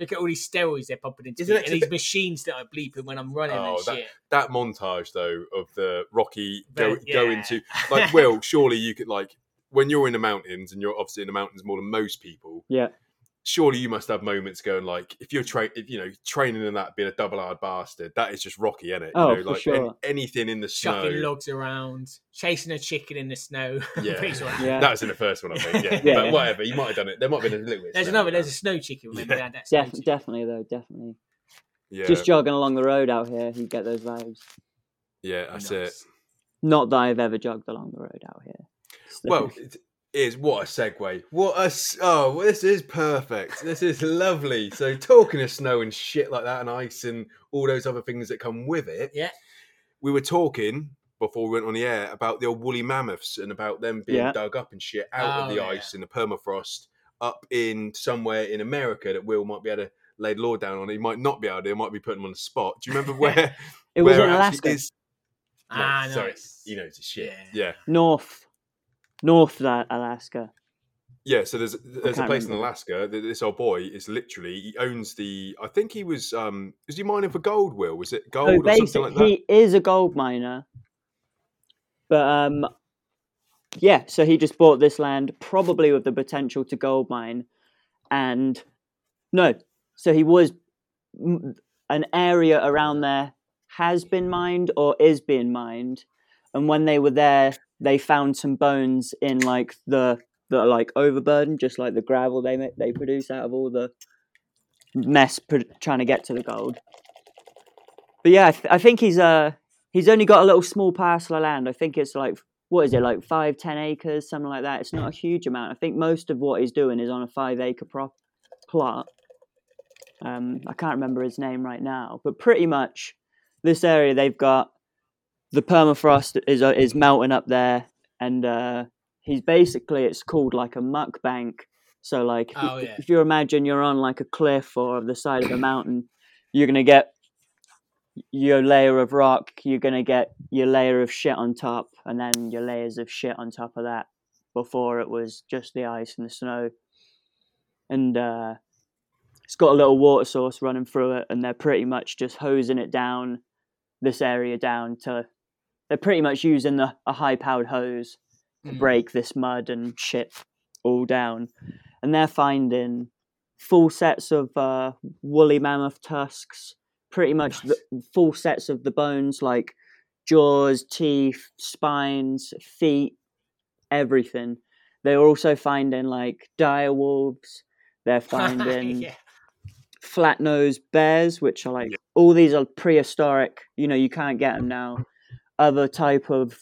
[SPEAKER 2] Look at all these steroids they're pumping into
[SPEAKER 1] Isn't
[SPEAKER 2] me
[SPEAKER 1] it-
[SPEAKER 2] and these machines that I bleep in when I'm running
[SPEAKER 1] Oh,
[SPEAKER 2] and
[SPEAKER 1] that-
[SPEAKER 2] shit.
[SPEAKER 1] That montage though of the Rocky go,
[SPEAKER 2] But,
[SPEAKER 1] go
[SPEAKER 2] yeah.
[SPEAKER 1] into like Will, surely you could like when you're in the mountains and you're obviously in the mountains more than most people.
[SPEAKER 3] Yeah.
[SPEAKER 1] Surely you must have moments going like if you're train, if, you know, training in that being a double-hard bastard, that is just Rocky, is it?
[SPEAKER 3] Oh,
[SPEAKER 1] you know,
[SPEAKER 3] for
[SPEAKER 1] like an-
[SPEAKER 3] sure.
[SPEAKER 1] anything in the snow.
[SPEAKER 2] chucking logs around, chasing a chicken in the snow.
[SPEAKER 1] Yeah.
[SPEAKER 2] Pretty sure.
[SPEAKER 3] Yeah.
[SPEAKER 1] That was in the first one, I think. Yeah,
[SPEAKER 3] Yeah.
[SPEAKER 1] but whatever, you might have done it. There might have been a little bit.
[SPEAKER 2] There's
[SPEAKER 1] snow
[SPEAKER 2] another.
[SPEAKER 1] there.
[SPEAKER 2] There's a snow chicken. Remember
[SPEAKER 1] Yeah.
[SPEAKER 2] yeah. that snow
[SPEAKER 3] Def-
[SPEAKER 2] chicken.
[SPEAKER 3] definitely though, definitely.
[SPEAKER 1] yeah,
[SPEAKER 3] Just jogging along the road out here, you get those vibes.
[SPEAKER 1] yeah, that's it.
[SPEAKER 2] Nice.
[SPEAKER 3] Not that I've ever jogged along the road out here. It's the-
[SPEAKER 1] Well, it is what a segue. What a s- oh, well, this is perfect. This is lovely. So talking of snow and shit like that, and ice and all those other things that come with it.
[SPEAKER 2] Yeah.
[SPEAKER 1] we were talking before we went on the air about the old woolly mammoths and about them being
[SPEAKER 3] Yeah.
[SPEAKER 1] dug up and shit out
[SPEAKER 2] Oh,
[SPEAKER 1] of the
[SPEAKER 2] yeah.
[SPEAKER 1] ice in the permafrost up in somewhere in America that Will might be able to lay the law down on. He might not be able to. He might be putting him on the spot. Do you remember where?
[SPEAKER 3] it was
[SPEAKER 1] where
[SPEAKER 3] in
[SPEAKER 1] actually
[SPEAKER 3] Alaska,
[SPEAKER 1] is- No,
[SPEAKER 2] Ah, nice.
[SPEAKER 1] sorry, you know, it's shit.
[SPEAKER 2] Yeah.
[SPEAKER 1] yeah.
[SPEAKER 3] north, north that Alaska.
[SPEAKER 1] Yeah, so there's there's a
[SPEAKER 3] can't
[SPEAKER 1] place in
[SPEAKER 3] remember.
[SPEAKER 1] Alaska that this old boy is literally he owns the I think he was um was he mining for gold, Will? Was it gold
[SPEAKER 3] So
[SPEAKER 1] or something like that?
[SPEAKER 3] basically, he is a gold miner, but um, yeah. So he just bought this land, probably with the potential to gold mine, and no. So he was m- an area around there has been mined or is being mined, and when they were there, they found some bones in like the that are like overburdened, just like the gravel they ma- they produce out of all the mess pro- trying to get to the gold. But yeah, I, th- I think he's uh he's only got a little small parcel of land. I think it's like what is it like five ten acres, something like that. It's not a huge amount. I think most of what he's doing is on a five acre prop plot. Um, I can't remember his name right now, but pretty much this area they've got the permafrost is uh, is melting up there, and uh, he's basically it's called like a muck bank. So like
[SPEAKER 2] Oh,
[SPEAKER 3] if-
[SPEAKER 2] yeah.
[SPEAKER 3] if you imagine you're on like a cliff or the side of a mountain, you're gonna get your layer of rock, you're gonna get your layer of shit on top, and then your layers of shit on top of that. Before it was just the ice and the snow, and uh, it's got a little water source running through it, and they're pretty much just hosing it down, this area down to. They're pretty much using the, a high-powered hose to
[SPEAKER 2] Mm.
[SPEAKER 3] break this mud and shit all down, and they're finding full sets of uh, woolly mammoth tusks, pretty much the, full sets of the bones like jaws, teeth, spines, feet, everything. They're also finding like dire wolves. They're finding
[SPEAKER 2] yeah.
[SPEAKER 3] flat nosed bears, which are like all these are prehistoric. You know, you can't get them now. Other type of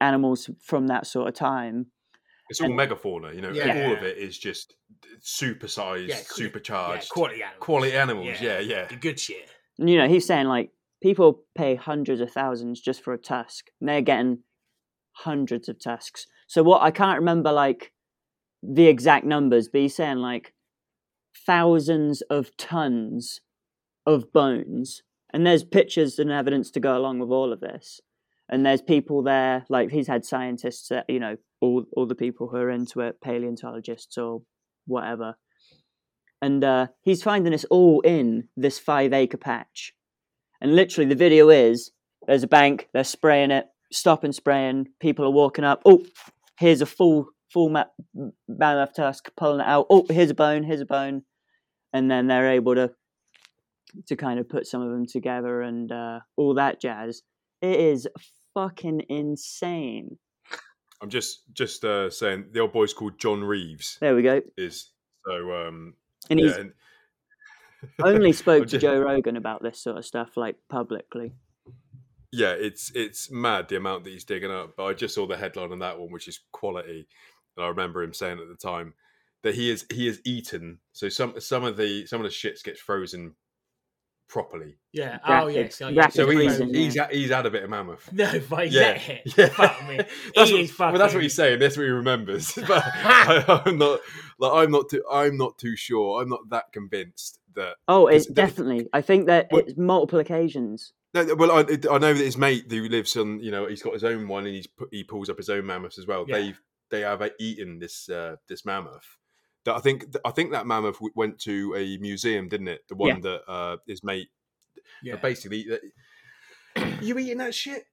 [SPEAKER 3] animals from that sort of time. uh,
[SPEAKER 1] It's all megafauna, you know.
[SPEAKER 2] Yeah.
[SPEAKER 1] All of it is just supersized,
[SPEAKER 2] Yeah, qu- yeah,
[SPEAKER 1] supercharged
[SPEAKER 2] quality animals.
[SPEAKER 1] quality animals. Yeah,
[SPEAKER 2] Yeah.
[SPEAKER 1] yeah.
[SPEAKER 2] The good shit.
[SPEAKER 3] And, you know, he's saying like people pay hundreds of thousands just for a tusk, and they're getting hundreds of tusks. So what I can't remember like the exact numbers, but he's saying like thousands of tons of bones, and there's pictures and evidence to go along with all of this. And there's people there, like he's had scientists that you know, all all the people who are into it, paleontologists or whatever, and uh, he's finding us all in this five acre patch. And literally, the video is there's a bank, they're spraying it, stop and spraying. People are walking up. Oh, here's a full full ma- mammoth tusk, pulling it out. Oh, here's a bone, here's a bone, and then they're able to to kind of put some of them together and uh, all that jazz. It is fucking insane.
[SPEAKER 1] I'm just just uh, saying the old boy's called John Reeves
[SPEAKER 3] There we go.
[SPEAKER 1] is so um
[SPEAKER 3] And he's
[SPEAKER 1] yeah, and-
[SPEAKER 3] only spoke to
[SPEAKER 1] just-
[SPEAKER 3] Joe Rogan about this sort of stuff, like publicly.
[SPEAKER 1] yeah, it's it's mad the amount that he's digging up. But I just saw the headline on that one, which is quality, and I remember him saying at the time that he is he is eaten. So some some of the some of the shits gets frozen properly.
[SPEAKER 2] Yeah.
[SPEAKER 3] Rapid-
[SPEAKER 2] oh yes. Oh,
[SPEAKER 3] rapid
[SPEAKER 2] yes.
[SPEAKER 1] So he's
[SPEAKER 3] frozen,
[SPEAKER 1] he's had, he's had a bit of mammoth.
[SPEAKER 2] No, but he's
[SPEAKER 1] Yeah.
[SPEAKER 2] at it.
[SPEAKER 1] Yeah.
[SPEAKER 2] Fuck me.
[SPEAKER 1] That's
[SPEAKER 2] he
[SPEAKER 1] what,
[SPEAKER 2] is fucking.
[SPEAKER 1] well, that's what he's saying. That's what he remembers. But I, I'm not, like, I'm not too, I'm not too sure. I'm not that convinced that
[SPEAKER 3] Oh,
[SPEAKER 1] Because
[SPEAKER 3] it's
[SPEAKER 1] the-
[SPEAKER 3] definitely. I think that
[SPEAKER 1] Well-
[SPEAKER 3] it's multiple occasions.
[SPEAKER 1] No, no, well, I, I know that his mate who lives on, you know, he's got his own one, and he's pu- he pulls up his own mammoths as well.
[SPEAKER 2] Yeah.
[SPEAKER 1] They've they have eaten uh, this uh, this mammoth, That I think I think that mammoth w- went to a museum, didn't it? The one
[SPEAKER 3] Yeah.
[SPEAKER 1] that uh, his mate
[SPEAKER 2] Yeah.
[SPEAKER 1] basically. uh, that- you eating that shit?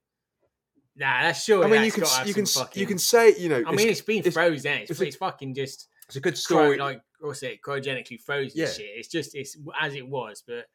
[SPEAKER 2] Nah, that's sure.
[SPEAKER 1] I mean, you can s- you can s-
[SPEAKER 2] fucking,
[SPEAKER 1] you can say you know.
[SPEAKER 2] I mean, it's been
[SPEAKER 1] it's-
[SPEAKER 2] frozen. It's,
[SPEAKER 1] it's
[SPEAKER 2] it's,
[SPEAKER 1] a
[SPEAKER 2] fucking just
[SPEAKER 1] it's a good
[SPEAKER 2] cry,
[SPEAKER 1] story.
[SPEAKER 2] like what's it cryogenically frozen
[SPEAKER 1] Yeah.
[SPEAKER 2] shit. It's just it's as it was, but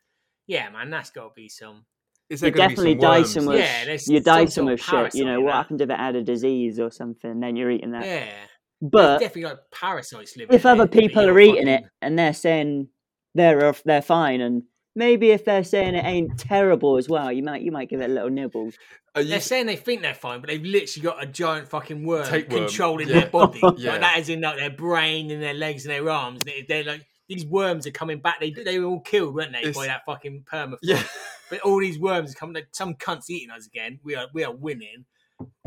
[SPEAKER 2] yeah, man, that's got to be some.
[SPEAKER 1] Is there
[SPEAKER 3] Your
[SPEAKER 1] gonna be some
[SPEAKER 3] definitely Dyson
[SPEAKER 1] worms?
[SPEAKER 3] was
[SPEAKER 2] Yeah, there's
[SPEAKER 3] your
[SPEAKER 2] some sort
[SPEAKER 3] Dyson
[SPEAKER 2] of
[SPEAKER 3] was shit. You
[SPEAKER 2] parasite
[SPEAKER 3] know
[SPEAKER 2] in
[SPEAKER 3] what
[SPEAKER 2] that.
[SPEAKER 3] happened if it had a disease or something? Then you're eating that.
[SPEAKER 2] Yeah, There's
[SPEAKER 3] but
[SPEAKER 2] definitely like parasites living.
[SPEAKER 3] if
[SPEAKER 2] in
[SPEAKER 3] other
[SPEAKER 2] it, but
[SPEAKER 3] people
[SPEAKER 2] you're
[SPEAKER 3] are eating it
[SPEAKER 2] fucking-
[SPEAKER 3] and they're saying they're off- they're fine, and maybe if they're saying it ain't terrible as well, you might you might give it a little nibble.
[SPEAKER 1] Are you
[SPEAKER 2] They're saying they think they're fine, but they've literally got a giant fucking worm
[SPEAKER 1] Tapeworm,
[SPEAKER 2] controlling
[SPEAKER 1] yeah.
[SPEAKER 2] their body.
[SPEAKER 1] Yeah.
[SPEAKER 2] Like that is in like their brain and their legs and their arms. They, they're like these worms are coming back. They they were all killed, weren't they,
[SPEAKER 1] It's-
[SPEAKER 2] by that fucking permafrost?
[SPEAKER 1] Yeah,
[SPEAKER 2] But all these worms are coming. Like, some cunts eating us again. We are we are winning.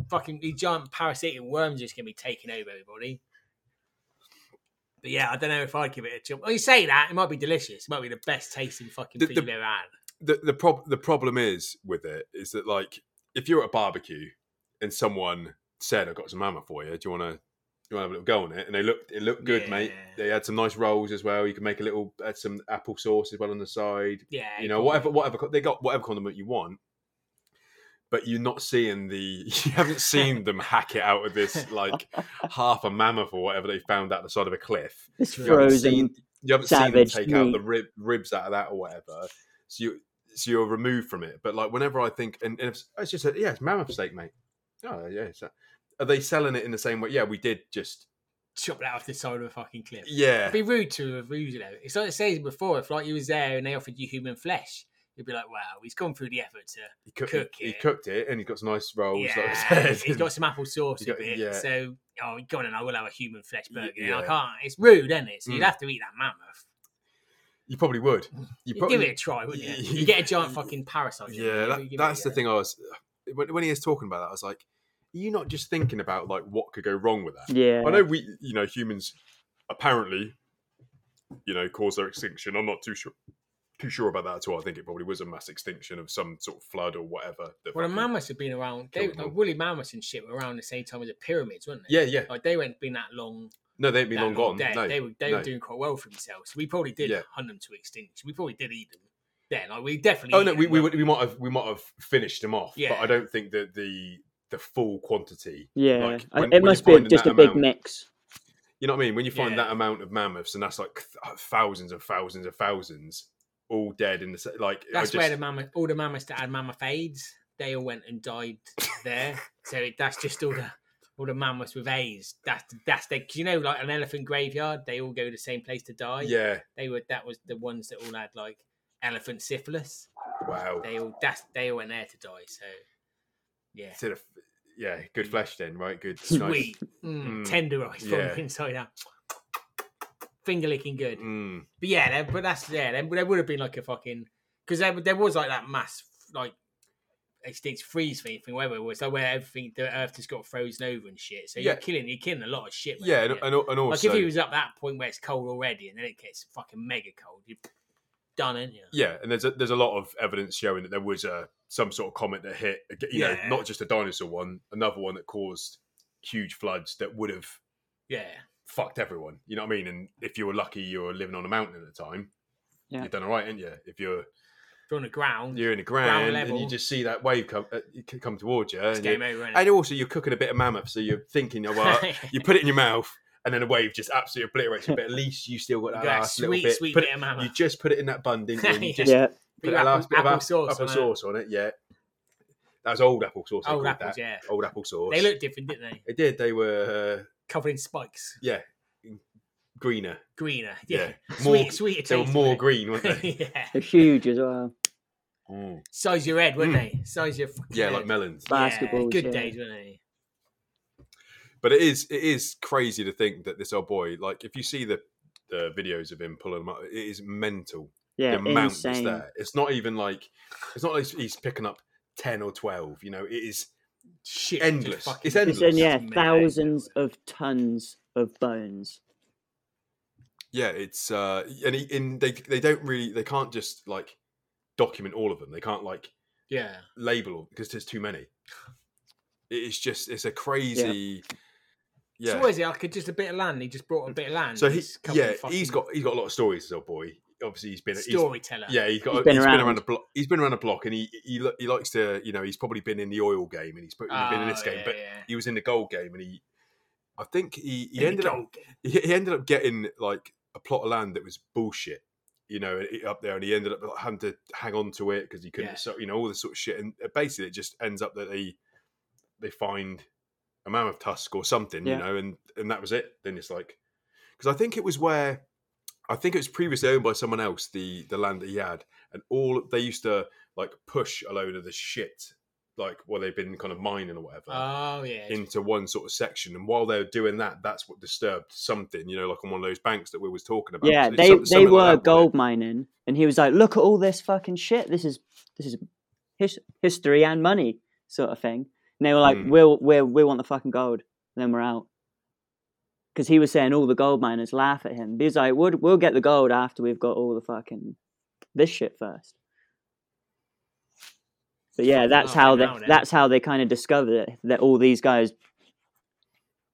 [SPEAKER 2] Fucking these giant parasitic worms are just gonna be taking over everybody. But yeah, I don't know if I'd give it a chance. Well, you say that it might be delicious. It might be the best tasting fucking
[SPEAKER 1] The-
[SPEAKER 2] food
[SPEAKER 1] the-
[SPEAKER 2] you've ever had.
[SPEAKER 1] the the prob- the problem is with it is that like if you're at a barbecue and someone said, "I've got some mammoth for you. Do you want to?" You want to have a little go on it, and they looked. It looked good, mate.
[SPEAKER 2] Yeah.
[SPEAKER 1] They had some nice rolls as well. You can make a little, add some apple sauce as well on the side.
[SPEAKER 2] Yeah,
[SPEAKER 1] you know, whatever, whatever co- they got, whatever condiment you want. But you're not seeing the, you haven't seen them hack it out of this like half a mammoth or whatever they found out the side of a cliff.
[SPEAKER 3] This
[SPEAKER 2] You
[SPEAKER 1] You haven't
[SPEAKER 3] frozen.
[SPEAKER 1] seen, you haven't
[SPEAKER 3] savage
[SPEAKER 1] seen them take out the
[SPEAKER 3] meat.
[SPEAKER 1] rib, ribs out of that or whatever. So you, so you're removed from it. But like whenever I think, and, and it's, it's just a, yeah, it's mammoth steak, mate. Oh yeah, it's that. Are they selling it in the same way? Yeah, we did just
[SPEAKER 2] chop that off the side of a fucking cliff.
[SPEAKER 1] yeah.
[SPEAKER 2] It'd be rude to have used it. though. It's like I said before. If like you was there and they offered you human flesh, you'd be like, "Wow, he's gone through the effort to."
[SPEAKER 1] He cooked,
[SPEAKER 2] cook
[SPEAKER 1] he,
[SPEAKER 2] it.
[SPEAKER 1] cooked it, and he got some nice rolls. like I
[SPEAKER 2] Yeah,
[SPEAKER 1] said.
[SPEAKER 2] he's got some apple sauce
[SPEAKER 1] You got-
[SPEAKER 2] with it.
[SPEAKER 1] yeah.
[SPEAKER 2] So, oh, go on, and I will have a human flesh
[SPEAKER 1] Y-
[SPEAKER 2] burger.
[SPEAKER 1] yeah.
[SPEAKER 2] And I can't. It's rude, isn't it? So you'd
[SPEAKER 1] Mm.
[SPEAKER 2] have to eat that mammoth.
[SPEAKER 1] you probably would. You
[SPEAKER 2] You'd
[SPEAKER 1] probably,
[SPEAKER 2] give it a try, wouldn't you?
[SPEAKER 1] y-
[SPEAKER 2] You get a giant
[SPEAKER 1] y-
[SPEAKER 2] fucking parasite. wouldn't you?
[SPEAKER 1] Yeah,
[SPEAKER 2] You'd
[SPEAKER 1] that,
[SPEAKER 2] give it a
[SPEAKER 1] that's the
[SPEAKER 2] go.
[SPEAKER 1] thing. I was when, when he was talking about that, I was like, "Are you not just thinking about like what could go wrong with that?"
[SPEAKER 3] Yeah,
[SPEAKER 1] I know we, you know, humans apparently, you know, cause their extinction. I'm not too sure, too sure about that at all. I think it probably was a mass extinction of some sort of flood or whatever. that
[SPEAKER 2] Well,
[SPEAKER 1] fucking-
[SPEAKER 2] the mammoths have been around. They,
[SPEAKER 1] Kill them all.
[SPEAKER 2] like, woolly mammoths and shit were around the same time as the pyramids, weren't they?
[SPEAKER 1] Yeah, yeah.
[SPEAKER 2] Like they weren't been that long
[SPEAKER 1] No, they ain't been
[SPEAKER 2] that
[SPEAKER 1] long gone.
[SPEAKER 2] dead.
[SPEAKER 1] No,
[SPEAKER 2] they were they
[SPEAKER 1] no.
[SPEAKER 2] were doing quite well for themselves. We probably did
[SPEAKER 1] Yeah.
[SPEAKER 2] hunt them to extinction. We probably did eat them then. Like we definitely.
[SPEAKER 1] Oh
[SPEAKER 2] ate
[SPEAKER 1] no,
[SPEAKER 2] them
[SPEAKER 1] we, we,
[SPEAKER 2] when-
[SPEAKER 1] would- we might have we might have finished them off, but
[SPEAKER 2] Yeah.
[SPEAKER 1] I don't think that the the full quantity.
[SPEAKER 3] yeah.
[SPEAKER 1] like,
[SPEAKER 3] I-
[SPEAKER 1] when- when
[SPEAKER 3] it
[SPEAKER 1] you're
[SPEAKER 3] must be
[SPEAKER 1] finding
[SPEAKER 3] just
[SPEAKER 1] that
[SPEAKER 3] a big
[SPEAKER 1] amount-
[SPEAKER 3] mix.
[SPEAKER 1] You know what I mean? When you find
[SPEAKER 2] Yeah.
[SPEAKER 1] that amount of mammoths, and that's like th- thousands and thousands and thousands, all dead in the sa- like. I
[SPEAKER 2] That's
[SPEAKER 1] just-
[SPEAKER 2] where the mammoth, all the mammoths that had mammoth AIDS, they all went and died there. so it, that's just all the all the mammoths with AIDS. That's that's they. 'cause You know, like an elephant graveyard, they all go to the same place to die.
[SPEAKER 1] Yeah.
[SPEAKER 2] they were. That was the ones that all had like elephant syphilis.
[SPEAKER 1] Wow.
[SPEAKER 2] They all that's they all went there to die. So yeah,
[SPEAKER 1] Sort of- yeah. Good flesh then, right? Good.
[SPEAKER 2] sweet, mm,
[SPEAKER 1] Mm.
[SPEAKER 2] tenderized
[SPEAKER 1] Yeah.
[SPEAKER 2] from the inside out. Finger licking good.
[SPEAKER 1] Nice. Mm.
[SPEAKER 2] But yeah, there, but that's yeah, there, there would have been like a fucking because there, there was like that mass like extinct freeze thing, thing whatever it was, like where everything the earth just got frozen over and shit. So
[SPEAKER 1] Yeah.
[SPEAKER 2] you're killing, you're killing a lot of shit. man,
[SPEAKER 1] Yeah, and,
[SPEAKER 2] yeah.
[SPEAKER 1] and, and
[SPEAKER 2] like
[SPEAKER 1] also,
[SPEAKER 2] if he was up that point where it's cold already and then it gets fucking mega cold, you've done it. You
[SPEAKER 1] yeah, and there's a, there's a lot of evidence showing that there was a some sort of comet that hit. You know,
[SPEAKER 2] Yeah.
[SPEAKER 1] not just a dinosaur one, another one that caused huge floods that would have
[SPEAKER 2] yeah,
[SPEAKER 1] fucked everyone. You know what I mean? And if you were lucky, you were living on a mountain at the time.
[SPEAKER 3] Yeah.
[SPEAKER 1] You've done all right, ain't you? If you're
[SPEAKER 2] if you're on the ground,
[SPEAKER 1] you're in the
[SPEAKER 2] Ground
[SPEAKER 1] ground and you
[SPEAKER 2] level.
[SPEAKER 1] just see that wave come uh, it c- come towards you,
[SPEAKER 2] it's
[SPEAKER 1] and,
[SPEAKER 2] game
[SPEAKER 1] you
[SPEAKER 2] over. innit?
[SPEAKER 1] and also you're cooking a bit of mammoth, so you're thinking, oh, well, you put it in your mouth, and then a wave just absolutely obliterates it. But at least you still got
[SPEAKER 2] You
[SPEAKER 1] that
[SPEAKER 2] got that
[SPEAKER 1] last little
[SPEAKER 2] sweet,
[SPEAKER 1] bit.
[SPEAKER 2] sweet
[SPEAKER 1] Put
[SPEAKER 2] bit
[SPEAKER 1] it-
[SPEAKER 2] of mammoth.
[SPEAKER 1] You just put it in that bun, didn't you? And you
[SPEAKER 2] Yeah.
[SPEAKER 1] just
[SPEAKER 3] Yeah,
[SPEAKER 1] put
[SPEAKER 2] Bit
[SPEAKER 1] that
[SPEAKER 2] of
[SPEAKER 1] last bit of apple
[SPEAKER 2] sauce
[SPEAKER 1] apple
[SPEAKER 2] on it.
[SPEAKER 1] sauce on it. Yeah, that was old apple sauce. they
[SPEAKER 2] Old
[SPEAKER 1] called
[SPEAKER 2] apples,
[SPEAKER 1] that.
[SPEAKER 2] yeah.
[SPEAKER 1] Old apple sauce.
[SPEAKER 2] They looked different, didn't they?
[SPEAKER 1] They did. They were uh,
[SPEAKER 2] Covered in spikes,
[SPEAKER 1] greener.
[SPEAKER 2] greener. Yeah,
[SPEAKER 1] Yeah, more.
[SPEAKER 2] sweet, sweeter
[SPEAKER 1] They were
[SPEAKER 2] taste,
[SPEAKER 1] more
[SPEAKER 2] weren't
[SPEAKER 1] green, weren't
[SPEAKER 2] they?
[SPEAKER 1] they?
[SPEAKER 2] yeah.
[SPEAKER 3] they're huge as well.
[SPEAKER 1] Mm.
[SPEAKER 2] Size your head, weren't
[SPEAKER 1] Mm.
[SPEAKER 2] they? Size your fucking
[SPEAKER 1] Yeah,
[SPEAKER 2] head.
[SPEAKER 1] like melons.
[SPEAKER 2] Yeah,
[SPEAKER 3] Basketballs,
[SPEAKER 2] good
[SPEAKER 3] yeah.
[SPEAKER 2] days, weren't they?
[SPEAKER 1] But it is it is crazy to think that this old boy, like if you see the the videos of him pulling them up, it is mental.
[SPEAKER 3] Yeah,
[SPEAKER 1] the amount that's
[SPEAKER 3] insane.
[SPEAKER 1] there. It's not even like it's not like he's picking up ten or twelve. You know, it is
[SPEAKER 2] Shit, just
[SPEAKER 1] endless.
[SPEAKER 2] fucking-
[SPEAKER 1] It's
[SPEAKER 3] It's
[SPEAKER 1] endless.
[SPEAKER 3] in yeah,
[SPEAKER 2] Just mad.
[SPEAKER 3] thousands of tons of bones.
[SPEAKER 1] Yeah, it's uh, and he, in they they don't really they can't just like document all of them. They can't like
[SPEAKER 2] Yeah,
[SPEAKER 1] label because there's too many. It's just it's a crazy.
[SPEAKER 2] So what is it? I could just a bit of land. He just brought a bit of land.
[SPEAKER 1] So he,
[SPEAKER 2] He's come
[SPEAKER 1] yeah,
[SPEAKER 2] from fucking
[SPEAKER 1] he's got he's got a lot of stories as old boy. Obviously, he's been he's,
[SPEAKER 2] storyteller.
[SPEAKER 1] yeah, he's got
[SPEAKER 3] He's
[SPEAKER 1] he's
[SPEAKER 3] been
[SPEAKER 1] been,
[SPEAKER 3] around.
[SPEAKER 1] around. the block. He's been around the block, and he he lo- he likes to you know he's probably been in the oil game, and he's put- he's been in this
[SPEAKER 2] Oh,
[SPEAKER 1] game,
[SPEAKER 2] yeah,
[SPEAKER 1] but
[SPEAKER 2] yeah.
[SPEAKER 1] he was in the gold game, and he I think he
[SPEAKER 2] In
[SPEAKER 1] he
[SPEAKER 2] the
[SPEAKER 1] ended up
[SPEAKER 2] gold.
[SPEAKER 1] he, he ended up getting like a plot of land that was bullshit. You know, i- up there, and he ended up like, having to hang on to it because he couldn't.
[SPEAKER 2] Yeah.
[SPEAKER 1] So you know, all this sort of shit, and uh, basically, it just ends up that they they find a mammoth tusk or something,
[SPEAKER 3] Yeah.
[SPEAKER 1] you know, and and that was it. Then it's like because I think it was where I think it was previously owned by someone else the the land that he had, and all they used to like push a load of the shit like what they've been kind of mining or whatever
[SPEAKER 2] Oh yeah.
[SPEAKER 1] into one sort of section. And while they were doing that, that's what disturbed something, you know, like on one of those banks that we was talking about.
[SPEAKER 3] Yeah,
[SPEAKER 1] So it's
[SPEAKER 3] they
[SPEAKER 1] some-
[SPEAKER 3] they
[SPEAKER 1] something like
[SPEAKER 3] were
[SPEAKER 1] that, wasn't it?
[SPEAKER 3] gold mining, and he was like, "Look at all this fucking shit. This is this is his, history and money sort of thing." And they were like,
[SPEAKER 1] Mm.
[SPEAKER 3] "We'll we will we want the fucking gold." And then we're out because he was saying all the gold miners laugh at him. He was like, "We'll we'll get the gold after we've got all the fucking this shit first. But yeah, that's
[SPEAKER 2] Fucking
[SPEAKER 3] how
[SPEAKER 2] hell,
[SPEAKER 3] they
[SPEAKER 2] now then.
[SPEAKER 3] that's how they kind of discovered it that all these guys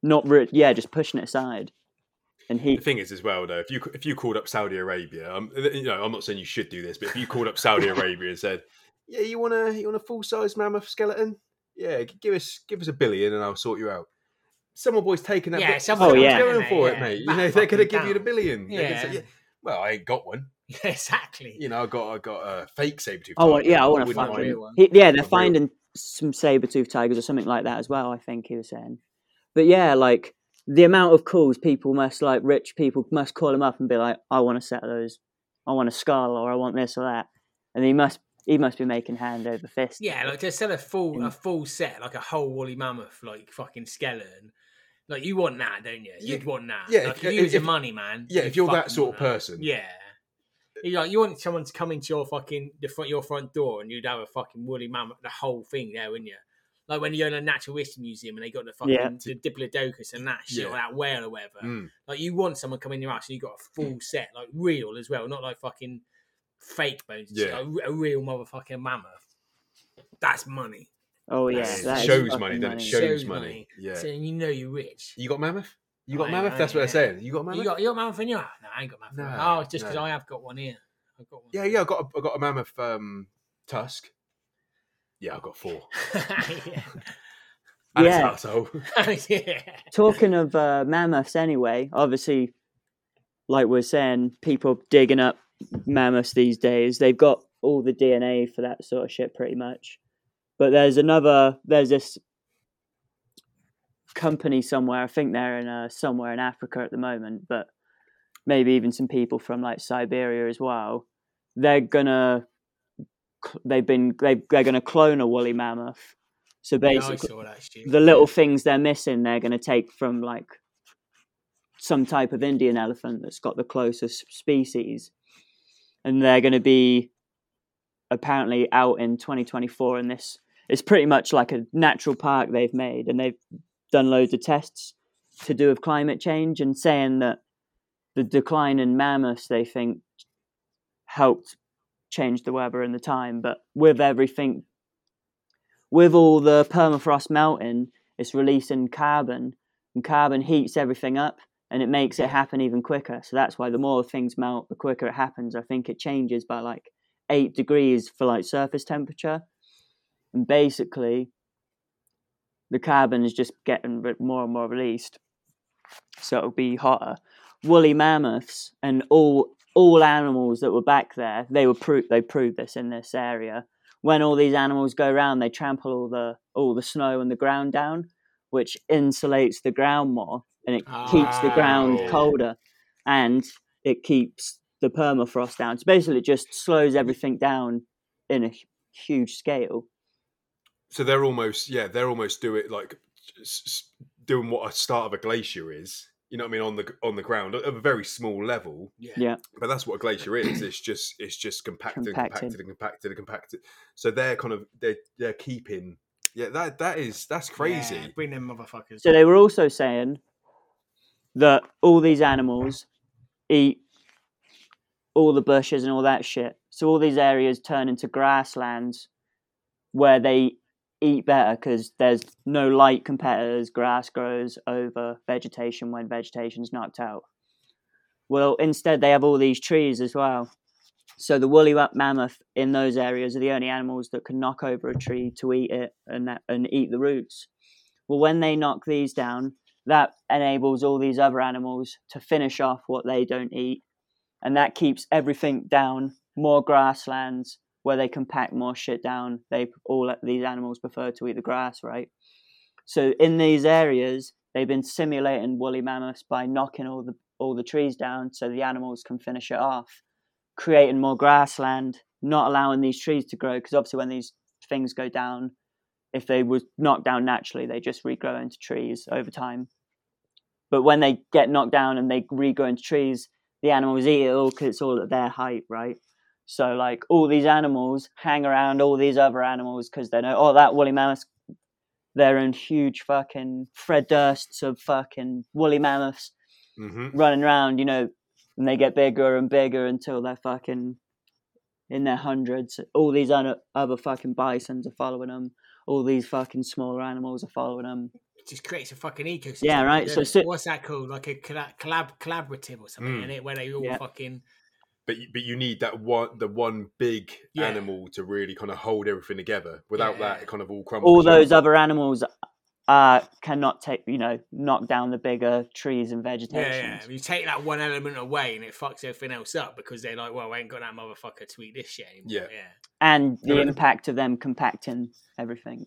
[SPEAKER 3] not re- yeah just pushing it aside. And he
[SPEAKER 1] The thing is, as well, though, if you if you called up Saudi Arabia, um, you know, I'm not saying you should do this, but if you called up Saudi Arabia and said, "Yeah, you want a you want a full size mammoth skeleton? Yeah, g- give us give us a billion, and I'll sort you out." Someone boy's taking that.
[SPEAKER 2] Yeah,
[SPEAKER 1] bit-
[SPEAKER 2] someone's
[SPEAKER 3] Oh,
[SPEAKER 1] someone's
[SPEAKER 3] yeah.
[SPEAKER 1] going for
[SPEAKER 2] Yeah,
[SPEAKER 1] it, mate.
[SPEAKER 2] back
[SPEAKER 1] You know, they're going to
[SPEAKER 2] fucking
[SPEAKER 1] give you the
[SPEAKER 2] down.
[SPEAKER 1] billion. They're gonna
[SPEAKER 2] Yeah.
[SPEAKER 1] Say, yeah. Well, I ain't got one.
[SPEAKER 2] Yeah, exactly.
[SPEAKER 1] You know, I got I got a fake saber tooth.
[SPEAKER 3] Oh well, yeah, I want to
[SPEAKER 2] wouldn't
[SPEAKER 3] find
[SPEAKER 2] mind.
[SPEAKER 3] him.
[SPEAKER 2] Real one.
[SPEAKER 3] He, yeah, they're
[SPEAKER 1] real-
[SPEAKER 3] finding some saber-toothed tigers or something like that as well. I think he was saying, but yeah, like the amount of calls people must like rich people must call him up and be like, "I want to set those, I want a skull, or I want this or that," and he must he must be making hand over fist.
[SPEAKER 2] Yeah, like to sell a full a
[SPEAKER 3] Mm.
[SPEAKER 2] full set, like a whole woolly mammoth, like fucking skeleton. Like you want that, don't you?
[SPEAKER 1] Yeah,
[SPEAKER 2] You'd want that.
[SPEAKER 1] yeah,
[SPEAKER 2] like,
[SPEAKER 1] if-
[SPEAKER 2] if you was a
[SPEAKER 1] if-
[SPEAKER 2] money man.
[SPEAKER 1] Yeah,
[SPEAKER 2] you'd
[SPEAKER 1] if you're that
[SPEAKER 2] fucking
[SPEAKER 1] sort
[SPEAKER 2] want
[SPEAKER 1] of person.
[SPEAKER 2] Yeah. You like you want someone to come into your fucking the front your front door and you'd have a fucking woolly mammoth the whole thing there, wouldn't you? Like when you're in a natural history museum and they got the fucking
[SPEAKER 3] Yeah.
[SPEAKER 2] the diplodocus and that shit or
[SPEAKER 1] Yeah.
[SPEAKER 2] that whale or whatever.
[SPEAKER 1] Mm.
[SPEAKER 2] Like you want someone coming in your house and you got a full set, like real as well, not like fucking fake bones. Yeah.
[SPEAKER 1] Yeah.
[SPEAKER 2] a real motherfucking mammoth. That's money.
[SPEAKER 3] Oh yeah,
[SPEAKER 1] Yes.
[SPEAKER 3] that is
[SPEAKER 1] shows
[SPEAKER 3] fucking
[SPEAKER 1] money, doesn't it?
[SPEAKER 2] Show-
[SPEAKER 1] Shows,
[SPEAKER 2] Shows
[SPEAKER 1] money.
[SPEAKER 2] money.
[SPEAKER 1] Yeah.
[SPEAKER 2] So you know you're rich.
[SPEAKER 1] you got mammoth? You got
[SPEAKER 2] I
[SPEAKER 1] mammoth?
[SPEAKER 2] know,
[SPEAKER 1] That's what I'm
[SPEAKER 2] yeah.
[SPEAKER 1] saying. You got mammoth?
[SPEAKER 2] You got your mammoth in your No, I ain't got mammoth. in my-
[SPEAKER 1] No,
[SPEAKER 2] oh, it's just because
[SPEAKER 1] no.
[SPEAKER 2] I have got one here. I've got one.
[SPEAKER 1] Yeah, yeah, I got a, I got a mammoth um, tusk. Yeah, I've got four.
[SPEAKER 2] yeah.
[SPEAKER 1] And
[SPEAKER 3] Yeah.
[SPEAKER 1] it's an asshole.
[SPEAKER 2] yeah.
[SPEAKER 3] Talking of uh, mammoths, anyway, obviously, like we're saying, people digging up mammoths these days. They've got all the DNA for that sort of shit, pretty much. But there's another. There's this company somewhere. I think they're in uh, somewhere in Africa at the moment, but maybe even some people from like Siberia as well. They're gonna. cl- They've been. They they're gonna clone a woolly mammoth. So
[SPEAKER 2] Yeah, I
[SPEAKER 3] basically,
[SPEAKER 2] saw that shit.
[SPEAKER 3] the little things they're missing they're going to take from like some type of indian elephant that's got the closest species and they're going to be apparently out in 2024 and this is pretty much like a natural park they've made and they've done loads of tests to do with climate change and saying that the decline in mammoths they think helped change the weather and the time but with everything with all the permafrost melting, it's releasing carbon, and carbon heats everything up and it makes it happen even quicker. So that's why the more things melt, the quicker it happens. I think it changes by like eight degrees for like surface temperature. And basically, the carbon is just getting re- more and more released. So it'll be hotter. Woolly mammoths and all all animals that were back there, they were pro- they proved this in this area when all these animals go around, they trample all the all the snow and the ground down, which insulates the ground more and it keeps the ground
[SPEAKER 1] Oh.
[SPEAKER 3] colder, and it keeps the permafrost down. So basically, it just slows everything down in a hu- huge scale.
[SPEAKER 1] so they're almost yeah, they're almost do it like s- s- doing what a start of a glacier is. You know what I mean on the on the ground at a very small level,
[SPEAKER 2] Yeah.
[SPEAKER 3] Yeah,
[SPEAKER 1] but that's what a glacier is. It's just it's just compacted, and
[SPEAKER 3] Compacted.
[SPEAKER 1] compacted, and compacted, and compacted. So they're kind of they're they're keeping yeah that that is that's crazy.
[SPEAKER 2] Yeah, bring them motherfuckers.
[SPEAKER 3] So they were also saying that all these animals eat all the bushes and all that shit. So all these areas turn into grasslands where they eat better because there's no light competitors. Grass grows over vegetation when vegetation's knocked out. Well, instead they have all these trees as well. So the woolly-wap mammoth in those areas are the only animals that can knock over a tree to eat it and that, and eat the roots. Well, when they knock these down, that enables all these other animals to finish off what they don't eat, and that keeps everything down. More grasslands, where they can pack more shit down. They all these animals prefer to eat the grass, right? So in these areas, they've been simulating woolly mammoths by knocking all the all the trees down so the animals can finish it off, creating more grassland, not allowing these trees to grow because obviously when these things go down, if they were knocked down naturally, they just regrow into trees over time. But when they get knocked down and they regrow into trees, the animals eat it all because it's all at their height, right? So like all these animals hang around all these other animals because they know, oh, that woolly mammoth, they're in huge fucking Fred Durst's of fucking woolly mammoths
[SPEAKER 2] Mm-hmm.
[SPEAKER 1] Mhm.
[SPEAKER 3] running around, you know, and they get bigger and bigger until they're fucking in their hundreds. All these other, other fucking bisons are following them. All these fucking smaller animals are following them.
[SPEAKER 2] It just creates a fucking ecosystem.
[SPEAKER 3] Yeah, right.
[SPEAKER 2] doesn't
[SPEAKER 3] So
[SPEAKER 2] it?
[SPEAKER 3] sit-
[SPEAKER 2] what's that called? Like a colla- collab collaborative or something,
[SPEAKER 1] Mm.
[SPEAKER 2] in it where they all
[SPEAKER 3] Yeah.
[SPEAKER 2] fucking
[SPEAKER 1] But you- but you need that one the one big
[SPEAKER 2] Yeah.
[SPEAKER 1] animal to really kind of hold everything together. Without that,
[SPEAKER 2] Yeah.
[SPEAKER 1] it kind of all crumbles.
[SPEAKER 3] All those other animals uh, cannot take, you know, knock down the bigger trees and
[SPEAKER 2] yeah,
[SPEAKER 3] vegetation.
[SPEAKER 2] yeah. You take that one element away and it fucks everything else up because they're like, well, I ain't got that motherfucker to eat this shit anymore.
[SPEAKER 1] Yeah.
[SPEAKER 2] yeah.
[SPEAKER 3] and the
[SPEAKER 1] Yeah.
[SPEAKER 3] impact of them compacting everything.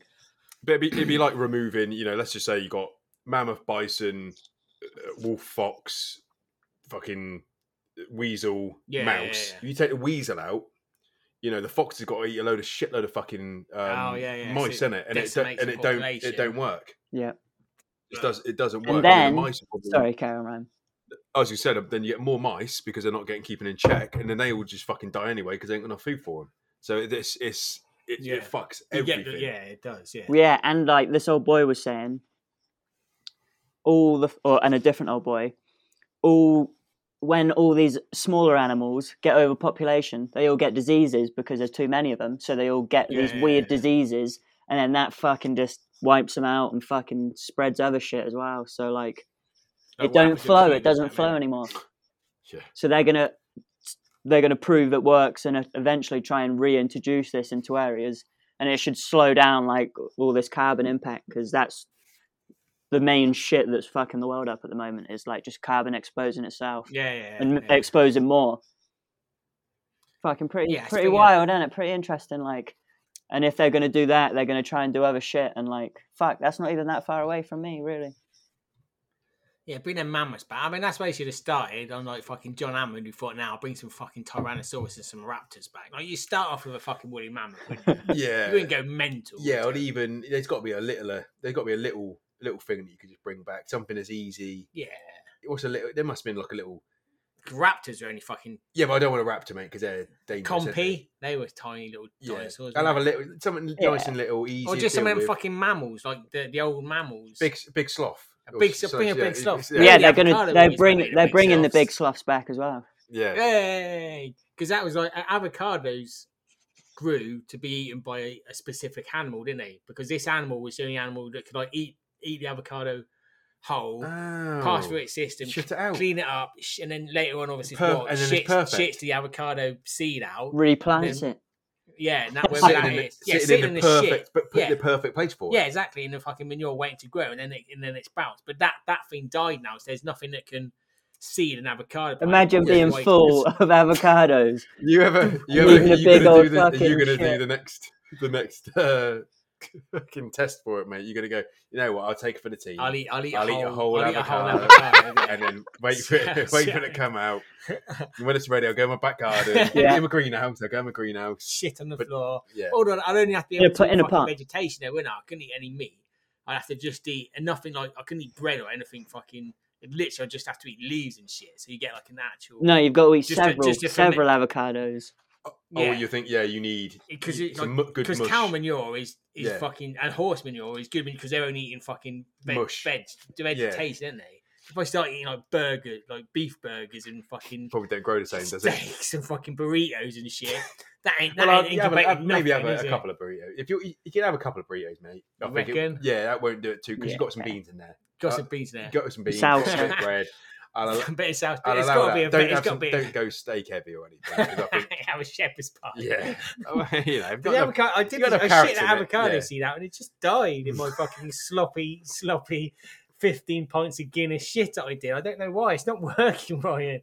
[SPEAKER 1] But it'd be, it'd be like removing, you know, let's just say you got mammoth, bison, uh, wolf, fox, fucking uh, weasel,
[SPEAKER 2] Yeah, yeah,
[SPEAKER 1] mouse.
[SPEAKER 2] yeah,
[SPEAKER 1] You take the weasel out, you know, the fox has got to eat a load of shitload of fucking um,
[SPEAKER 2] Oh, yeah, yeah, so
[SPEAKER 1] mice
[SPEAKER 2] it
[SPEAKER 1] in it, and it don't,
[SPEAKER 2] decimates
[SPEAKER 1] and
[SPEAKER 2] the
[SPEAKER 1] it don't, it
[SPEAKER 2] population.
[SPEAKER 1] don't work.
[SPEAKER 3] Yeah.
[SPEAKER 1] It does, it doesn't
[SPEAKER 3] And
[SPEAKER 1] work. I mean,
[SPEAKER 3] then-
[SPEAKER 1] the mice are probably-
[SPEAKER 3] Sorry, Karen Ryan.
[SPEAKER 1] as you said, then you get more mice because they're not getting keeping in check, and then they all just fucking die anyway because they ain't got enough food for them. So this is it,
[SPEAKER 2] Yeah.
[SPEAKER 1] it fucks
[SPEAKER 2] You get
[SPEAKER 1] everything.
[SPEAKER 2] the- yeah, it does. Yeah.
[SPEAKER 3] Yeah, and like this old boy was saying, all the or and a different old boy, all when all these smaller animals get overpopulation, they all get diseases because there's too many of them. So they all get
[SPEAKER 2] Yeah,
[SPEAKER 3] these
[SPEAKER 2] yeah,
[SPEAKER 3] weird
[SPEAKER 2] yeah.
[SPEAKER 3] diseases, and then that fucking just wipes them out and fucking spreads other shit as well. So like
[SPEAKER 2] Like,
[SPEAKER 3] it
[SPEAKER 2] what
[SPEAKER 3] don't
[SPEAKER 2] happens if
[SPEAKER 3] flow.
[SPEAKER 2] you
[SPEAKER 3] It
[SPEAKER 2] do
[SPEAKER 3] doesn't
[SPEAKER 2] that,
[SPEAKER 3] flow
[SPEAKER 2] man?
[SPEAKER 3] anymore.
[SPEAKER 1] Yeah.
[SPEAKER 3] So they're gonna they're gonna prove it works and eventually try and reintroduce this into areas, and it should slow down like all this carbon impact because that's the main shit that's fucking the world up at the moment is like just carbon exposing itself
[SPEAKER 2] Yeah, yeah.
[SPEAKER 3] and
[SPEAKER 2] yeah.
[SPEAKER 3] exposing more. Fucking pretty,
[SPEAKER 2] Yeah, it's
[SPEAKER 3] pretty
[SPEAKER 2] pretty-
[SPEAKER 3] wild, isn't it? Pretty interesting, like. And if they're gonna do that, they're gonna try and do other shit, and like, fuck, that's not even that far away from me, really.
[SPEAKER 2] Yeah, bring them mammoths back. I mean, that's where you should have started on eh? like fucking John Hammond, who thought, now I'll bring some fucking Tyrannosaurus and some raptors back. Like, you start off with a fucking woolly mammoth. wouldn't you?
[SPEAKER 1] yeah,
[SPEAKER 2] you wouldn't go mental.
[SPEAKER 1] yeah.
[SPEAKER 2] would
[SPEAKER 1] Or
[SPEAKER 2] you?
[SPEAKER 1] even there's got to be a little, there's got to be a little, little thing that you could just bring back. Something as easy.
[SPEAKER 2] Yeah.
[SPEAKER 1] What's a little? There must have been like a little.
[SPEAKER 2] Raptors are only fucking.
[SPEAKER 1] Yeah, but I don't want a raptor, mate, because they're dangerous. aren't they?
[SPEAKER 2] Compy, they were tiny little
[SPEAKER 1] Yeah,
[SPEAKER 2] dinosaurs.
[SPEAKER 1] I'll
[SPEAKER 2] weren't
[SPEAKER 1] have a
[SPEAKER 2] they?
[SPEAKER 1] little something nice
[SPEAKER 3] Yeah.
[SPEAKER 1] and little, easy.
[SPEAKER 2] or
[SPEAKER 1] to
[SPEAKER 2] just some
[SPEAKER 1] deal
[SPEAKER 2] of them
[SPEAKER 1] with.
[SPEAKER 2] fucking mammals, like the, the old mammals.
[SPEAKER 1] big, big sloth.
[SPEAKER 2] A big-
[SPEAKER 1] Or
[SPEAKER 2] bring a big
[SPEAKER 1] yeah,
[SPEAKER 2] sloth.
[SPEAKER 3] Yeah,
[SPEAKER 2] Yeah, the
[SPEAKER 3] they're
[SPEAKER 2] avocado
[SPEAKER 3] gonna they're
[SPEAKER 2] is
[SPEAKER 3] bring
[SPEAKER 2] gonna be the
[SPEAKER 3] they're
[SPEAKER 2] big
[SPEAKER 3] bringing the
[SPEAKER 2] sloths.
[SPEAKER 3] big sloughs back as well.
[SPEAKER 1] yeah.
[SPEAKER 2] Yay! Because that was like a- avocados grew to be eaten by a, a specific animal, didn't they? Because this animal was the only animal that could like eat eat the avocado whole, pass through
[SPEAKER 1] Oh,
[SPEAKER 2] its system,
[SPEAKER 1] shut it out.
[SPEAKER 2] clean it up, sh- and then later on, obviously,
[SPEAKER 1] Perf-
[SPEAKER 2] what,
[SPEAKER 1] and then it's
[SPEAKER 2] shits,
[SPEAKER 1] perfect.
[SPEAKER 2] shits the avocado seed out.
[SPEAKER 3] Replant
[SPEAKER 2] Then-
[SPEAKER 3] it.
[SPEAKER 2] Yeah, and that way
[SPEAKER 1] Sitting
[SPEAKER 2] that
[SPEAKER 1] in the,
[SPEAKER 2] is. Yeah,
[SPEAKER 1] sitting in the perfect,
[SPEAKER 2] shit.
[SPEAKER 1] but put
[SPEAKER 2] Yeah.
[SPEAKER 1] the perfect place for it.
[SPEAKER 2] Yeah, exactly. And the fucking manure waiting to grow, and then it, and then it sprouts. But that that thing died now, so there's nothing that can seed an avocado. plant.
[SPEAKER 3] Imagine
[SPEAKER 2] It's
[SPEAKER 1] Yeah,
[SPEAKER 3] being
[SPEAKER 2] waiting.
[SPEAKER 3] full of avocados.
[SPEAKER 1] You ever, you
[SPEAKER 3] And
[SPEAKER 1] ever,
[SPEAKER 3] even a
[SPEAKER 1] you
[SPEAKER 3] big
[SPEAKER 1] gonna
[SPEAKER 3] old
[SPEAKER 1] do the,
[SPEAKER 3] fucking
[SPEAKER 1] you're gonna do
[SPEAKER 3] shit.
[SPEAKER 1] the next, the next uh, fucking test for it, mate. You're gonna go. You know what? I'll take it for the team,
[SPEAKER 2] I'll eat, I'll eat,
[SPEAKER 1] I'll
[SPEAKER 2] a,
[SPEAKER 1] eat a
[SPEAKER 2] whole,
[SPEAKER 1] whole
[SPEAKER 2] I'll eat a whole
[SPEAKER 1] avocado.
[SPEAKER 2] avocado. yeah.
[SPEAKER 1] and then wait for it, wait for it to come out. And when it's ready, I'll go in my back garden.
[SPEAKER 3] Yeah.
[SPEAKER 1] In my greenhouse, I'll go in my greenhouse.
[SPEAKER 2] shit Oh, on the
[SPEAKER 1] But-
[SPEAKER 2] floor.
[SPEAKER 1] Yeah,
[SPEAKER 2] Hold on, I'd only have to be
[SPEAKER 3] Yeah,
[SPEAKER 2] able to
[SPEAKER 3] put
[SPEAKER 2] eat
[SPEAKER 3] in a
[SPEAKER 2] fucking
[SPEAKER 3] pot.
[SPEAKER 2] vegetation there, wouldn't I? I couldn't eat any meat. I'd have to just eat and nothing like I couldn't eat bread or anything fucking literally I'd just have to eat leaves and shit. So you get like an actual
[SPEAKER 3] No, you've got to eat
[SPEAKER 2] Just a-
[SPEAKER 3] several
[SPEAKER 2] just a ferment-
[SPEAKER 3] several avocados.
[SPEAKER 1] Oh,
[SPEAKER 2] yeah.
[SPEAKER 1] you think? Yeah, you need
[SPEAKER 2] because
[SPEAKER 1] you-
[SPEAKER 2] it's
[SPEAKER 1] some
[SPEAKER 2] like,
[SPEAKER 1] mu- good
[SPEAKER 2] because
[SPEAKER 1] mush.
[SPEAKER 2] cow manure is is
[SPEAKER 1] Yeah.
[SPEAKER 2] fucking and horse manure is good because they're only eating fucking veg,
[SPEAKER 1] Mush.
[SPEAKER 2] veg vegetation, aren't they? If I start eating like burger, like beef burgers and fucking
[SPEAKER 1] Probably don't grow the same, does it?
[SPEAKER 2] steaks and fucking burritos and shit, That ain't that
[SPEAKER 1] Well, I'll-
[SPEAKER 2] ain't
[SPEAKER 1] you have a- have-
[SPEAKER 2] incubating
[SPEAKER 1] maybe have
[SPEAKER 2] nothing,
[SPEAKER 1] a,
[SPEAKER 2] is
[SPEAKER 1] a
[SPEAKER 2] it?
[SPEAKER 1] couple of burritos. If you you you can have a couple of burritos, mate. I
[SPEAKER 2] You
[SPEAKER 1] think it-
[SPEAKER 2] reckon?
[SPEAKER 1] yeah, that won't do it too because
[SPEAKER 3] Yeah.
[SPEAKER 1] you've got some beans in there.
[SPEAKER 2] Got some beans there.
[SPEAKER 1] You've got some beans,
[SPEAKER 3] Salsa.
[SPEAKER 1] got some bit of bread. uh, I'll,
[SPEAKER 2] A
[SPEAKER 1] allow-
[SPEAKER 2] bit of South.
[SPEAKER 1] I'll
[SPEAKER 2] It's
[SPEAKER 1] allow
[SPEAKER 2] got to be a
[SPEAKER 1] that. Don't
[SPEAKER 2] bit. It's
[SPEAKER 1] have
[SPEAKER 2] got to
[SPEAKER 1] some,
[SPEAKER 2] be.
[SPEAKER 1] don't go steak heavy or anything. 'cause I think,
[SPEAKER 2] have a shepherd's pie.
[SPEAKER 1] yeah, Oh, you know, I've
[SPEAKER 2] The
[SPEAKER 1] got enough-
[SPEAKER 2] avocado, I did
[SPEAKER 1] got
[SPEAKER 2] I
[SPEAKER 1] enough
[SPEAKER 2] shit
[SPEAKER 1] carrots
[SPEAKER 2] that
[SPEAKER 1] in it,
[SPEAKER 2] avocado
[SPEAKER 1] yeah.
[SPEAKER 2] see that and it just died in my fucking sloppy, sloppy 15 pints of Guinness shit that I did. I don't know why. It's not working, Ryan.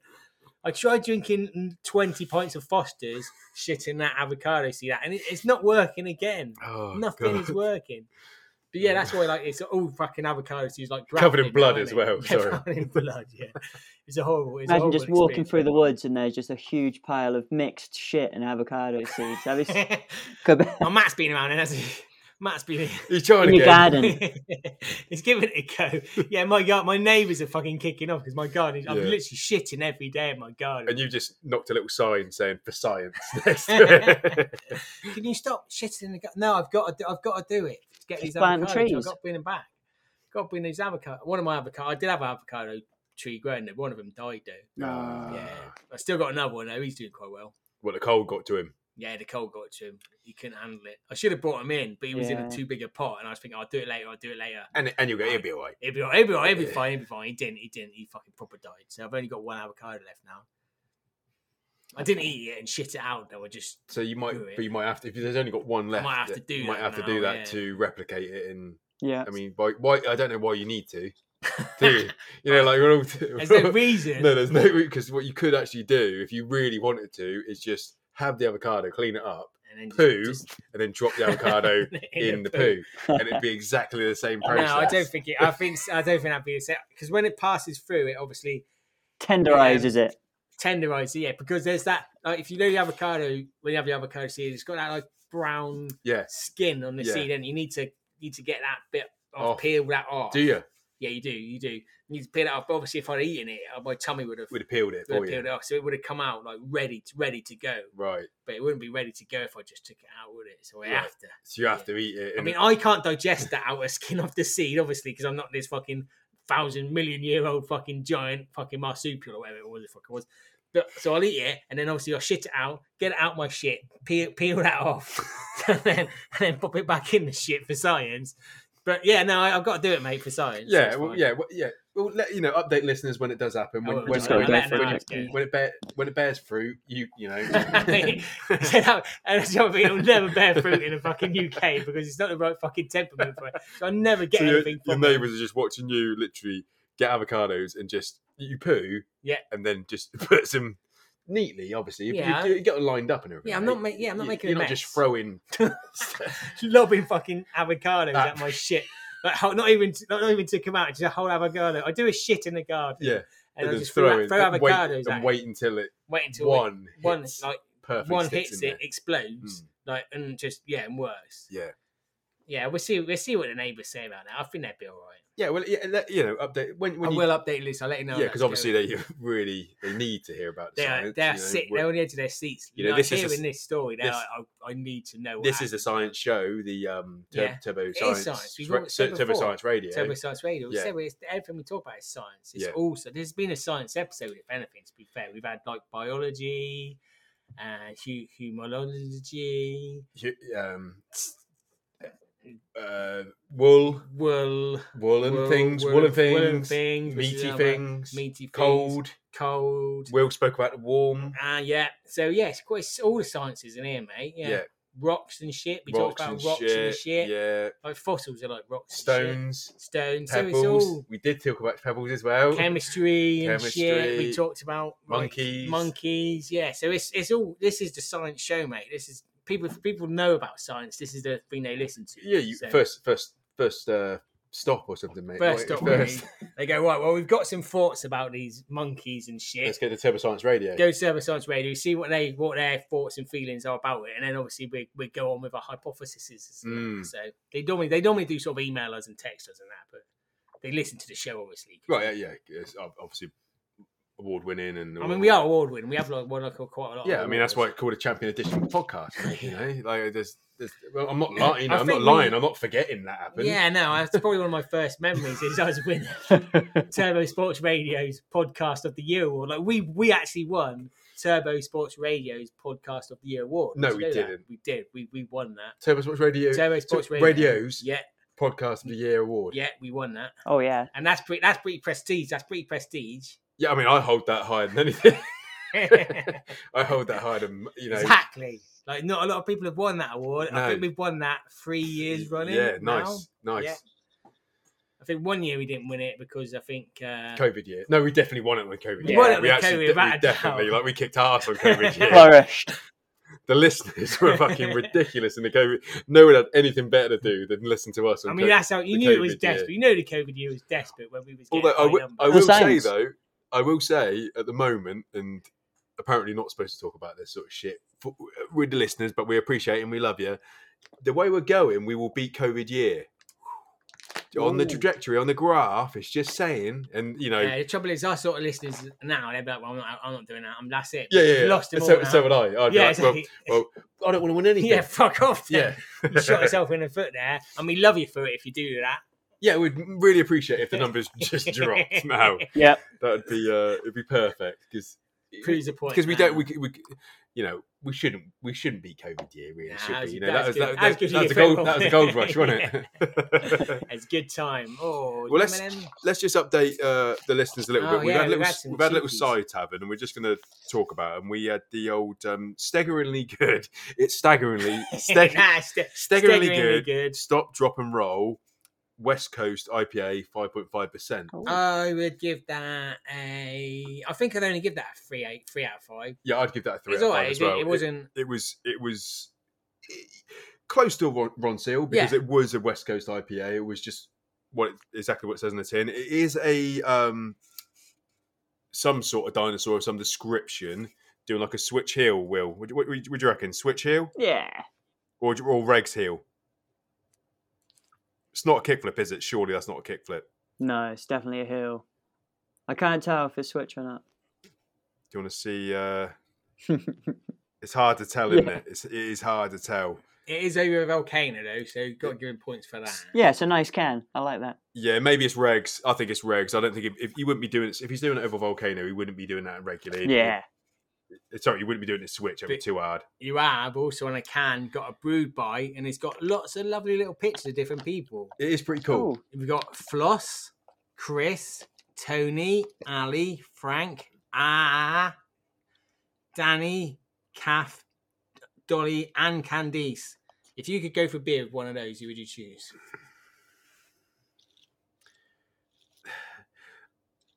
[SPEAKER 2] I tried drinking 20 pints of Foster's shit in that avocado see that and it, it's not working again.
[SPEAKER 1] Oh,
[SPEAKER 2] Nothing
[SPEAKER 1] God.
[SPEAKER 2] is working. But yeah, that's why like it's all fucking avocado juice like
[SPEAKER 1] Covered
[SPEAKER 2] drafted,
[SPEAKER 1] in blood
[SPEAKER 2] isn't
[SPEAKER 1] as
[SPEAKER 2] it?
[SPEAKER 1] well,
[SPEAKER 2] Yeah,
[SPEAKER 1] sorry.
[SPEAKER 2] covered in blood, yeah. It's a horrible. It's a
[SPEAKER 3] Imagine
[SPEAKER 2] horrible
[SPEAKER 3] just walking
[SPEAKER 2] experience.
[SPEAKER 3] through the woods and there's just a huge pile of mixed shit and avocado seeds. That was, could be
[SPEAKER 2] oh, Matt's been around and has he? Matt's been
[SPEAKER 1] He's trying
[SPEAKER 3] in your
[SPEAKER 1] again.
[SPEAKER 3] garden.
[SPEAKER 2] He's giving it a go. Yeah, my gar- my neighbours are fucking kicking off because my garden. I'm
[SPEAKER 1] Yeah.
[SPEAKER 2] literally shitting every day in my garden.
[SPEAKER 1] and you just knocked a little sign saying for science next to it.
[SPEAKER 2] Can you stop shitting in the garden? No, I've got to. Do, I've got to do it. To get
[SPEAKER 3] Just
[SPEAKER 2] these
[SPEAKER 3] plant
[SPEAKER 2] avocados.
[SPEAKER 3] trees.
[SPEAKER 2] I've got to bring them back. Got to bring these avocado. One of my avocado. I did have an avocado tree growing there. One of them died though.
[SPEAKER 3] No.
[SPEAKER 2] Yeah,
[SPEAKER 1] Ah.
[SPEAKER 2] I still got another one though. He's doing quite well.
[SPEAKER 1] Well, the cold got to him.
[SPEAKER 2] Yeah, the cold got to him. He couldn't handle it. I should have brought him in, but he was in
[SPEAKER 3] Yeah.
[SPEAKER 2] a too big a pot, and I was thinking, I'll do it later. I'll do it later.
[SPEAKER 1] And and you'll go, he'll be all right.
[SPEAKER 2] It'd be, all- it'd be, all- it'd be
[SPEAKER 1] Yeah.
[SPEAKER 2] fine, it'd be fine. He didn't, he didn't, he fucking proper died. So I've only got one avocado left now. I didn't eat it and shit it out though. I just,
[SPEAKER 1] So you might,
[SPEAKER 2] Do it.
[SPEAKER 1] but you might have to. If there's only got one left,
[SPEAKER 2] Might have to do
[SPEAKER 1] you might have
[SPEAKER 2] that
[SPEAKER 1] to
[SPEAKER 2] now,
[SPEAKER 1] do that
[SPEAKER 2] yeah.
[SPEAKER 1] to replicate it. And
[SPEAKER 3] Yeah.
[SPEAKER 1] I mean, why, why? I don't know why you need to. Do you? you know, like we're all.
[SPEAKER 2] there's no reason.
[SPEAKER 1] no, there's no because what you could actually do if you really wanted to is just have the avocado, clean it up,
[SPEAKER 2] and then
[SPEAKER 1] poo, and then drop the avocado in the poo, and it'd be exactly the same process.
[SPEAKER 2] No, I don't think it. I think I don't think that'd be a set because when it passes through, it obviously
[SPEAKER 3] Tenderizes it.
[SPEAKER 2] tenderizes. Yeah, because there's that. Like, if you know the avocado, when you have the avocado seed, it's got that like brown
[SPEAKER 1] Yeah,
[SPEAKER 2] skin on the
[SPEAKER 1] Yeah.
[SPEAKER 2] seed, and you need to need to get that bit off,
[SPEAKER 1] Off.
[SPEAKER 2] peel that off.
[SPEAKER 1] do you?
[SPEAKER 2] Yeah, you do. You do. You need to peel it off. But obviously, if I'd eaten it, uh, my tummy would have
[SPEAKER 1] We'd have peeled it
[SPEAKER 2] would have
[SPEAKER 1] for you,
[SPEAKER 2] peeled it off, so it would have come out like ready, to, ready to go.
[SPEAKER 1] right?
[SPEAKER 2] But it wouldn't be ready to go if I just took it out, would it? So I
[SPEAKER 1] Yeah.
[SPEAKER 2] have to.
[SPEAKER 1] So you have to eat it.
[SPEAKER 2] I
[SPEAKER 1] and-
[SPEAKER 2] mean, I can't digest that outer skin off the seed, obviously, because I'm not this fucking thousand million year old fucking giant fucking marsupial or whatever it was. The fuck it was. But so I'll eat it, and then obviously I'll shit it out, get it out my shit, peel peel that off, and then and then pop it back in the shit for science. But yeah, no, I, I've got to do it, mate, for science. so
[SPEAKER 1] yeah,
[SPEAKER 2] it's
[SPEAKER 1] well,
[SPEAKER 2] fine.
[SPEAKER 1] yeah, well, yeah. Well, let you know, update listeners when it does happen. When,
[SPEAKER 2] I will.
[SPEAKER 1] when,
[SPEAKER 3] Just
[SPEAKER 1] when,
[SPEAKER 3] gotta go for it.
[SPEAKER 1] when,
[SPEAKER 2] Yeah.
[SPEAKER 1] when it bear, when it bears fruit, you you know.
[SPEAKER 2] and "Oh, that's what I mean. It'll never bear fruit in the fucking UK because it's not the right fucking temperament for it. So I never get
[SPEAKER 1] so your,
[SPEAKER 2] anything
[SPEAKER 1] your
[SPEAKER 2] from it.
[SPEAKER 1] neighbours are just watching you literally get avocados and just you poo.
[SPEAKER 2] Yeah.
[SPEAKER 1] and then just put some neatly. Obviously, You- you-
[SPEAKER 2] Yeah.
[SPEAKER 1] you, get it lined up and everything.
[SPEAKER 2] Yeah, I'm
[SPEAKER 1] right?
[SPEAKER 2] not ma- yeah, I'm not
[SPEAKER 1] You-
[SPEAKER 2] making a
[SPEAKER 1] You're not just
[SPEAKER 2] mess.
[SPEAKER 1] throwing.
[SPEAKER 2] Lobbing fucking avocados
[SPEAKER 1] Ah.
[SPEAKER 2] at my shit. Like, ho- not even not even to come out, just a whole avocado. I do a shit in the garden.
[SPEAKER 1] yeah,
[SPEAKER 2] and, I
[SPEAKER 1] then
[SPEAKER 2] just throw,
[SPEAKER 1] it,
[SPEAKER 2] throw
[SPEAKER 1] and wait-
[SPEAKER 2] avocados at
[SPEAKER 1] and
[SPEAKER 2] it.
[SPEAKER 1] wait until it
[SPEAKER 2] Wait until it-
[SPEAKER 1] one
[SPEAKER 2] one
[SPEAKER 1] hits
[SPEAKER 2] like
[SPEAKER 1] perfect
[SPEAKER 2] one
[SPEAKER 1] sticks
[SPEAKER 2] hits
[SPEAKER 1] in
[SPEAKER 2] it,
[SPEAKER 1] there. Hmm.
[SPEAKER 2] explodes, like and just yeah, and worse.
[SPEAKER 1] Yeah.
[SPEAKER 2] Yeah, we'll see. We'll see what the neighbours say about that. I think they'd be all right.
[SPEAKER 1] Yeah, well, yeah, let- you know, update when when
[SPEAKER 2] I
[SPEAKER 1] you,
[SPEAKER 2] will update this. I'll let you know.
[SPEAKER 1] yeah,
[SPEAKER 2] how
[SPEAKER 1] because
[SPEAKER 2] that's
[SPEAKER 1] obviously
[SPEAKER 2] going.
[SPEAKER 1] they really they need to hear about the
[SPEAKER 2] they are
[SPEAKER 1] science.
[SPEAKER 2] they
[SPEAKER 1] you
[SPEAKER 2] are
[SPEAKER 1] know,
[SPEAKER 2] sick.
[SPEAKER 1] we're-
[SPEAKER 2] They're on the edge of their seats.
[SPEAKER 1] you know,
[SPEAKER 2] Like,
[SPEAKER 1] this is a
[SPEAKER 2] hearing
[SPEAKER 1] s-
[SPEAKER 2] this story. They're
[SPEAKER 1] this-
[SPEAKER 2] like, "Oh, I, I need to know. What
[SPEAKER 1] this is the science show, the um, Tur-
[SPEAKER 2] Yeah.
[SPEAKER 1] Turbo
[SPEAKER 2] is
[SPEAKER 1] Science,
[SPEAKER 2] science. We've
[SPEAKER 1] Ra-
[SPEAKER 2] always said
[SPEAKER 1] Tur- Turbo
[SPEAKER 2] before.
[SPEAKER 1] Science Radio.
[SPEAKER 2] Turbo Science Radio. We
[SPEAKER 1] Yeah.
[SPEAKER 2] said we- it's- everything we talk about is science. It's
[SPEAKER 1] Yeah.
[SPEAKER 2] also there's been a science episode, if anything. To be fair, we've had like biology, uh, hu- humology,
[SPEAKER 1] Hu- um, uh, wool,
[SPEAKER 2] wool,
[SPEAKER 1] woolen
[SPEAKER 2] wool-
[SPEAKER 1] things,
[SPEAKER 2] wool-
[SPEAKER 1] woolen
[SPEAKER 2] woolen
[SPEAKER 1] things,
[SPEAKER 2] things, which is
[SPEAKER 1] meaty
[SPEAKER 2] another one.
[SPEAKER 1] things,
[SPEAKER 2] meaty things,
[SPEAKER 1] cold.
[SPEAKER 2] cold.
[SPEAKER 1] Will spoke about the warm,
[SPEAKER 2] Ah, yeah. So yeah, it's quite it's all the sciences in here, mate. Yeah.
[SPEAKER 1] Yeah.
[SPEAKER 2] Rocks and shit. We
[SPEAKER 1] rocks,
[SPEAKER 2] talk about
[SPEAKER 1] and
[SPEAKER 2] rocks
[SPEAKER 1] shit,
[SPEAKER 2] and shit.
[SPEAKER 1] yeah,
[SPEAKER 2] Like fossils are like rocks, and
[SPEAKER 1] stones,
[SPEAKER 2] shit. stones. So
[SPEAKER 1] pebbles.
[SPEAKER 2] it's all
[SPEAKER 1] We did talk about pebbles as well.
[SPEAKER 2] chemistry and shit. We
[SPEAKER 1] Chemistry,
[SPEAKER 2] talked about like,
[SPEAKER 1] monkeys.
[SPEAKER 2] monkeys. Yeah. So it's it's all. This is the science show, mate. This is people. People know about science. This is the thing they listen to.
[SPEAKER 1] yeah, you,
[SPEAKER 2] So
[SPEAKER 1] first, first, first uh, stop or something, mate.
[SPEAKER 2] First,
[SPEAKER 1] Wait,
[SPEAKER 2] up, mate, they go right. Well, we've got some thoughts about these monkeys and
[SPEAKER 1] let's
[SPEAKER 2] shit.
[SPEAKER 1] get the Turbo Science Radio.
[SPEAKER 2] Go to Server Science Radio, see what they what their thoughts and feelings are about it, and then obviously we we go on with our hypotheses.
[SPEAKER 1] Mm.
[SPEAKER 2] So they normally they normally do sort of email us and text us and that, but they listen to the show obviously.
[SPEAKER 1] Right, yeah, yeah, it's ob- obviously award winning, and
[SPEAKER 2] I mean, we are award winning. We have like won like quite a lot. of
[SPEAKER 1] Yeah, I mean that's why
[SPEAKER 2] awards.
[SPEAKER 1] it's called a champion edition podcast. mate, you know, like there's, there's well, I'm not lying. You know,
[SPEAKER 2] I
[SPEAKER 1] I'm not
[SPEAKER 2] think
[SPEAKER 1] lying.
[SPEAKER 2] we-
[SPEAKER 1] I'm not forgetting that happened.
[SPEAKER 2] Yeah, no, that's probably one of my first memories is I was winning Turbo Sports Radio's podcast of the year award. Like we we actually won Turbo Sports Radio's Podcast of the Year award.
[SPEAKER 1] No,
[SPEAKER 2] Did
[SPEAKER 1] we
[SPEAKER 2] you know that?
[SPEAKER 1] didn't.
[SPEAKER 2] We did. We we won that.
[SPEAKER 1] Turbo Sports Radio.
[SPEAKER 2] Turbo Sports
[SPEAKER 1] Tur-
[SPEAKER 2] Radio.
[SPEAKER 1] Radio's
[SPEAKER 2] Yeah,
[SPEAKER 1] Podcast of the Year award.
[SPEAKER 2] yeah, we won that,
[SPEAKER 3] Oh yeah,
[SPEAKER 2] and that's pretty. That's pretty prestige. That's pretty prestige.
[SPEAKER 1] Yeah, I mean, I hold that higher than anything. I hold that higher than you know.
[SPEAKER 2] Exactly. Like not a lot of people have won that award. I
[SPEAKER 1] No.
[SPEAKER 2] think we've won that three years running.
[SPEAKER 1] Yeah,
[SPEAKER 2] now.
[SPEAKER 1] nice, nice.
[SPEAKER 2] Yeah. I think one year we didn't win it because I think uh,
[SPEAKER 1] COVID year. No, we definitely won it when COVID.
[SPEAKER 2] We
[SPEAKER 1] year.
[SPEAKER 2] won it with COVID,
[SPEAKER 1] actually de-
[SPEAKER 2] without a
[SPEAKER 1] definitely
[SPEAKER 2] doubt.
[SPEAKER 1] like we kicked ass on COVID year.
[SPEAKER 3] flourished.
[SPEAKER 1] the listeners were fucking ridiculous in the COVID. No one had anything better to do than listen to us. on
[SPEAKER 2] I mean
[SPEAKER 1] COVID.
[SPEAKER 2] that's how you
[SPEAKER 1] the
[SPEAKER 2] knew it was
[SPEAKER 1] COVID year.
[SPEAKER 2] desperate. You know the COVID year was desperate when we was getting
[SPEAKER 1] Although I
[SPEAKER 2] high
[SPEAKER 1] wi-
[SPEAKER 2] numbers.
[SPEAKER 1] I will say
[SPEAKER 3] Saints.
[SPEAKER 1] though, I will say at the moment, and apparently not supposed to talk about this sort of shit for, with the listeners, but we appreciate and we love you. The way we're going, we will beat COVID year. On the
[SPEAKER 3] Ooh.
[SPEAKER 1] trajectory, on the graph, it's just saying, and you know,
[SPEAKER 2] Yeah, the trouble is, our sort of listeners now they're like, "Well, I'm not, I'm not doing that. I'm that's it.
[SPEAKER 1] yeah, yeah, yeah.
[SPEAKER 2] lost them all
[SPEAKER 1] so,
[SPEAKER 2] now.
[SPEAKER 1] so would I. I'd be
[SPEAKER 2] yeah,
[SPEAKER 1] like, well,
[SPEAKER 2] exactly.
[SPEAKER 1] I don't want to win anything.
[SPEAKER 2] yeah, fuck off.
[SPEAKER 1] yeah,
[SPEAKER 2] Then. you shot yourself in the foot there, and we love you for it if you do that.
[SPEAKER 1] yeah. We'd really appreciate if the numbers just dropped now.
[SPEAKER 3] Yep.
[SPEAKER 1] That'd be uh, it'd be perfect because
[SPEAKER 2] Proves the point
[SPEAKER 1] because we
[SPEAKER 2] now.
[SPEAKER 1] don't we, c- we c- you know we shouldn't we shouldn't beat COVID year really
[SPEAKER 2] Nah,
[SPEAKER 1] should
[SPEAKER 2] that was-
[SPEAKER 1] be you know
[SPEAKER 2] that
[SPEAKER 1] that was
[SPEAKER 2] was
[SPEAKER 1] that, that, was
[SPEAKER 2] good- that was good
[SPEAKER 1] a
[SPEAKER 2] year
[SPEAKER 1] gold
[SPEAKER 2] football.
[SPEAKER 1] that was a gold rush wasn't it?
[SPEAKER 2] It's good time. Oh,
[SPEAKER 1] Well, let's- Let's just update uh, the listeners a little
[SPEAKER 2] Oh,
[SPEAKER 1] bit. We've
[SPEAKER 2] yeah,
[SPEAKER 1] had a
[SPEAKER 2] we've
[SPEAKER 1] little
[SPEAKER 2] had some
[SPEAKER 1] we've had a little
[SPEAKER 2] cheekies.
[SPEAKER 1] side tavern, and we're just going to talk about. it. And we had the old um, staggeringly good. It's staggeringly stag-
[SPEAKER 2] Nah, st-
[SPEAKER 1] staggeringly,
[SPEAKER 2] staggeringly
[SPEAKER 1] good,
[SPEAKER 2] good.
[SPEAKER 1] Stop, drop, and roll. West Coast IPA five point five percent.
[SPEAKER 3] Cool.
[SPEAKER 2] I would give that a. I think I'd only give that a three eight three out of five.
[SPEAKER 1] Yeah, I'd give that a
[SPEAKER 2] It
[SPEAKER 1] three
[SPEAKER 2] was
[SPEAKER 1] out of
[SPEAKER 2] alright.
[SPEAKER 1] five
[SPEAKER 2] It,
[SPEAKER 1] as
[SPEAKER 2] didn't-
[SPEAKER 1] well.
[SPEAKER 2] it wasn't.
[SPEAKER 1] it was it was eh, close to Ron, Ron Seal because it was a West Coast IPA. It was just what exactly what it says in the tin. It is a um some sort of dinosaur of some description doing like a switch heel. Will would, would, would, you reckon switch heel
[SPEAKER 3] Yeah.
[SPEAKER 1] or or Reg's heel? It's not a kickflip, is it? Surely that's not a kickflip.
[SPEAKER 3] No, it's definitely a hill. I can't tell if it's switch or not.
[SPEAKER 1] Do you want to see? uh It's hard to tell, isn't it? It's, it is hard to tell.
[SPEAKER 2] It is over a volcano though, so you've got to give him points for that.
[SPEAKER 3] yeah, it's a nice can. I like that.
[SPEAKER 1] Yeah, maybe it's regs. I think it's regs. I don't think if, if he wouldn't be doing it, if he's doing it over volcano, he wouldn't be doing that regularly.
[SPEAKER 3] Yeah.
[SPEAKER 1] sorry, you wouldn't be doing it switch. It'd be
[SPEAKER 2] But-
[SPEAKER 1] too hard.
[SPEAKER 2] You have also on a can got a brewed by, and it's got lots of lovely little pictures of different people.
[SPEAKER 1] It is pretty cool.
[SPEAKER 3] Ooh,
[SPEAKER 2] We've got Floss, Chris, Tony, Ali, Frank, Ah, Danny, Kath, Dolly, and Candice. If you could go for beer with one of those, who would you choose?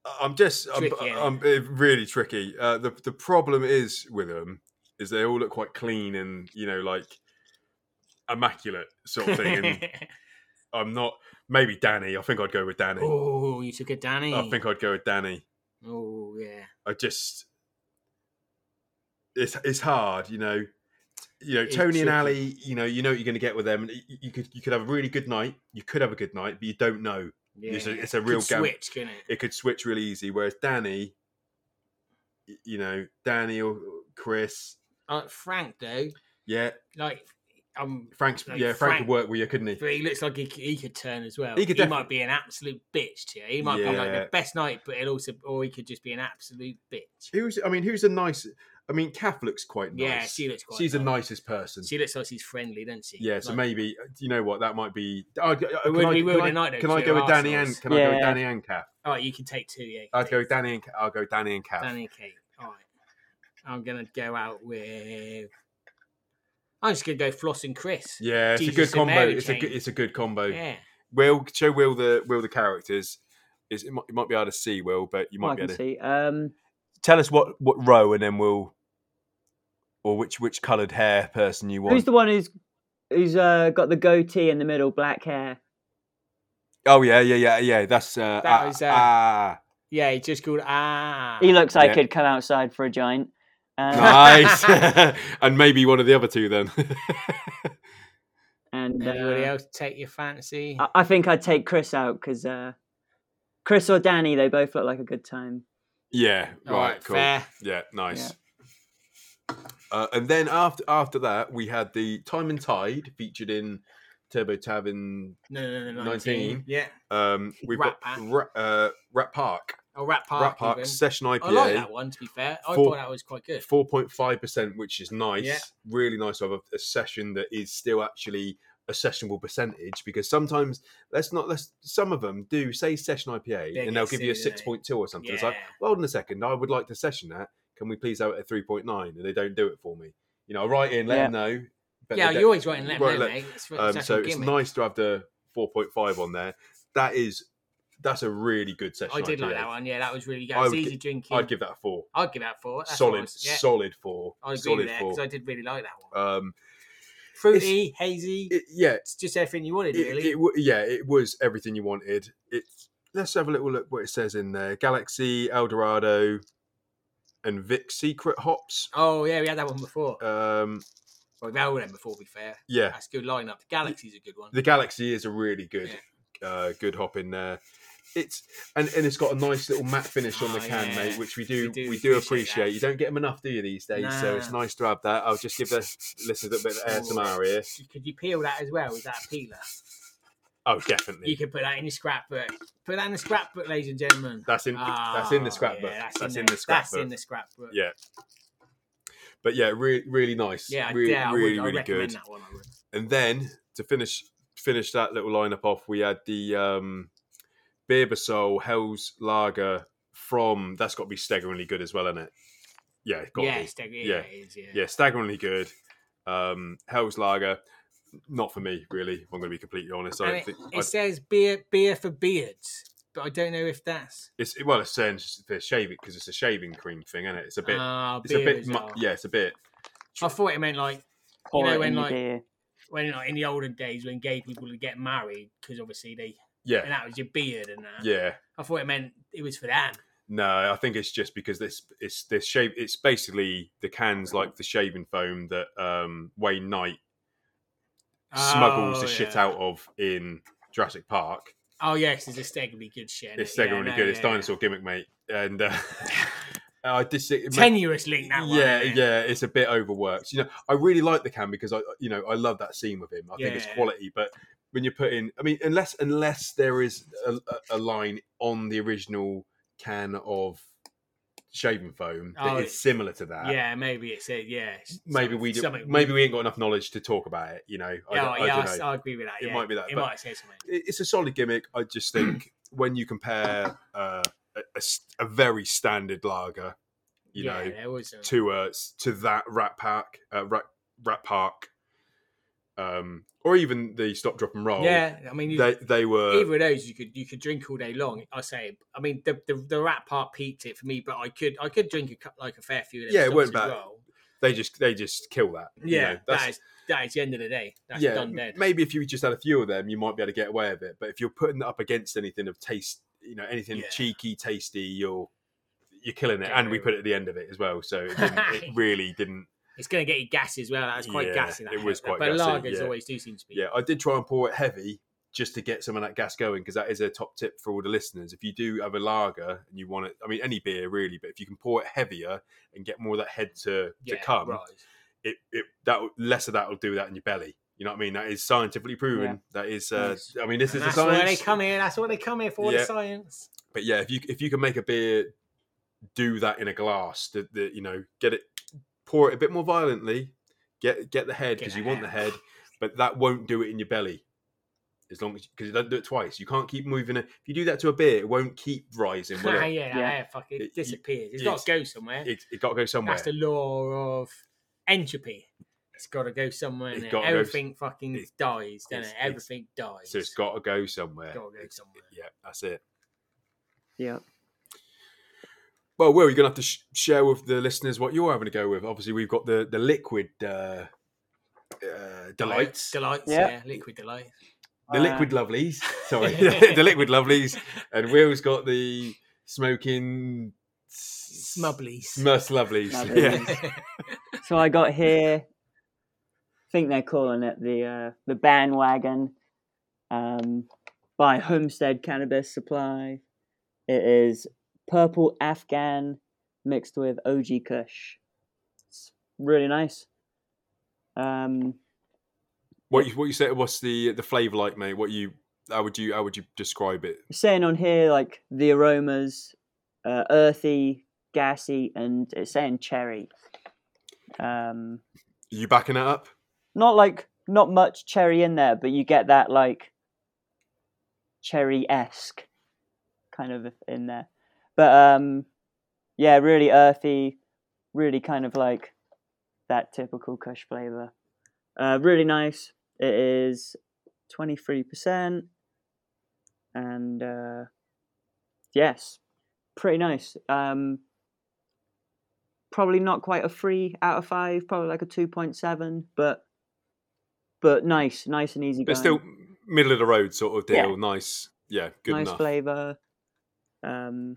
[SPEAKER 1] I- I'm just, I'm,
[SPEAKER 2] Tricky, ain't it?
[SPEAKER 1] I'm, it really tricky. Uh, the the problem is with them is they all look quite clean and you know like immaculate sort of thing. And I'm not. Maybe Danny. I think I'd go with Danny.
[SPEAKER 2] oh, you took a Danny.
[SPEAKER 1] I think I'd go with Danny.
[SPEAKER 2] Oh yeah.
[SPEAKER 1] I just it's it's hard, you know. You know,
[SPEAKER 2] It's
[SPEAKER 1] Tony and
[SPEAKER 2] tricky.
[SPEAKER 1] Ali, you know, you know what you're going to get with them, and you, you could you could have a really good night, you could have a good night, but you don't know.
[SPEAKER 2] yeah.
[SPEAKER 1] It's a- it's a real
[SPEAKER 2] Could
[SPEAKER 1] gam-
[SPEAKER 2] switch, can it?
[SPEAKER 1] It could switch really easy. Whereas Danny, y- you know, Danny or Chris,
[SPEAKER 2] Uh, Frank though,
[SPEAKER 1] yeah,
[SPEAKER 2] like um,
[SPEAKER 1] Frank's
[SPEAKER 2] Like
[SPEAKER 1] yeah, Frank,
[SPEAKER 2] Frank-
[SPEAKER 1] could work with you, couldn't he?
[SPEAKER 2] but he looks like he, c- he could turn as well.
[SPEAKER 1] He
[SPEAKER 2] He,
[SPEAKER 1] could defi-
[SPEAKER 2] might be an absolute bitch to you. He might be like
[SPEAKER 1] Yeah.
[SPEAKER 2] the best night, but it'll also, or he could just be an absolute bitch.
[SPEAKER 1] Who's I mean, who's a nice? I mean, Kath looks quite nice.
[SPEAKER 2] Yeah, she looks quite.
[SPEAKER 1] She's
[SPEAKER 2] nice.
[SPEAKER 1] the nicest person.
[SPEAKER 2] She looks like she's friendly, doesn't she?
[SPEAKER 1] yeah, so
[SPEAKER 2] Like,
[SPEAKER 1] maybe you know what that might be. Oh, can I,
[SPEAKER 2] we will
[SPEAKER 1] can I-
[SPEAKER 2] tonight, though,
[SPEAKER 1] can I
[SPEAKER 2] to
[SPEAKER 1] go with Danny
[SPEAKER 2] ourselves.
[SPEAKER 1] and can I go with
[SPEAKER 3] Yeah.
[SPEAKER 1] Danny and Kath?
[SPEAKER 2] All right, you can take two. Yeah, you can
[SPEAKER 1] I'd
[SPEAKER 2] take
[SPEAKER 1] go
[SPEAKER 2] two.
[SPEAKER 1] Danny and I'll go Danny and Kath.
[SPEAKER 2] Danny Kate. All right, I'm gonna go out with. I'm just gonna go Floss and Chris.
[SPEAKER 1] Yeah, it's a
[SPEAKER 2] Jesus
[SPEAKER 1] good
[SPEAKER 2] and
[SPEAKER 1] combo.
[SPEAKER 2] Mary
[SPEAKER 1] It's a good,
[SPEAKER 2] Jane.
[SPEAKER 1] it's a good combo.
[SPEAKER 2] Yeah.
[SPEAKER 1] Will show Will the Will the characters. Is it might, you might be able to see Will, but you
[SPEAKER 3] well, I
[SPEAKER 1] might be
[SPEAKER 3] can
[SPEAKER 1] able to
[SPEAKER 3] see. Um,
[SPEAKER 1] tell us what what row and then we'll or which which coloured hair person you want.
[SPEAKER 3] who's the one who's who's uh, got the goatee in the middle, black hair?
[SPEAKER 1] oh yeah, yeah, yeah, yeah. That's uh,
[SPEAKER 2] That
[SPEAKER 1] ah,
[SPEAKER 2] was, uh,
[SPEAKER 1] ah.
[SPEAKER 2] Yeah, he just called ah.
[SPEAKER 3] He looks like
[SPEAKER 1] Yeah. Ah.
[SPEAKER 3] he'd come outside for a giant. Um,
[SPEAKER 1] nice. and maybe one of the other two then.
[SPEAKER 3] And
[SPEAKER 2] Anybody
[SPEAKER 3] uh,
[SPEAKER 2] else take your fancy?
[SPEAKER 3] I, I think I'd take Chris out because uh, Chris or Danny, they both look like a good time.
[SPEAKER 1] yeah.
[SPEAKER 2] All
[SPEAKER 1] Right. Cool.
[SPEAKER 2] Fair.
[SPEAKER 1] Yeah, nice. Uh, and then after after that, we had the Time and Tide featured in Turbo Tavern.
[SPEAKER 2] No, no, no, no.
[SPEAKER 1] 19.
[SPEAKER 2] Yeah.
[SPEAKER 1] Um, we've
[SPEAKER 2] Rat
[SPEAKER 1] got
[SPEAKER 2] Pack.
[SPEAKER 1] Ra- uh, Rat Park.
[SPEAKER 2] Oh, Rat Park.
[SPEAKER 1] Rat Park
[SPEAKER 2] even.
[SPEAKER 1] Session IPA.
[SPEAKER 2] I like that one. To be fair, I
[SPEAKER 1] Four-
[SPEAKER 2] thought that was quite good.
[SPEAKER 1] Four point five percent, which is nice,
[SPEAKER 2] Yeah.
[SPEAKER 1] really nice to have a, a session that is still actually a sessionable percentage. Because sometimes let's not let's some of them do say session IPA
[SPEAKER 2] They
[SPEAKER 1] and
[SPEAKER 2] get
[SPEAKER 1] they'll give you a
[SPEAKER 2] silly, don't
[SPEAKER 1] six point two or something. It's like,
[SPEAKER 2] Yeah.
[SPEAKER 1] hold on a second, I would like to session that. Can we please have it at three point nine? And they don't do it for me. You know, I write in, let
[SPEAKER 3] Yeah.
[SPEAKER 1] them know. but
[SPEAKER 2] yeah,
[SPEAKER 1] they don't-
[SPEAKER 2] you always write and let
[SPEAKER 1] won't
[SPEAKER 2] them know, mate. It's,
[SPEAKER 1] um,
[SPEAKER 2] that's
[SPEAKER 1] so
[SPEAKER 2] your
[SPEAKER 1] it's
[SPEAKER 2] gimmick.
[SPEAKER 1] nice to have the 4.5 on there. That is that's a really good session.
[SPEAKER 2] I did like
[SPEAKER 1] IPA.
[SPEAKER 2] that one. Yeah, that was really good.
[SPEAKER 1] I
[SPEAKER 2] It's
[SPEAKER 1] would gi-
[SPEAKER 2] easy drinking.
[SPEAKER 1] I'd give that a four.
[SPEAKER 2] I'd give that four. That's
[SPEAKER 1] solid,
[SPEAKER 2] nice. Yeah,
[SPEAKER 1] solid four.
[SPEAKER 2] I agree with
[SPEAKER 1] solid
[SPEAKER 2] that
[SPEAKER 1] four.
[SPEAKER 2] because I did really like that one.
[SPEAKER 1] Um,
[SPEAKER 2] Fruity, hazy.
[SPEAKER 1] it- yeah,
[SPEAKER 2] it's just everything you wanted,
[SPEAKER 1] it,
[SPEAKER 2] really.
[SPEAKER 1] it, wa- yeah, it was everything you wanted. It. Let's have a little look what it says in there. Galaxy, Eldorado, and Vic Secret hops.
[SPEAKER 2] oh yeah, we had that one before.
[SPEAKER 1] Um,
[SPEAKER 2] well, we've had all them before. To be fair,
[SPEAKER 1] yeah,
[SPEAKER 2] that's a good lineup. The Galaxy's a good one.
[SPEAKER 1] the Galaxy is a really good, uh, good hop in there. It's and, and it's got a nice little matte finish on the
[SPEAKER 2] Oh,
[SPEAKER 1] can,
[SPEAKER 2] yeah.
[SPEAKER 1] mate, which we do
[SPEAKER 2] We do
[SPEAKER 1] we do
[SPEAKER 2] appreciate
[SPEAKER 1] appreciate.
[SPEAKER 2] that.
[SPEAKER 1] You don't get them enough, do you, these days? So it's
[SPEAKER 2] Nah.
[SPEAKER 1] nice to have that. I'll just give the listeners a bit of ASMR here.
[SPEAKER 2] Could you peel that as well with that peeler?
[SPEAKER 1] Oh,
[SPEAKER 2] You
[SPEAKER 1] definitely.
[SPEAKER 2] can put that in your scrapbook. Put that in the scrapbook, ladies and gentlemen.
[SPEAKER 1] That's in that's in the scrapbook. that's, in, the scrapbook.
[SPEAKER 2] Oh, Ah, That's in the scrapbook.
[SPEAKER 1] Yeah. But yeah, really, really nice.
[SPEAKER 2] Yeah, I-
[SPEAKER 1] really,
[SPEAKER 2] yeah, I would,
[SPEAKER 1] really,
[SPEAKER 2] I
[SPEAKER 1] really good.
[SPEAKER 2] recommend that one. I would.
[SPEAKER 1] And then to finish finish that little lineup off, we had the um Beerbasol Hell's Lager from that's got to be staggeringly good as well, isn't it? Yeah, it's got
[SPEAKER 2] Yeah,
[SPEAKER 1] to
[SPEAKER 2] it's definitely-
[SPEAKER 1] Yeah.
[SPEAKER 2] yeah, it is, yeah.
[SPEAKER 1] be. Yeah, staggeringly good. Um Hell's Lager, not for me really. If I'm going to be completely honest. I
[SPEAKER 2] And
[SPEAKER 1] don't
[SPEAKER 2] it,
[SPEAKER 1] think
[SPEAKER 2] it
[SPEAKER 1] I,
[SPEAKER 2] says beer, beer for beards, but I don't know if that's
[SPEAKER 1] it's well, it's saying it's for shaving because it's a shaving cream thing, isn't it? It's a bit,
[SPEAKER 2] Ah,
[SPEAKER 1] it's a bit,
[SPEAKER 2] beards
[SPEAKER 1] mu-
[SPEAKER 2] are.
[SPEAKER 1] yeah, it's a bit.
[SPEAKER 2] I thought it meant like
[SPEAKER 3] Pour
[SPEAKER 2] know,
[SPEAKER 3] it
[SPEAKER 2] when,
[SPEAKER 3] in your
[SPEAKER 2] like-
[SPEAKER 3] beer.
[SPEAKER 2] when like in the olden days when gay people would get married because obviously they and
[SPEAKER 1] Yeah,
[SPEAKER 2] that was your beard and that.
[SPEAKER 1] yeah.
[SPEAKER 2] I thought it meant it was for them.
[SPEAKER 1] No, I think it's just because this it's this shave. It's basically the cans like the shaving foam that um, Wayne Knight smuggles
[SPEAKER 2] Oh,
[SPEAKER 1] the shit
[SPEAKER 2] yeah.
[SPEAKER 1] out of in Jurassic Park.
[SPEAKER 2] Oh yes, it's a staggerly good shit.
[SPEAKER 1] It's second really
[SPEAKER 2] no,
[SPEAKER 1] good. It's
[SPEAKER 2] yeah, yeah.
[SPEAKER 1] dinosaur gimmick, mate. And uh, I just it ma-
[SPEAKER 2] Tenuous link that one.
[SPEAKER 1] yeah, yeah, it's a bit overworked. You know, I really like the can because I, you know, I love that scene with him. I think it's
[SPEAKER 2] Yeah.
[SPEAKER 1] quality, but when you put in, I mean, unless unless there is a, a, a line on the original can of shaving foam that is
[SPEAKER 2] Oh,
[SPEAKER 1] similar to that,
[SPEAKER 2] Yeah, maybe it's a yeah. it's
[SPEAKER 1] maybe
[SPEAKER 2] something-
[SPEAKER 1] we do,
[SPEAKER 2] something- Oh,
[SPEAKER 1] maybe we ain't got enough knowledge to talk about it. You know, I,
[SPEAKER 2] yeah,
[SPEAKER 1] don't- I
[SPEAKER 2] yeah,
[SPEAKER 1] don't
[SPEAKER 2] I,
[SPEAKER 1] know.
[SPEAKER 2] s- I agree with that.
[SPEAKER 1] It
[SPEAKER 2] yeah.
[SPEAKER 1] might be that,
[SPEAKER 2] It
[SPEAKER 1] but-
[SPEAKER 2] might say something.
[SPEAKER 1] It- it's a solid gimmick. I just think when you compare uh, a, a s- a very standard lager, you
[SPEAKER 2] yeah,
[SPEAKER 1] know,
[SPEAKER 2] there was some-
[SPEAKER 1] to uh s- to that Rat Park, uh, Rat Rat Park, um, or even the Stop Drop and Roll.
[SPEAKER 2] yeah. I mean, you,
[SPEAKER 1] they they were
[SPEAKER 2] either of those you could you could drink all day long. I say, I mean, the the, the rat part peaked it for me, but I could I could drink a, cou- like a fair few. Of them
[SPEAKER 1] Yeah, it
[SPEAKER 2] stocks
[SPEAKER 1] weren't
[SPEAKER 2] as
[SPEAKER 1] bad.
[SPEAKER 2] Well.
[SPEAKER 1] they just they just kill that. you
[SPEAKER 2] Yeah,
[SPEAKER 1] know,
[SPEAKER 2] that is that is the end of the day. That's
[SPEAKER 1] yeah.
[SPEAKER 2] done dead.
[SPEAKER 1] Maybe if you just had a few of them, you might be able to get away with it. But if you're putting that up against anything of taste, you know, anything
[SPEAKER 2] Yeah.
[SPEAKER 1] cheeky, tasty, you're you're killing it.
[SPEAKER 2] Get
[SPEAKER 1] and we
[SPEAKER 2] away
[SPEAKER 1] put it at the end of it as well, so it, didn't, it really didn't.
[SPEAKER 2] It's going to get you gas as well. That's quite
[SPEAKER 1] Yeah,
[SPEAKER 2] gassy. That
[SPEAKER 1] it was
[SPEAKER 2] hell,
[SPEAKER 1] quite
[SPEAKER 2] But
[SPEAKER 1] gassy,
[SPEAKER 2] lagers
[SPEAKER 1] yeah.
[SPEAKER 2] always do seem to be.
[SPEAKER 1] Yeah, I did try and pour it heavy just to get some of that gas going because that is a top tip for all the listeners. If you do have a lager and you want it, I mean, any beer really, but if you can pour it heavier and get more of that head to,
[SPEAKER 2] yeah,
[SPEAKER 1] to come,
[SPEAKER 2] right.
[SPEAKER 1] it, it that will- less of that will do that in your belly. You know what I mean? That is scientifically proven. That is, uh,
[SPEAKER 3] Nice.
[SPEAKER 1] I mean, this
[SPEAKER 2] And
[SPEAKER 1] is a
[SPEAKER 2] that's where they
[SPEAKER 1] science.
[SPEAKER 2] come here. That's what they come here for.
[SPEAKER 1] Yeah.
[SPEAKER 2] The science.
[SPEAKER 1] But yeah, if you if you can make a beer do that in a glass, that that, you know, get it, pour it a bit more violently, get get the head
[SPEAKER 2] Get
[SPEAKER 1] because
[SPEAKER 2] the
[SPEAKER 1] you want the
[SPEAKER 2] head.
[SPEAKER 1] head, but that won't do it in your belly. As long as because you don't do it twice, you can't keep moving it. If you do that to a beer, it won't keep rising. Will
[SPEAKER 2] yeah,
[SPEAKER 1] it?
[SPEAKER 2] yeah,
[SPEAKER 3] Yeah.
[SPEAKER 2] yeah, fuck, it,
[SPEAKER 1] It-
[SPEAKER 2] disappears. It's
[SPEAKER 1] it-
[SPEAKER 2] got to go somewhere.
[SPEAKER 1] It, it got to go somewhere.
[SPEAKER 2] That's the law of entropy. It's got to go somewhere.
[SPEAKER 1] It's
[SPEAKER 2] innit?
[SPEAKER 1] gotta go s-
[SPEAKER 2] Everything fucking
[SPEAKER 1] it's-
[SPEAKER 2] dies, doesn't
[SPEAKER 1] it's-
[SPEAKER 2] it?
[SPEAKER 1] it's-
[SPEAKER 2] Everything dies.
[SPEAKER 1] so it's got to go somewhere.
[SPEAKER 2] Gotta go somewhere.
[SPEAKER 1] Yeah, that's it.
[SPEAKER 3] Yeah.
[SPEAKER 1] Well, Will, you're gonna have to sh- share with the listeners what you're having to go with. Obviously, we've got the the liquid uh, uh, delights,
[SPEAKER 2] Delights,
[SPEAKER 3] Yeah.
[SPEAKER 2] yeah. Liquid delight.
[SPEAKER 1] the
[SPEAKER 3] Uh,
[SPEAKER 1] liquid lovelies. Sorry, the liquid lovelies, and Will's got the smoking s-
[SPEAKER 2] Smubblies.
[SPEAKER 1] Smurfs lovelies.
[SPEAKER 3] Smubblies.
[SPEAKER 1] Yeah.
[SPEAKER 3] So I got here. I think they're calling it the uh, the bandwagon um, by Homestead Cannabis Supply. It is purple Afghan mixed with OG Kush. It's really nice. Um,
[SPEAKER 1] What you what you say? What's the the flavour like, mate? What you how would you how would you describe it?
[SPEAKER 3] saying on here like the aromas uh, earthy, gassy, and it's saying cherry. Um,
[SPEAKER 1] you backing it up?
[SPEAKER 3] not like not much cherry in there, but you get that like cherry esque kind of in there. But um, yeah, really earthy, really kind of like that typical Kush flavor. Uh, really nice. It is twenty three percent, and uh, yes, pretty nice. Um, probably not quite a three out of five, probably like a two point seven, but but nice, nice and easy.
[SPEAKER 1] But
[SPEAKER 3] going.
[SPEAKER 1] still middle of the road sort of deal.
[SPEAKER 3] Yeah.
[SPEAKER 1] Nice, yeah, good
[SPEAKER 3] nice
[SPEAKER 1] enough.
[SPEAKER 3] flavor. Um,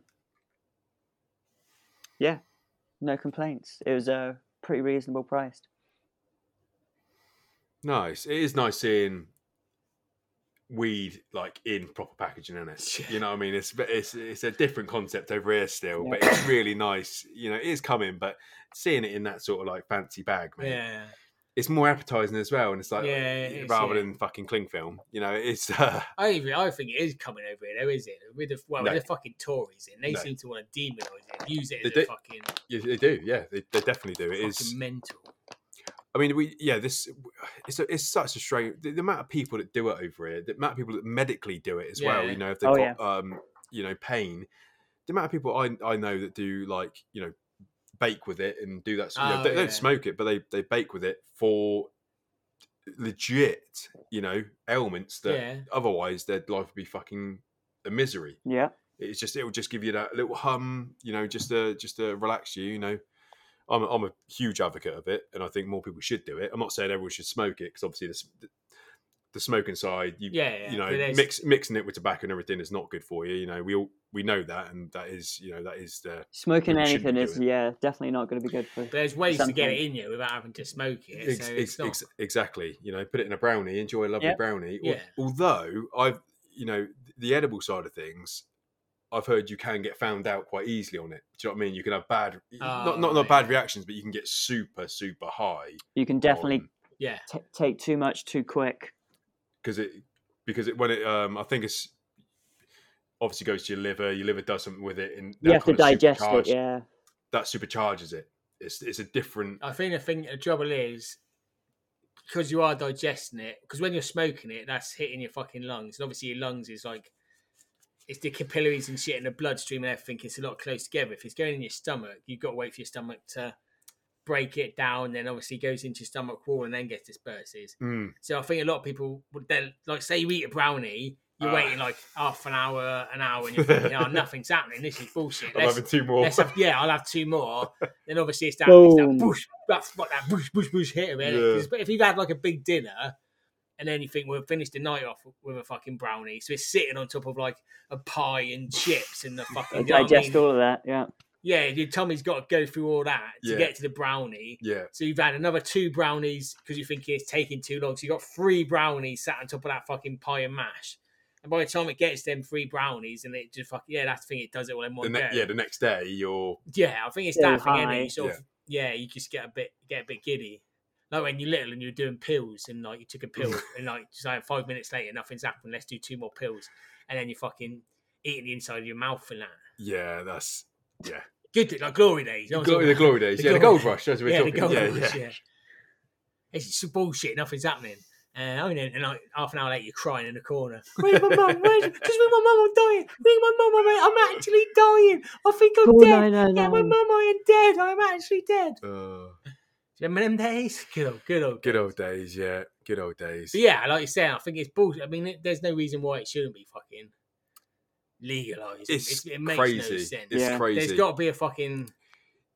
[SPEAKER 3] yeah, no complaints. It was a pretty reasonable price.
[SPEAKER 1] Nice. It is nice seeing weed like in proper packaging in it. You know what I mean? It's it's it's a different concept over here still, but it's really nice. You know, it is coming, but seeing it in that sort of like fancy bag, man.
[SPEAKER 2] Yeah.
[SPEAKER 1] It's more appetizing as well, and it's like
[SPEAKER 2] Yeah, it is,
[SPEAKER 1] rather
[SPEAKER 2] yeah.
[SPEAKER 1] than fucking cling film. You know, it's uh,
[SPEAKER 2] I even, I think it is coming over here, though, is it? With the well,
[SPEAKER 1] No.
[SPEAKER 2] with the fucking Tories in, they
[SPEAKER 1] No.
[SPEAKER 2] seem to want to demonise it, use it
[SPEAKER 1] They
[SPEAKER 2] as a
[SPEAKER 1] do.
[SPEAKER 2] fucking,
[SPEAKER 1] yeah, they do, yeah, they, they definitely do. It
[SPEAKER 2] fucking
[SPEAKER 1] is.
[SPEAKER 2] mental.
[SPEAKER 1] I mean, we yeah, this it's a, it's such a strange the, the amount of people that do it over here, the amount of people that medically do it as well.
[SPEAKER 2] Yeah.
[SPEAKER 1] You know, if they've
[SPEAKER 3] Oh,
[SPEAKER 1] got um, you know, pain. The amount of people I I know that do like you know bake with it and do that. sort- You know,
[SPEAKER 2] Oh,
[SPEAKER 1] they, they
[SPEAKER 2] yeah.
[SPEAKER 1] don't smoke it, but they they bake with it for legit you know ailments that
[SPEAKER 2] yeah.
[SPEAKER 1] otherwise their life would be fucking a misery.
[SPEAKER 3] Yeah,
[SPEAKER 1] It's just it will just give you that little hum, you know, just to just to relax you, you know. I'm a, I'm a huge advocate of it, and I think more people should do it. I'm not saying everyone should smoke it because obviously the, s- the smoking side, you
[SPEAKER 2] Yeah, yeah.
[SPEAKER 1] you know,
[SPEAKER 2] but there's-
[SPEAKER 1] mix, mixing it with tobacco and everything is not good for you. You know, we all we know that, and that is you know that is the
[SPEAKER 3] smoking
[SPEAKER 1] Well, you shouldn't
[SPEAKER 3] anything
[SPEAKER 1] be
[SPEAKER 3] is
[SPEAKER 1] doing
[SPEAKER 3] yeah definitely not going to be good for.
[SPEAKER 2] but there's ways to get it
[SPEAKER 3] something.
[SPEAKER 2] in you without having to smoke it.
[SPEAKER 1] Ex-
[SPEAKER 2] so
[SPEAKER 1] ex-
[SPEAKER 2] it's not.
[SPEAKER 1] ex- exactly. You know, put it in a brownie, enjoy a lovely
[SPEAKER 3] Yeah.
[SPEAKER 1] brownie. Al-
[SPEAKER 2] Yeah.
[SPEAKER 1] Although I've, you know, the edible side of things, I've heard you can get found out quite easily on it. Do you know what I mean? You can have bad, not not
[SPEAKER 2] Oh,
[SPEAKER 1] not bad
[SPEAKER 2] yeah.
[SPEAKER 1] reactions, but you can get super super high
[SPEAKER 3] You can definitely
[SPEAKER 2] yeah.
[SPEAKER 3] t- take too much too quick.
[SPEAKER 1] because it because it when it um I think it's obviously goes to your liver. Your liver does something with it, and
[SPEAKER 3] You
[SPEAKER 1] that
[SPEAKER 3] have to
[SPEAKER 1] kinda
[SPEAKER 3] digest it.
[SPEAKER 1] supercharge-
[SPEAKER 3] Yeah,
[SPEAKER 1] that supercharges it. It's it's a different.
[SPEAKER 2] I think the thing, the trouble is, because you are digesting it, because when you're smoking it, that's hitting your fucking lungs. And obviously, your lungs is like, it's the capillaries and shit and the bloodstream and everything. It's a lot close together. If it's going in your stomach, you've got to wait for your stomach to break it down. Then obviously, it goes into your stomach wall and then gets disperses.
[SPEAKER 1] Mm,
[SPEAKER 2] So I think a lot of people would then, like, say you eat a brownie. You're
[SPEAKER 1] Ah.
[SPEAKER 2] waiting like half an hour, an hour, and you're thinking, "Oh, nothing's happening. This is bullshit."
[SPEAKER 1] I'm
[SPEAKER 2] Let's-
[SPEAKER 1] having two more.
[SPEAKER 2] Let's have, yeah, I'll have two more. Then obviously it's that, it's that
[SPEAKER 3] Boom.
[SPEAKER 2] bush, that's what that bush, bush, bush hit him.
[SPEAKER 1] Yeah.
[SPEAKER 2] But if you've had like a big dinner and then you think we'll finish the night off with a fucking brownie, so it's sitting on top of like a pie and chips and the fucking. you know what I
[SPEAKER 3] digest
[SPEAKER 2] mean?
[SPEAKER 3] all of that. Yeah,
[SPEAKER 2] Yeah, your tummy's got to go through all that to
[SPEAKER 1] Yeah.
[SPEAKER 2] get to the brownie.
[SPEAKER 1] yeah,
[SPEAKER 2] So you've had another two brownies because you think it's taking too long. So you've got three brownies sat on top of that fucking pie and mash. And by the time it gets them three brownies and it just fucking, yeah, that's the thing, it does it all in
[SPEAKER 1] the
[SPEAKER 2] one
[SPEAKER 1] ne-
[SPEAKER 2] go
[SPEAKER 1] yeah. The next day, you're
[SPEAKER 2] yeah, I think it's
[SPEAKER 3] Feel
[SPEAKER 2] that thing, innit?
[SPEAKER 3] high.
[SPEAKER 2] You sort of, yeah, you just get a bit get a bit giddy. Like when you're little and you're doing pills and like you took a pill and like just like five minutes later nothing's happened, let's do two more pills. And then you're fucking eating the inside of your mouth and that.
[SPEAKER 1] Yeah, that's yeah.
[SPEAKER 2] Good like glory days. you know what I'm
[SPEAKER 1] Glo-
[SPEAKER 2] talking
[SPEAKER 1] the
[SPEAKER 2] about?
[SPEAKER 1] glory days.
[SPEAKER 2] The
[SPEAKER 1] yeah, the
[SPEAKER 2] glory-
[SPEAKER 1] gold rush. That's what
[SPEAKER 2] yeah,
[SPEAKER 1] we're
[SPEAKER 2] the
[SPEAKER 1] talking.
[SPEAKER 2] gold
[SPEAKER 1] yeah,
[SPEAKER 2] rush,
[SPEAKER 1] yeah.
[SPEAKER 2] yeah. It's just bullshit, nothing's happening. Uh, oh, and then and like half an hour later, you're crying in the corner. Where's my mum? Where's just with my mum? I'm dying. With my mum, I'm, I'm actually dying. I think I'm
[SPEAKER 3] Call
[SPEAKER 2] dead.
[SPEAKER 3] 999.
[SPEAKER 2] Yeah, my mum, I am dead. I'm actually dead.
[SPEAKER 1] Uh,
[SPEAKER 2] Do you remember them days? Good old, good old.
[SPEAKER 1] good
[SPEAKER 2] days.
[SPEAKER 1] old days. Yeah, good old days.
[SPEAKER 2] But yeah, like you say, I think it's bullshit. I mean, it, there's no reason why it shouldn't be fucking legalized.
[SPEAKER 1] It's
[SPEAKER 2] It's- it makes
[SPEAKER 1] crazy.
[SPEAKER 2] no sense.
[SPEAKER 1] It's
[SPEAKER 3] Yeah.
[SPEAKER 1] crazy.
[SPEAKER 2] There's got to be a fucking.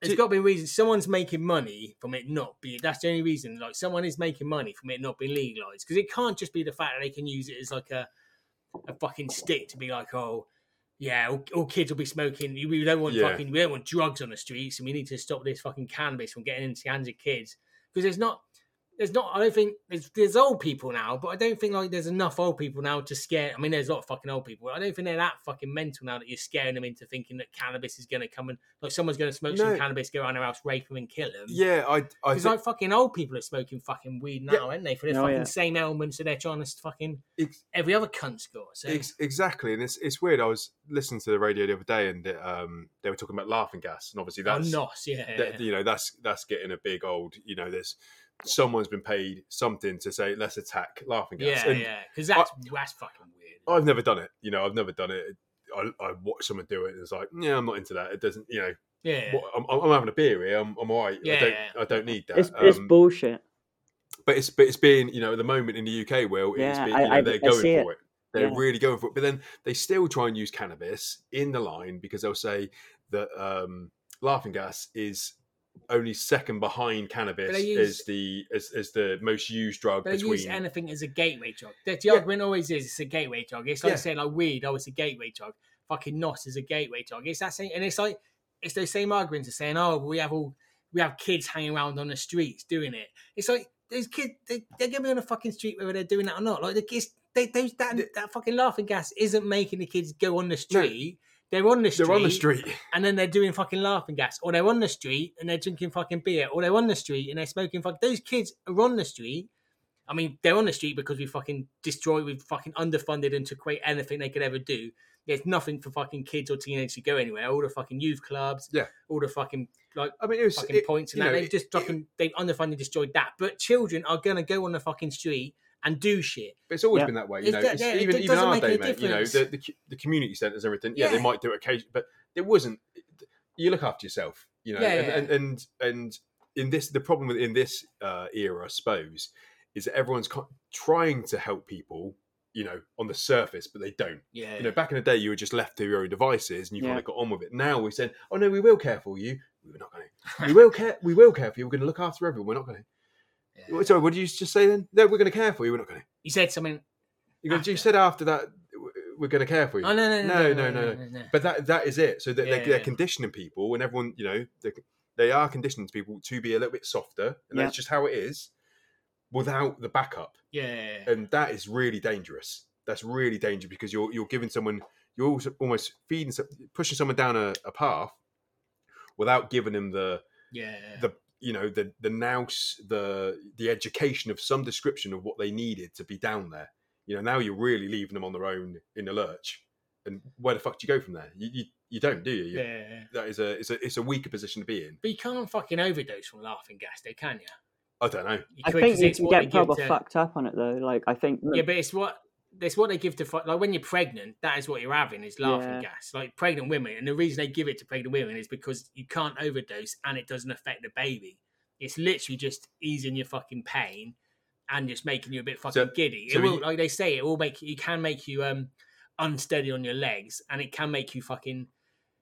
[SPEAKER 2] There's
[SPEAKER 1] Do-
[SPEAKER 2] got to be a reason. Someone's making money from it not being. That's the only reason. Like someone is making money from it not being legalized because it can't just be the fact that they can use it as like a a fucking stick to be like, oh yeah, all, all kids will be smoking. We don't want
[SPEAKER 1] Yeah.
[SPEAKER 2] fucking. We don't want drugs on the streets, and we need to stop this fucking cannabis from getting into the hands of kids because there's not. There's not. I don't think there's, there's old people now, but I don't think like there's enough old people now to scare. I mean, there's a lot of fucking old people. But I don't think they're that fucking mental now that you're scaring them into thinking that cannabis is going to come and like someone's going to smoke some
[SPEAKER 1] No.
[SPEAKER 2] cannabis, go around their house, rape them, and kill them.
[SPEAKER 1] yeah, I, I
[SPEAKER 2] Because
[SPEAKER 1] think
[SPEAKER 2] like fucking old people are smoking fucking weed now, aren't they? For the
[SPEAKER 3] Oh,
[SPEAKER 2] fucking
[SPEAKER 3] yeah.
[SPEAKER 2] same ailments that they're trying to fucking
[SPEAKER 1] ex-
[SPEAKER 2] every other cunt's got. So
[SPEAKER 1] ex- exactly, and it's it's weird. I was listened to the radio the other day, and it, um, they were talking about laughing gas, and obviously that's
[SPEAKER 2] oh, nos, yeah.
[SPEAKER 1] that, you know that's that's getting a big old you know there's someone's been paid something to say let's attack laughing gas.
[SPEAKER 2] yeah,
[SPEAKER 1] and
[SPEAKER 2] yeah, because that's that's fucking weird.
[SPEAKER 1] I've never done it. You know, I've never done it. I, I watch someone do it, and it's like, yeah, I'm not into that. It doesn't, you know.
[SPEAKER 2] yeah,
[SPEAKER 1] what- I'm, I'm having a beer here. I'm, I'm all right. I, don't,
[SPEAKER 2] Yeah.
[SPEAKER 1] I don't need that.
[SPEAKER 3] It's, it's
[SPEAKER 1] Um,
[SPEAKER 3] bullshit.
[SPEAKER 1] but it's but it's being you know at the moment in the UK, Will, it's
[SPEAKER 3] Yeah,
[SPEAKER 1] been,
[SPEAKER 3] I-
[SPEAKER 1] you know,
[SPEAKER 3] I-
[SPEAKER 1] they're
[SPEAKER 3] I
[SPEAKER 1] going
[SPEAKER 3] see
[SPEAKER 1] for it. They're
[SPEAKER 3] Yeah.
[SPEAKER 1] really going for it. But then they still try and use cannabis in the line because they'll say that um, laughing gas is only second behind cannabis
[SPEAKER 2] they use-
[SPEAKER 1] as the as, as the most used drug
[SPEAKER 2] They use
[SPEAKER 1] between.
[SPEAKER 2] anything as a gateway drug. The, the
[SPEAKER 1] Yeah.
[SPEAKER 2] argument always is it's a gateway drug. It's like
[SPEAKER 1] Yeah.
[SPEAKER 2] saying like weed, oh, it's a gateway drug. Fucking nos is a gateway drug. It's that same, and it's like it's those same arguments of saying, oh, we have all we have kids hanging around on the streets doing it. It's like those kids, they, they're gonna be on the fucking street whether they're doing that or not. Like the kids, they, those that that fucking laughing gas isn't making the kids go on the street. They're on the street.
[SPEAKER 1] They're on the street.
[SPEAKER 2] and then they're doing fucking laughing gas, or they're on the street and they're drinking fucking beer, or they're on the street and they're smoking fuck. Those kids are on the street. I mean, they're on the street because we fucking destroy, we fucking underfunded and to create anything they could ever do. There's nothing for fucking kids or teenagers to go anywhere. All the fucking youth clubs,
[SPEAKER 1] Yeah.
[SPEAKER 2] all the fucking like
[SPEAKER 1] I mean, it was
[SPEAKER 2] fucking
[SPEAKER 1] it-
[SPEAKER 2] points and
[SPEAKER 1] you
[SPEAKER 2] that.
[SPEAKER 1] know,
[SPEAKER 2] they've
[SPEAKER 1] it-
[SPEAKER 2] just fucking they've underfunded, destroyed that. But children are gonna go on the fucking street and do shit.
[SPEAKER 1] But it's always
[SPEAKER 3] Yeah.
[SPEAKER 1] been that way, you
[SPEAKER 2] It's
[SPEAKER 1] know.
[SPEAKER 2] that-
[SPEAKER 1] it's
[SPEAKER 2] yeah, it
[SPEAKER 1] even
[SPEAKER 2] d-
[SPEAKER 1] even
[SPEAKER 2] doesn't
[SPEAKER 1] our
[SPEAKER 2] make
[SPEAKER 1] day,
[SPEAKER 2] any
[SPEAKER 1] mate. You know, the,
[SPEAKER 2] difference.
[SPEAKER 1] the cu- the community centres, and everything. Yeah,
[SPEAKER 2] Yeah.
[SPEAKER 1] they might do it occasionally, but there wasn't. You look after yourself, you know.
[SPEAKER 2] Yeah,
[SPEAKER 1] and,
[SPEAKER 2] yeah,
[SPEAKER 1] and and and in this, the problem with in this uh, era, I suppose, is that everyone's co- trying to help people, you know, on the surface, but they don't.
[SPEAKER 2] Yeah,
[SPEAKER 1] You know, back in the day, you were just left to your own devices, and you
[SPEAKER 3] Yeah.
[SPEAKER 1] kind of got on with it. Now we said, "Oh no, we will care for you. We're not going to. We will care. We will care for you. We're going to look after everyone. We're not going to." Sorry, what did you just say then? No, we're going to care for you. We're not going to.
[SPEAKER 2] you said something.
[SPEAKER 1] You, got- you
[SPEAKER 2] After.
[SPEAKER 1] said after that w- we're going to care for you.
[SPEAKER 2] Oh no, no,
[SPEAKER 1] No, no, no, no. But that that is it. So that
[SPEAKER 2] Yeah,
[SPEAKER 1] they're, they're
[SPEAKER 2] yeah.
[SPEAKER 1] conditioning people, and everyone, you know, they they are conditioning people to be a little bit softer, and
[SPEAKER 3] Yeah.
[SPEAKER 1] that's just how it is, without the backup,
[SPEAKER 2] yeah,
[SPEAKER 1] and that is really dangerous. That's really dangerous because you're you're giving someone you're also almost feeding some- pushing someone down a, a path without giving them the
[SPEAKER 2] yeah,
[SPEAKER 1] the you know the the nous the the education of some description of what they needed to be down there you know now you're really leaving them on their own in the lurch and where the fuck do you go from there you you, you don't do you, You-
[SPEAKER 2] yeah.
[SPEAKER 1] that is a it's a it's a weaker position to be in
[SPEAKER 2] But you can't fucking overdose from laughing gas, though, can you?
[SPEAKER 1] i don't know
[SPEAKER 2] you
[SPEAKER 3] I
[SPEAKER 2] could,
[SPEAKER 3] think
[SPEAKER 2] 'cause
[SPEAKER 3] you
[SPEAKER 2] it's
[SPEAKER 3] can
[SPEAKER 2] what they
[SPEAKER 3] get
[SPEAKER 2] give
[SPEAKER 3] proper
[SPEAKER 2] to-
[SPEAKER 3] fucked up on it though. Like I think
[SPEAKER 2] Yeah, but it's what it's what they give to fu- like when you're pregnant. That is what you're having is laughing
[SPEAKER 3] Yeah.
[SPEAKER 2] gas, like pregnant women. And the reason they give it to pregnant women is because you can't overdose and it doesn't affect the baby. It's literally just easing your fucking pain and just making you a bit fucking giddy.
[SPEAKER 1] so
[SPEAKER 2] it will,
[SPEAKER 1] you-
[SPEAKER 2] like they say, it will make you can make you um unsteady on your legs and it can make you fucking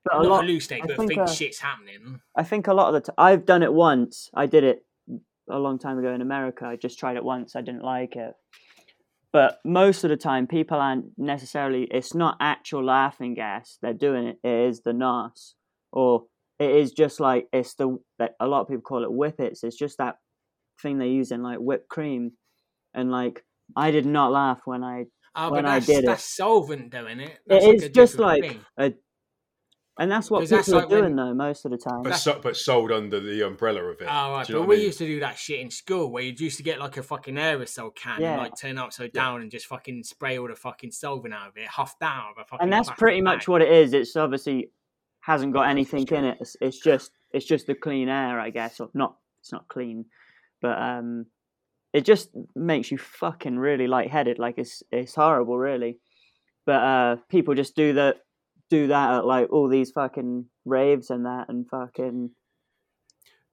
[SPEAKER 3] but a
[SPEAKER 2] not
[SPEAKER 3] lot,
[SPEAKER 2] hallucinate,
[SPEAKER 3] I
[SPEAKER 2] but
[SPEAKER 3] think,
[SPEAKER 2] think,
[SPEAKER 3] uh,
[SPEAKER 2] shit's happening.
[SPEAKER 3] I think a lot of the t- I've done it once. I did it a long time ago in America. I just tried it once. I didn't like it. But most of the time, people aren't necessarily. It's not actual laughing gas. They're doing it. It is the NAS, or it is just like it's the like a lot of people call it whippets. It's just that thing they use in like whipped cream, and like I did not laugh when I
[SPEAKER 2] Oh,
[SPEAKER 3] When
[SPEAKER 2] but
[SPEAKER 3] I
[SPEAKER 2] that's,
[SPEAKER 3] did it-
[SPEAKER 2] that's solvent doing it.
[SPEAKER 3] It
[SPEAKER 2] That's
[SPEAKER 3] is
[SPEAKER 2] a
[SPEAKER 3] just
[SPEAKER 2] different
[SPEAKER 3] like
[SPEAKER 2] thing.
[SPEAKER 3] a, and that's what
[SPEAKER 2] 'Cause
[SPEAKER 3] people
[SPEAKER 2] that's
[SPEAKER 3] are
[SPEAKER 2] like when-
[SPEAKER 3] doing though most of the time.
[SPEAKER 1] but,
[SPEAKER 2] That's-
[SPEAKER 1] so, but sold under the umbrella of it
[SPEAKER 2] All right,
[SPEAKER 1] Do you know what
[SPEAKER 2] but we
[SPEAKER 1] I mean?
[SPEAKER 2] used to do that shit in school where you would used to get like a fucking aerosol can
[SPEAKER 3] Yeah.
[SPEAKER 2] and like turn upside
[SPEAKER 1] Yeah.
[SPEAKER 2] down and just fucking spray all the fucking solvent out of it, huff down of a fucking.
[SPEAKER 3] and that's
[SPEAKER 2] plastic
[SPEAKER 3] pretty
[SPEAKER 2] bag.
[SPEAKER 3] much what it is. It's obviously hasn't got anything in it. It's, it's just it's just the clean air, I guess. Or not, it's not clean, but um, it just makes you fucking really lightheaded. Like it's it's horrible, really. But uh, people just do that do that at like all these fucking raves and that and fucking.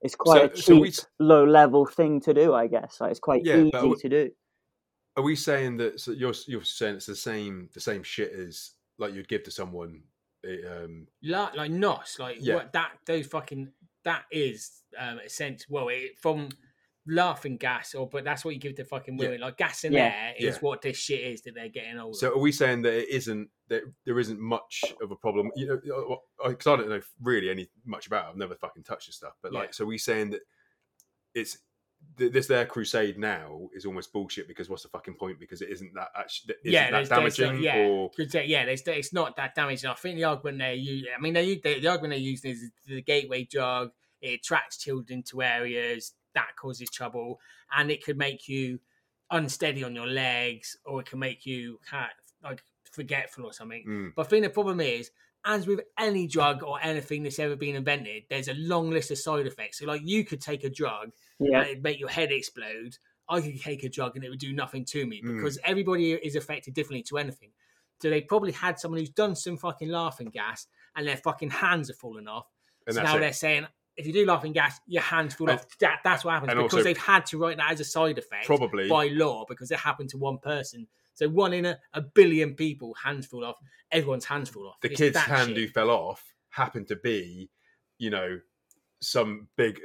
[SPEAKER 3] It's quite
[SPEAKER 1] So-
[SPEAKER 3] a cheap,
[SPEAKER 1] so we s-
[SPEAKER 3] low level thing to do, I guess. Like it's quite
[SPEAKER 1] Yeah,
[SPEAKER 3] easy
[SPEAKER 1] but w-
[SPEAKER 3] to do.
[SPEAKER 1] are we saying that so you're you're saying it's the same the same shit as like you'd give to someone eh, um
[SPEAKER 2] La- like nos, like
[SPEAKER 1] Yeah.
[SPEAKER 2] what that those fucking that is um a sense. Well, it, from laughing gas, or but that's what you give to fucking
[SPEAKER 1] Yeah.
[SPEAKER 2] women. Like gas in
[SPEAKER 3] Yeah.
[SPEAKER 2] there is
[SPEAKER 1] Yeah.
[SPEAKER 2] what this shit is that they're getting older.
[SPEAKER 1] So are we saying that it isn't that there isn't much of a problem? You know, because I, don't know really any much about. it. I've never fucking touched this stuff. But
[SPEAKER 2] Yeah.
[SPEAKER 1] like, so we saying that it's th- this their crusade now is almost bullshit because what's the fucking point? Because it isn't that actually isn't
[SPEAKER 2] yeah,
[SPEAKER 1] that
[SPEAKER 2] there's, there's, uh,
[SPEAKER 1] damaging
[SPEAKER 2] yeah,
[SPEAKER 1] or
[SPEAKER 2] could say- yeah, there's, it's not that damaging. I think the argument they're using, I mean, they, u- the, the argument they're using is the gateway drug. It attracts children to areas that causes trouble, and it could make you unsteady on your legs, or it can make you ha- like forgetful or something.
[SPEAKER 1] Mm.
[SPEAKER 2] But I think the problem is, as with any drug or anything that's ever been invented, there's a long list of side effects. So, like, you could take a drug and
[SPEAKER 3] Yeah.
[SPEAKER 2] it'd make your head explode. I could take a drug and it would do nothing to me
[SPEAKER 1] Mm.
[SPEAKER 2] because everybody is affected differently to anything. So they probably had someone who's done some fucking laughing gas and their fucking hands are falling off.
[SPEAKER 1] And
[SPEAKER 2] so
[SPEAKER 1] that's
[SPEAKER 2] now
[SPEAKER 1] it.
[SPEAKER 2] they're saying if you do laughing gas, your hands fall
[SPEAKER 1] And-
[SPEAKER 2] off. That, that's what happens
[SPEAKER 1] and
[SPEAKER 2] because
[SPEAKER 1] also-
[SPEAKER 2] they've had to write that as a side effect
[SPEAKER 1] Probably.
[SPEAKER 2] by law because it happened to one person. So one in a, a billion people, hands fall off. Everyone's hands fall off.
[SPEAKER 1] the
[SPEAKER 2] It's
[SPEAKER 1] kid's
[SPEAKER 2] that
[SPEAKER 1] hand
[SPEAKER 2] shit.
[SPEAKER 1] who fell off happened to be, you know, some big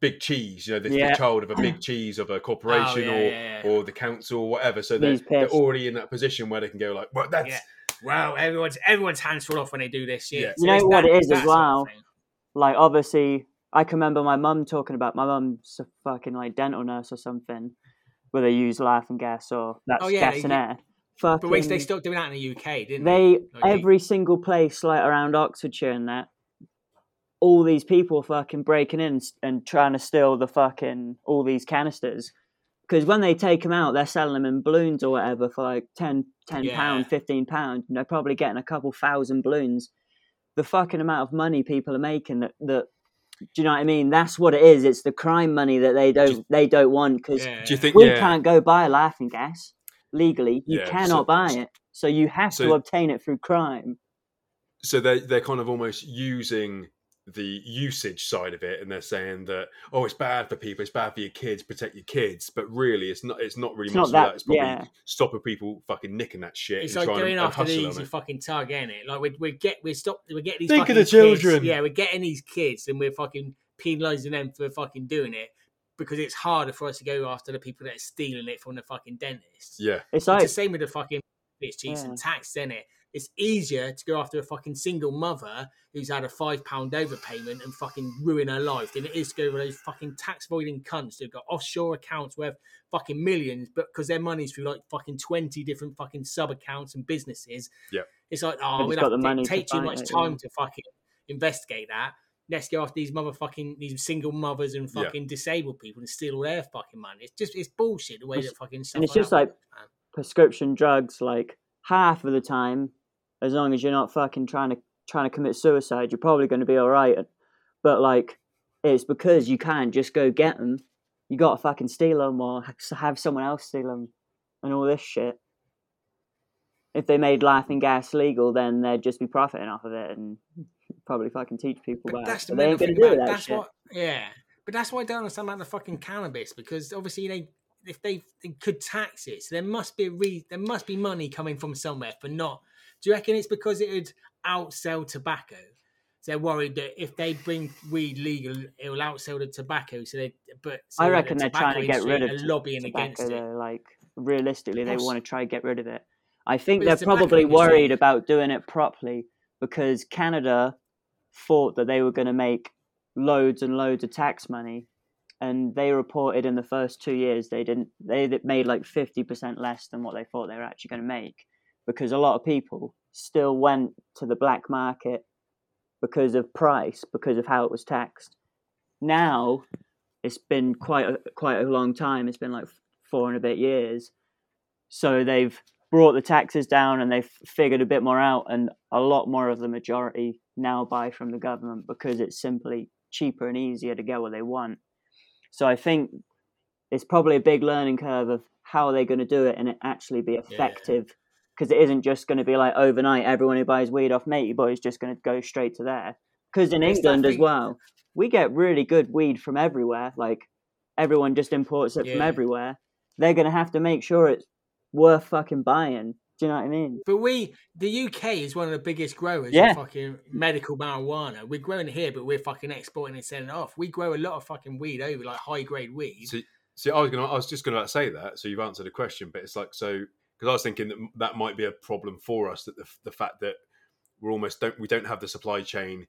[SPEAKER 1] big cheese, you know, the, the
[SPEAKER 3] Yeah.
[SPEAKER 1] child of a big cheese of a corporation
[SPEAKER 2] Oh, yeah,
[SPEAKER 1] or
[SPEAKER 2] yeah, yeah.
[SPEAKER 1] or the council or whatever. So they're,
[SPEAKER 3] He's
[SPEAKER 1] they're
[SPEAKER 3] pissed.
[SPEAKER 1] already in that position where they can go like, well, that's
[SPEAKER 2] Yeah. Wow, everyone's everyone's hands fall off when they do this shit.
[SPEAKER 1] Yeah.
[SPEAKER 2] So
[SPEAKER 3] You know
[SPEAKER 2] it's
[SPEAKER 3] what
[SPEAKER 2] that-
[SPEAKER 3] it is
[SPEAKER 2] that
[SPEAKER 3] as
[SPEAKER 2] sort of
[SPEAKER 3] well?
[SPEAKER 2] thing.
[SPEAKER 3] Like obviously, I can remember my mum talking about my mum's a fucking like dental nurse or something, where they use laughing gas or that's
[SPEAKER 2] Oh, yeah,
[SPEAKER 3] gas
[SPEAKER 2] they-
[SPEAKER 3] and air. Fucking,
[SPEAKER 2] But wait, they stopped doing that in the UK, didn't they?
[SPEAKER 3] they
[SPEAKER 2] Like,
[SPEAKER 3] every single place like around Oxfordshire and that, all these people fucking breaking in s- and trying to steal the fucking all these canisters. Because when they take them out, they're selling them in balloons or whatever for like 10, 10 pound,
[SPEAKER 2] Yeah.
[SPEAKER 3] fifteen pound. And they're probably getting a couple thousand balloons. The fucking amount of money people are making that that. Do you know what I mean? That's what it is. It's the crime money that they don't they don't want because
[SPEAKER 2] yeah.
[SPEAKER 1] Do you think
[SPEAKER 3] we
[SPEAKER 1] yeah,
[SPEAKER 3] can't go buy laughing gas legally. You
[SPEAKER 1] Yeah, so-
[SPEAKER 3] cannot buy it, so you have
[SPEAKER 1] so-
[SPEAKER 3] to obtain it through crime.
[SPEAKER 1] so they they're kind of almost using the usage side of it and they're saying that oh it's bad for people it's bad for your kids protect your kids but really it's not it's not really
[SPEAKER 3] It's
[SPEAKER 1] much
[SPEAKER 3] not
[SPEAKER 1] of that,
[SPEAKER 3] that-
[SPEAKER 1] it's probably
[SPEAKER 3] yeah.
[SPEAKER 1] stopping people fucking nicking that shit
[SPEAKER 2] It's
[SPEAKER 1] and
[SPEAKER 2] like
[SPEAKER 1] trying
[SPEAKER 2] going
[SPEAKER 1] to, and
[SPEAKER 2] after
[SPEAKER 1] hustle
[SPEAKER 2] these
[SPEAKER 1] on
[SPEAKER 2] you
[SPEAKER 1] it.
[SPEAKER 2] fucking tug, ain't it? Like we we get we stop we get these
[SPEAKER 1] Think of
[SPEAKER 2] fucking
[SPEAKER 1] the children.
[SPEAKER 2] Kids, yeah, we're getting these kids, and we're fucking penalising them for fucking doing it because it's harder for us to go after the people that are stealing it from the fucking dentists.
[SPEAKER 1] yeah
[SPEAKER 2] It's
[SPEAKER 3] It's like
[SPEAKER 2] the same with the fucking bitch cheats and tax, isn't it? It's easier to go after a fucking single mother who's had a five pound overpayment and fucking ruin her life than it is to go for those fucking tax voiding cunts who've got offshore accounts worth fucking millions, but because their money's through like fucking twenty different fucking sub accounts and businesses.
[SPEAKER 1] Yep.
[SPEAKER 2] It's like, oh,
[SPEAKER 3] just
[SPEAKER 2] we
[SPEAKER 3] got the
[SPEAKER 2] have to
[SPEAKER 3] money to
[SPEAKER 2] take too
[SPEAKER 3] fight
[SPEAKER 2] much
[SPEAKER 3] it, yeah.
[SPEAKER 2] time to fucking investigate that. Let's go after these motherfucking these single mothers and
[SPEAKER 1] Yeah.
[SPEAKER 2] fucking disabled people and steal all their fucking money. It's just it's bullshit the way
[SPEAKER 3] It's-
[SPEAKER 2] that fucking stuff.
[SPEAKER 3] and it's just
[SPEAKER 2] that
[SPEAKER 3] like
[SPEAKER 2] works, man.
[SPEAKER 3] prescription drugs. Like half of the time, as long as you're not fucking trying to trying to commit suicide, you're probably going to be all right. But like, it's because you can't just go get them. You got to fucking steal them or ha- have someone else steal them, and all this shit. If they made laughing gas legal, then they'd just be profiting off of it and probably fucking teach people
[SPEAKER 2] But
[SPEAKER 3] about
[SPEAKER 2] that's
[SPEAKER 3] it.
[SPEAKER 2] the
[SPEAKER 3] But they
[SPEAKER 2] mental
[SPEAKER 3] ain't
[SPEAKER 2] thing
[SPEAKER 3] gonna
[SPEAKER 2] about
[SPEAKER 3] do
[SPEAKER 2] it.
[SPEAKER 3] that
[SPEAKER 2] That's
[SPEAKER 3] shit.
[SPEAKER 2] what, yeah. But that's why I don't understand about the fucking cannabis because obviously they, if they, they could tax it, so there must be a re, there must be money coming from somewhere for not. Do you reckon it's because it would outsell tobacco? So they're worried that if they bring weed legal, it will outsell the tobacco. So they, but so
[SPEAKER 3] I
[SPEAKER 2] the
[SPEAKER 3] reckon they're
[SPEAKER 2] tobacco
[SPEAKER 3] trying to get
[SPEAKER 2] industry
[SPEAKER 3] rid of
[SPEAKER 2] are
[SPEAKER 3] t-
[SPEAKER 2] lobbying against
[SPEAKER 3] tobacco.
[SPEAKER 2] it.
[SPEAKER 3] Though, like realistically, they
[SPEAKER 2] Poss-
[SPEAKER 3] want to try and get rid of it. I think
[SPEAKER 2] But
[SPEAKER 3] they're
[SPEAKER 2] it's tobacco
[SPEAKER 3] probably
[SPEAKER 2] industry.
[SPEAKER 3] worried about doing it properly because Canada thought that they were going to make loads and loads of tax money, and they reported in the first two years they didn't. They d- made like fifty percent less than what they thought they were actually going to make because a lot of people still went to the black market because of price, because of how it was taxed. Now it's been quite a, quite a long time. It's been like four and a bit years. So they've brought the taxes down and they've figured a bit more out, and a lot more of the majority now buy from the government because it's simply cheaper and easier to get what they want. So I think it's probably a big learning curve of how they're going to do it and it actually be effective. Because it isn't just going to be like overnight, everyone who buys weed off Matey Boy is just going to go straight to there. Because in
[SPEAKER 2] It's that
[SPEAKER 3] England as
[SPEAKER 2] thing-
[SPEAKER 3] well, we get really good weed from everywhere. Like everyone just imports it from
[SPEAKER 2] Yeah.
[SPEAKER 3] everywhere. They're going to have to make sure it's worth fucking buying. Do you know what I mean?
[SPEAKER 2] But we, the UK is one of the biggest growers
[SPEAKER 3] Yeah.
[SPEAKER 2] of fucking medical marijuana. We're growing it here, but we're fucking exporting and selling it off. We grow a lot of fucking weed over, like high grade weed.
[SPEAKER 1] So, see, I was gonna, I was just gonna say that. So you've answered a question, but it's like so because I was thinking that that might be a problem for us that the the fact that we're almost don't we don't have the supply chain,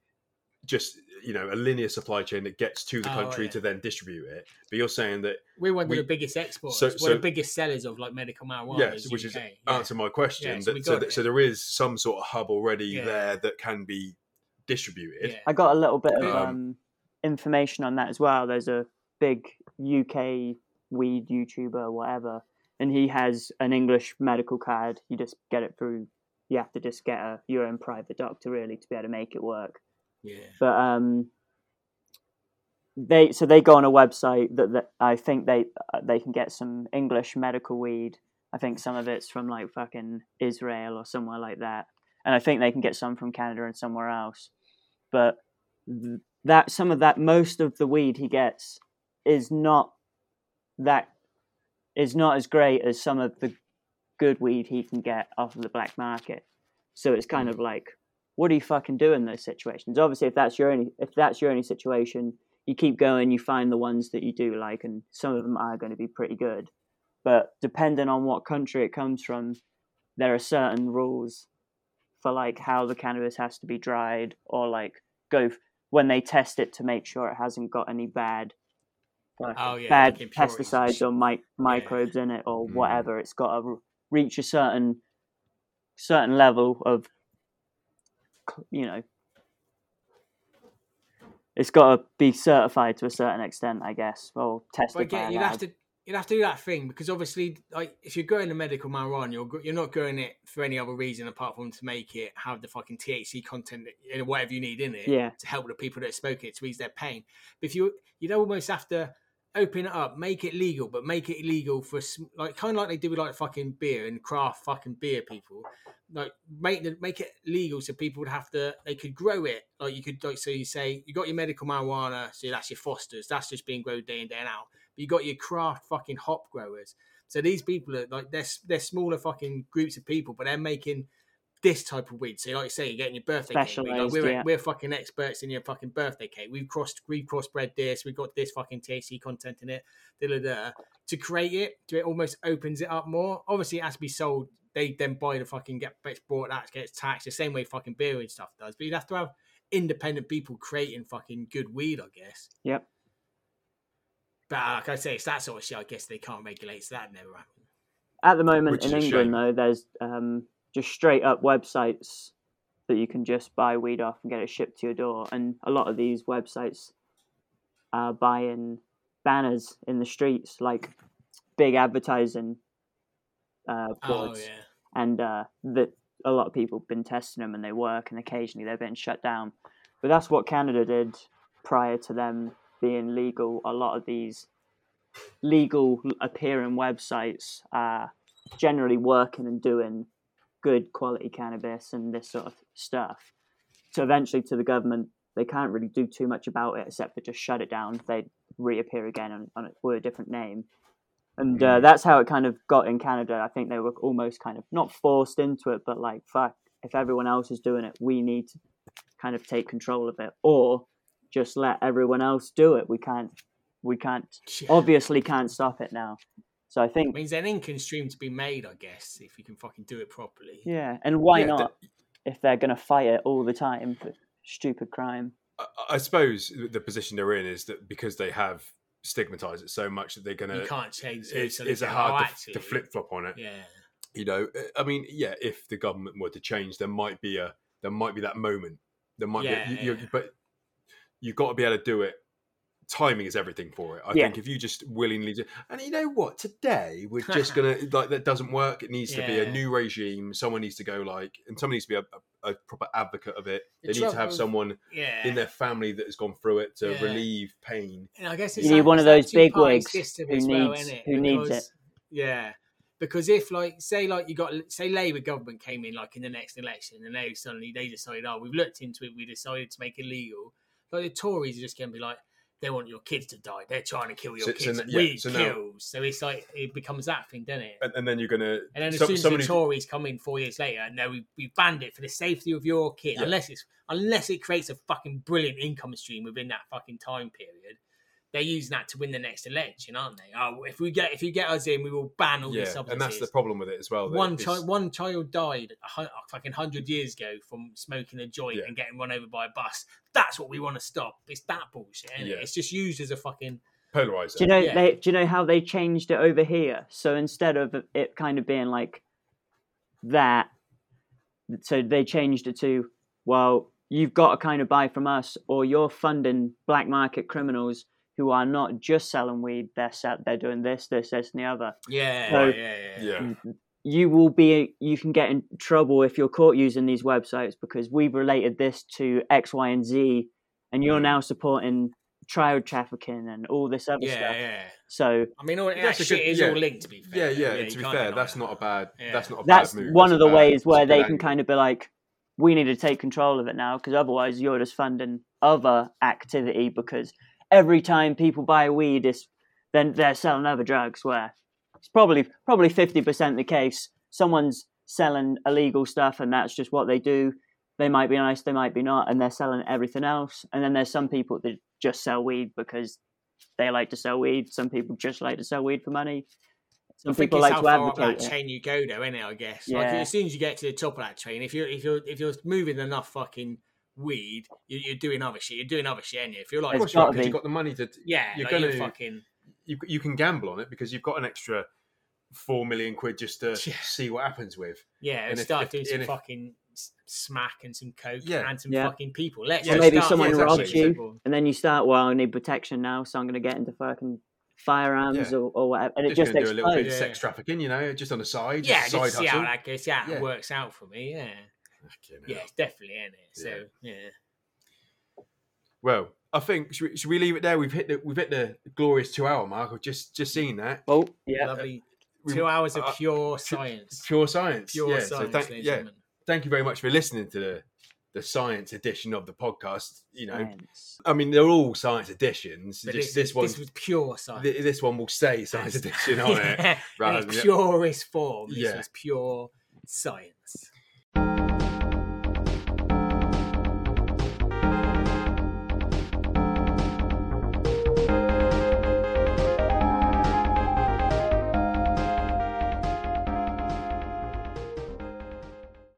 [SPEAKER 1] just you know a linear supply chain that gets to the
[SPEAKER 2] Oh,
[SPEAKER 1] country
[SPEAKER 2] yeah.
[SPEAKER 1] to then distribute it. But you're saying that
[SPEAKER 2] We're one of
[SPEAKER 1] We-
[SPEAKER 2] the biggest exporters.
[SPEAKER 1] so-
[SPEAKER 2] We're the
[SPEAKER 1] so-
[SPEAKER 2] biggest sellers of like medical marijuana.
[SPEAKER 1] yes,
[SPEAKER 2] is
[SPEAKER 1] which is
[SPEAKER 2] UK.
[SPEAKER 1] answer my question.
[SPEAKER 2] Yeah, so we
[SPEAKER 1] that, so,
[SPEAKER 2] got
[SPEAKER 1] that,
[SPEAKER 2] it.
[SPEAKER 1] so there is some sort of hub already
[SPEAKER 2] Yeah.
[SPEAKER 1] there that can be
[SPEAKER 2] Yeah.
[SPEAKER 1] distributed.
[SPEAKER 2] yeah.
[SPEAKER 3] I got a little bit of
[SPEAKER 1] Um,
[SPEAKER 3] um, information on that as well. There's a big UK weed YouTuber, whatever, and he has an English medical card. You just get it through you have to just get a, your own private doctor really to be able to make it work.
[SPEAKER 2] Yeah.
[SPEAKER 3] But um, they so they go on a website that, that I think they uh, they can get some English medical weed. I think some of it's from like fucking Israel or somewhere like that, and I think they can get some from Canada and somewhere else. But th- that some of that most of the weed he gets is not that is not as great as some of the good weed he can get off of the black market. So it's kind of like, what do you fucking do in those situations? Obviously, if that's your only if that's your only situation, you keep going. You find the ones that you do like, and some of them are going to be pretty good. But depending on what country it comes from, there are certain rules for like how the cannabis has to be dried, or like go when they test it to make sure it hasn't got any bad like
[SPEAKER 2] Oh, yeah,
[SPEAKER 3] bad
[SPEAKER 2] like impurities.
[SPEAKER 3] pesticides or mi- microbes in it or
[SPEAKER 1] Mm.
[SPEAKER 3] whatever. It's got to reach a certain certain level of cl- you know. It's got to be certified to a certain extent, I guess, or tested
[SPEAKER 2] But again,
[SPEAKER 3] by
[SPEAKER 2] you'd
[SPEAKER 3] a
[SPEAKER 2] have
[SPEAKER 3] lab.
[SPEAKER 2] to you'd have to do that thing because obviously, like if you're growing the medical marijuana, you're gr- you're not growing it for any other reason apart from to make it have the fucking THC content that- and whatever you need in it
[SPEAKER 3] Yeah.
[SPEAKER 2] to help the people that smoke it to ease their pain. But if you you'd almost have to open it up, make it legal, but make it illegal for s- like kind of like they do with like fucking beer and craft fucking beer people. Like make the, make it legal so people would have to they could grow it. Like you could like so you say you got your medical marijuana, so that's your Fosters, that's just being grown day in day out. But you got your craft fucking hop growers. So these people are like they're s- they're smaller fucking groups of people, but they're making this type of weed. So like you say, you're getting your birthday cake. Like,
[SPEAKER 3] Specialised,
[SPEAKER 2] we're
[SPEAKER 3] yeah.
[SPEAKER 2] we're fucking experts in your fucking birthday cake. We've crossed we've crossbred this. We've got this fucking THC content in it. Da da da. To create it, so it almost opens it up more. Obviously, it has to be sold. They then buy the fucking get gets brought out, gets taxed the same way fucking beer and stuff does. But you'd have to have independent people creating fucking good weed, I guess.
[SPEAKER 3] Yep.
[SPEAKER 2] But uh, like I say, it's that sort of shit. I guess they can't regulate, so that never happened.
[SPEAKER 3] At the moment
[SPEAKER 1] Which
[SPEAKER 3] in
[SPEAKER 1] is a
[SPEAKER 3] England,
[SPEAKER 1] shame.
[SPEAKER 3] though, there's um, just straight up websites that you can just buy weed off and get it shipped to your door. And a lot of these websites are buying banners in the streets, like big advertising uh, boards.
[SPEAKER 2] Oh yeah.
[SPEAKER 3] And uh, that a lot of people have been testing them and they work, and occasionally they're being shut down. But that's what Canada did prior to them being legal. A lot of these legal appearing websites are generally working and doing good quality cannabis and this sort of stuff. So eventually, to the government, they can't really do too much about it except for just shut it down. They reappear again on, on it with a different name. And uh, that's how it kind of got in Canada. I think they were almost kind of not forced into it, but like, fuck, if everyone else is doing it, we need to kind of take control of it or just let everyone else do it. We can't, we can't,
[SPEAKER 2] Shit.
[SPEAKER 1] Oh.
[SPEAKER 3] obviously can't stop it now. So I think,
[SPEAKER 2] means an income stream to be made, I guess, if you can fucking do it properly.
[SPEAKER 3] yeah, and why
[SPEAKER 1] Yeah, the-
[SPEAKER 3] not? if they're going to fight it all the time for stupid crime.
[SPEAKER 1] I, I suppose the position they're in is that because they have stigmatized it so much that they're going
[SPEAKER 2] you
[SPEAKER 1] to.
[SPEAKER 2] can't change it.
[SPEAKER 1] It's,
[SPEAKER 2] so they
[SPEAKER 1] it's a
[SPEAKER 2] go,
[SPEAKER 1] hard
[SPEAKER 2] "Oh,
[SPEAKER 1] to-
[SPEAKER 2] actually,
[SPEAKER 1] to flip flop on it.
[SPEAKER 2] Yeah,
[SPEAKER 1] you know eh, i mean yeah if the government were to change there might be a there might be that moment there might
[SPEAKER 2] Yeah,
[SPEAKER 1] be a, you, you-
[SPEAKER 2] yeah.
[SPEAKER 1] but you've got to be able to do it timing is everything for it i
[SPEAKER 3] Yeah.
[SPEAKER 1] think if you just willingly do and you know what today we're just gonna like that doesn't work it needs to be a
[SPEAKER 2] Yeah.
[SPEAKER 1] new regime someone needs to go like and someone needs to be a, a, a proper advocate of it
[SPEAKER 2] The
[SPEAKER 1] they need to
[SPEAKER 2] trouble
[SPEAKER 1] have
[SPEAKER 2] is-
[SPEAKER 1] someone
[SPEAKER 2] yeah.
[SPEAKER 1] in their family that has gone through it to
[SPEAKER 2] Yeah.
[SPEAKER 1] relieve pain
[SPEAKER 2] and I guess
[SPEAKER 3] You
[SPEAKER 2] it's
[SPEAKER 3] need
[SPEAKER 2] that-
[SPEAKER 3] one of
[SPEAKER 2] it's that
[SPEAKER 3] those big
[SPEAKER 2] two-party
[SPEAKER 3] wigs
[SPEAKER 2] system
[SPEAKER 3] who
[SPEAKER 2] as well,
[SPEAKER 3] needs-
[SPEAKER 2] innit?
[SPEAKER 3] who needs it.
[SPEAKER 2] Because- Yeah, because if like say like you got say Labour government came in like in the next election and they suddenly they decided oh we've looked into it we decided to make it legal like the Tories are just gonna be like they want your kids to die they're trying to kill your
[SPEAKER 1] So- so n-
[SPEAKER 2] kids and
[SPEAKER 1] yeah,
[SPEAKER 2] we
[SPEAKER 1] so now-
[SPEAKER 2] kills so it's like it becomes that thing doesn't it
[SPEAKER 1] and, and then you're gonna
[SPEAKER 2] And then as
[SPEAKER 1] some-
[SPEAKER 2] soon as
[SPEAKER 1] someone
[SPEAKER 2] the
[SPEAKER 1] who-
[SPEAKER 2] Tories come in four years later, no, we, we banned it for the safety of your kid,
[SPEAKER 1] Yeah.
[SPEAKER 2] unless it's unless it creates a fucking brilliant income stream within that fucking time period. They're using that to win the next election, aren't they? Oh, if we get if you get us in, we will ban all these
[SPEAKER 1] yeah
[SPEAKER 2] substances.
[SPEAKER 1] and that's the problem with it as well that
[SPEAKER 2] one
[SPEAKER 1] it's-
[SPEAKER 2] child one child died a hun- a fucking hundred years ago from smoking a joint
[SPEAKER 1] Yeah.
[SPEAKER 2] and getting run over by a bus. That's what we want to stop. It's that bullshit. innit?
[SPEAKER 1] Yeah.
[SPEAKER 2] It's just used as a fucking
[SPEAKER 1] polarizer
[SPEAKER 3] Do you know
[SPEAKER 2] Yeah.
[SPEAKER 3] they? Do you know how they changed it over here? So instead of it kind of being like that, so they changed it to well, you've got to kind of buy from us, or you're funding black market criminals who are not just selling weed. They're sell- they're doing this, this, this, and the other.
[SPEAKER 2] yeah,
[SPEAKER 3] So-
[SPEAKER 2] yeah, yeah,
[SPEAKER 1] yeah
[SPEAKER 3] you will be you can get in trouble if you're caught using these websites because we've related this to X, Y, and Z, and you're now supporting child trafficking and all this other
[SPEAKER 2] Yeah, eh.
[SPEAKER 3] stuff.
[SPEAKER 2] yeah.
[SPEAKER 3] So
[SPEAKER 2] I mean, all, that
[SPEAKER 1] That's a
[SPEAKER 2] shit
[SPEAKER 1] good-
[SPEAKER 2] is
[SPEAKER 1] yeah.
[SPEAKER 2] all linked. To be
[SPEAKER 1] Yeah,
[SPEAKER 2] fair,
[SPEAKER 1] yeah.
[SPEAKER 2] though.
[SPEAKER 1] and to
[SPEAKER 2] you
[SPEAKER 1] be
[SPEAKER 2] can't
[SPEAKER 1] fair,
[SPEAKER 2] deny
[SPEAKER 1] that's
[SPEAKER 2] that.
[SPEAKER 1] not a bad.
[SPEAKER 2] Yeah.
[SPEAKER 1] That's not a
[SPEAKER 3] that's
[SPEAKER 1] bad move.
[SPEAKER 3] one
[SPEAKER 1] that's
[SPEAKER 3] of the
[SPEAKER 1] a bad-
[SPEAKER 3] ways
[SPEAKER 1] it's a
[SPEAKER 3] where
[SPEAKER 1] good
[SPEAKER 3] they
[SPEAKER 1] angle.
[SPEAKER 3] can kind of be like, we need to take control of it now because otherwise you're just funding other activity because every time people buy weed, it's, then they're selling other drugs where it's probably probably 50% the case. Someone's selling illegal stuff and that's just what they do. They might be nice, they might be not, and they're selling everything else. And then there's some people that just sell weed because they like to sell weed. Some people just like to sell weed for money. Some
[SPEAKER 2] I think
[SPEAKER 3] people
[SPEAKER 2] it's
[SPEAKER 3] like
[SPEAKER 2] how
[SPEAKER 3] to
[SPEAKER 2] far up
[SPEAKER 3] advocate.
[SPEAKER 2] that
[SPEAKER 3] it.
[SPEAKER 2] chain you go, though, innit? I guess. Like
[SPEAKER 3] Yeah.
[SPEAKER 2] as soon as you get to the top of that train, if you're if you're if you're moving enough fucking weed, you, you're doing other shit. You're doing other shit, and if you're
[SPEAKER 1] Of
[SPEAKER 2] like,
[SPEAKER 3] It's
[SPEAKER 1] course, you are,
[SPEAKER 3] gotta
[SPEAKER 1] 'cause
[SPEAKER 3] be.
[SPEAKER 1] you've got the money to.
[SPEAKER 2] yeah,
[SPEAKER 1] you're
[SPEAKER 2] like, you're
[SPEAKER 1] gonna-
[SPEAKER 2] fucking
[SPEAKER 1] You you can gamble on it because you've got an extra four million quid just to
[SPEAKER 2] Yeah.
[SPEAKER 1] see what happens with.
[SPEAKER 2] yeah,
[SPEAKER 1] and
[SPEAKER 2] and
[SPEAKER 1] if-
[SPEAKER 2] start
[SPEAKER 1] if-
[SPEAKER 2] doing some
[SPEAKER 1] and if-
[SPEAKER 2] fucking s- smack and some coke
[SPEAKER 1] Yeah.
[SPEAKER 2] and some
[SPEAKER 3] Yeah.
[SPEAKER 2] fucking people. Let's
[SPEAKER 1] Or
[SPEAKER 2] just
[SPEAKER 1] maybe
[SPEAKER 2] start
[SPEAKER 1] someone
[SPEAKER 2] doing
[SPEAKER 1] robbed
[SPEAKER 2] something
[SPEAKER 3] you.
[SPEAKER 2] simple.
[SPEAKER 3] and then you start, well, I need protection now, so I'm going to get into fucking firearms
[SPEAKER 1] Yeah.
[SPEAKER 3] or, or whatever, and it
[SPEAKER 1] just
[SPEAKER 3] just,
[SPEAKER 1] going to do a little bit
[SPEAKER 3] explodes.
[SPEAKER 1] of
[SPEAKER 2] explodes.
[SPEAKER 1] sex trafficking, you know, just on the side.
[SPEAKER 2] Yeah,
[SPEAKER 1] just side
[SPEAKER 2] just see how
[SPEAKER 1] hustle.
[SPEAKER 2] that goes. Yeah,
[SPEAKER 1] Yeah.
[SPEAKER 2] it works out for me. Yeah,
[SPEAKER 1] Fucking hell.
[SPEAKER 2] yeah, it's definitely in it. So yeah,
[SPEAKER 1] Well, I think should we, should we leave it there? We've hit the we've hit the glorious two hour mark. I've just just seen that.
[SPEAKER 3] Well, yeah,
[SPEAKER 2] lovely.
[SPEAKER 1] We-
[SPEAKER 2] Two hours of
[SPEAKER 1] uh,
[SPEAKER 2] pure science.
[SPEAKER 1] Pure science.
[SPEAKER 2] Pure
[SPEAKER 1] yeah.
[SPEAKER 2] science,
[SPEAKER 1] so thank,
[SPEAKER 2] ladies and
[SPEAKER 1] yeah.
[SPEAKER 2] gentlemen.
[SPEAKER 1] Thank you very much for listening to the the science edition of the podcast. You know,
[SPEAKER 3] science.
[SPEAKER 1] I mean, they're all science editions.
[SPEAKER 2] But
[SPEAKER 1] just
[SPEAKER 2] this,
[SPEAKER 1] this one,
[SPEAKER 2] this was pure science.
[SPEAKER 1] thi- this one will say science edition on it.
[SPEAKER 2] yeah.
[SPEAKER 1] rather
[SPEAKER 2] in
[SPEAKER 1] than-
[SPEAKER 2] its purest form. This
[SPEAKER 1] Yeah.
[SPEAKER 2] was pure science.